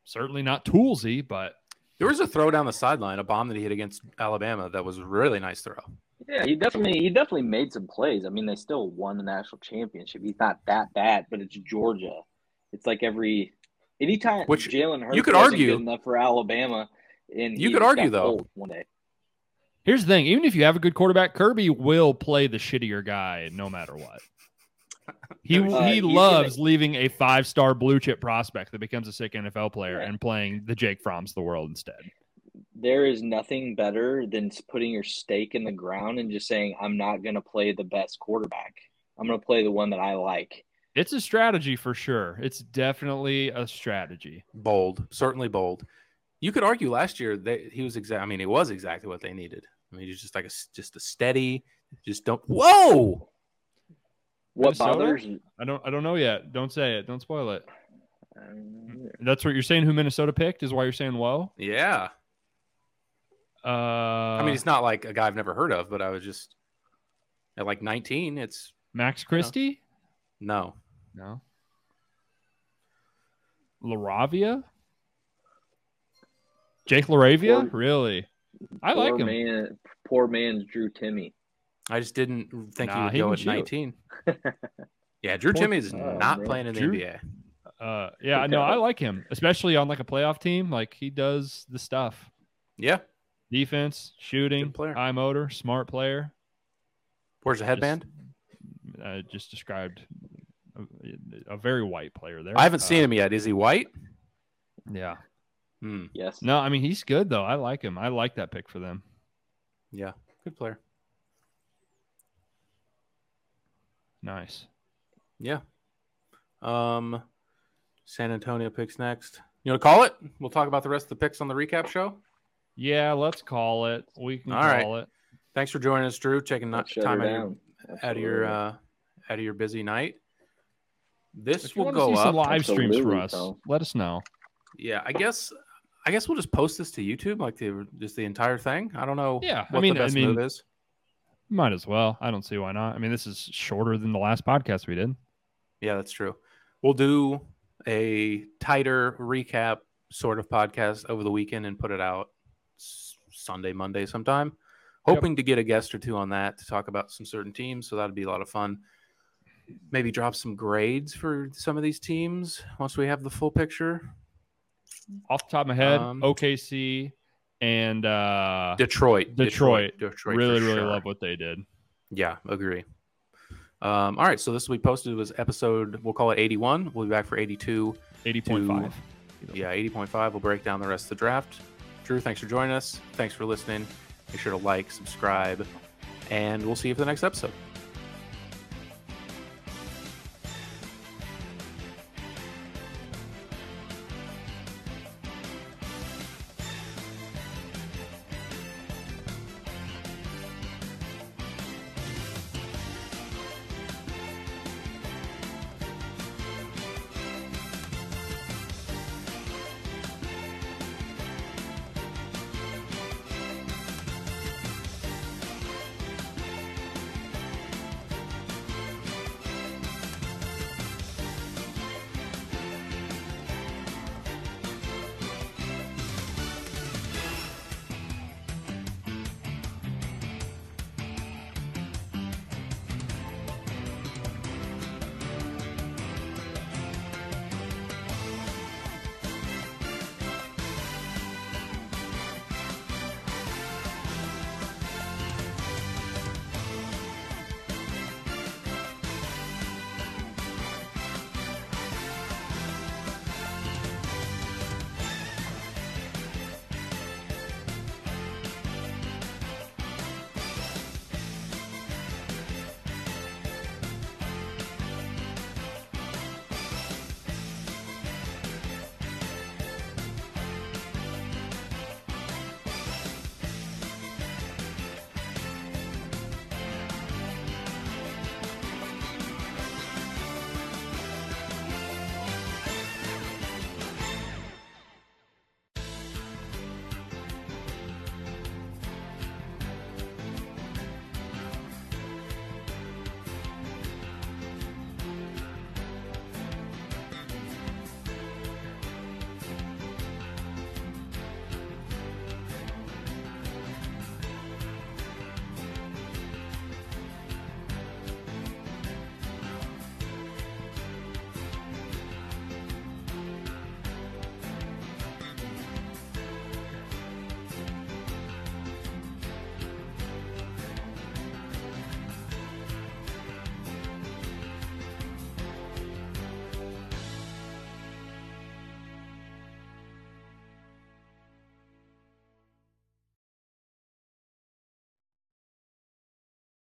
S1: Certainly not Toolsy, but
S2: There was a throw down the sideline, a bomb that he hit against Alabama that was a really nice throw.
S3: Yeah, he definitely he definitely made some plays. I mean, they still won the national championship. He's not that bad, but it's Georgia. It's like every anytime
S2: Which
S3: Jalen Hurts
S2: you could
S3: wasn't
S2: argue-
S3: good enough for Alabama, and
S2: You
S3: he
S2: could
S3: got
S2: argue, though.
S3: pulled one day.
S1: here's the thing even if you have a good quarterback, Kirby will play the shittier guy no matter what.
S2: [laughs]
S1: He
S3: Uh,
S1: he
S3: he's gonna-
S1: loves leaving a five star blue chip prospect that becomes a sick NFL player
S3: Right.
S1: and playing the Jake Fromm's of the world instead.
S3: There is nothing better than s- putting your stake in the ground and just saying, I'm not going to play the best quarterback. I'm going to play the one that I like.
S1: It's a strategy for sure. It's definitely a strategy.
S7: Bold.
S2: certainly bold. You could argue last year that he was exact. I mean, it was exactly what they needed. I mean, he's just like a s- just a steady, just don't. Whoa!
S3: What
S1: Minnesota?
S3: bothers you?
S1: I don't I don't know yet. Don't say it. Don't spoil it.
S3: Um,
S1: That's what you're saying. Who Minnesota picked is why you're saying whoa.
S2: Yeah.
S1: Uh,
S2: I mean, it's not like a guy I've never heard of, but I was just at like 19. It's
S1: Max Christie.
S2: no.
S1: No. Laravia. Jake Laravia.
S3: Poor-
S1: really? I like
S3: poor
S1: him.
S3: Man, poor man's Drew Timmy.
S2: I just didn't think
S1: Nah,
S2: he would
S1: he
S2: go
S1: can
S2: at
S1: shoot.
S2: 19. yeah, Drew
S1: Poor-
S2: Timmy is
S3: Oh,
S2: not
S3: man.
S2: playing in the
S1: Drew-
S2: NBA.
S1: Uh, yeah,
S3: Okay.
S1: no, I like him, especially on like a playoff team. Like he does the stuff:
S2: Yeah.
S1: defense, shooting,
S2: Good player.
S1: eye motor, smart player.
S2: Where's the headband?
S1: I just described a, a very white player there.
S2: I haven't
S1: Uh,
S2: seen him yet. Is he white?
S1: Yeah,
S2: Hmm.
S3: Yes.
S1: no, I mean he's good though. I like him. I like that pick for them.
S2: Yeah. Good player.
S1: Nice.
S2: Yeah. Um, San Antonio picks next. You want to call it? We'll talk about the rest of the picks on the recap show.
S1: Yeah, let's call it. We can
S2: All right.
S1: call it.
S2: Thanks for joining us, Drew. Taking
S3: Don't
S2: not
S3: shut
S2: time
S3: her
S2: out of, your,
S3: down.
S2: out of your uh,
S3: Absolutely.
S2: out of your busy night. This
S1: If you
S2: will
S1: want to
S2: go
S1: see some
S2: up.
S1: live streams for
S3: Absolutely,
S1: us,
S3: Tom.
S1: let us know.
S2: yeah, I guess. I guess we'll just post this to YouTube, like the just the entire thing. I don't know.
S1: Yeah, I
S2: what
S1: mean-
S2: the
S1: I
S2: best
S1: mean-
S2: move is.
S1: Might as well. I don't see why not. I mean, this is shorter than the last podcast we did.
S2: Yeah, that's true. We'll do a tighter recap sort of podcast over the weekend and put it out s- Sunday, Monday sometime.
S1: Yep.
S2: Hoping to get a guest or two on that to talk about some certain teams. So that'd be a lot of fun. Maybe drop some grades for some of these teams once we have the full picture.
S1: Off the top of my head,
S2: Um,
S1: OKC and uh,
S2: Detroit.
S1: Detroit.
S2: Detroit.
S1: really,
S2: for
S1: really
S2: sure.
S1: love what they did.
S2: Yeah, agree. Um, all right. So this will be posted as episode, we'll call it 81. We'll be back for 82
S1: Eighty point five.
S2: yeah, 80.5. We'll break down the rest of the draft. Drew, thanks for joining us. Thanks for listening. Make sure to like, subscribe, and we'll see you for the next episode.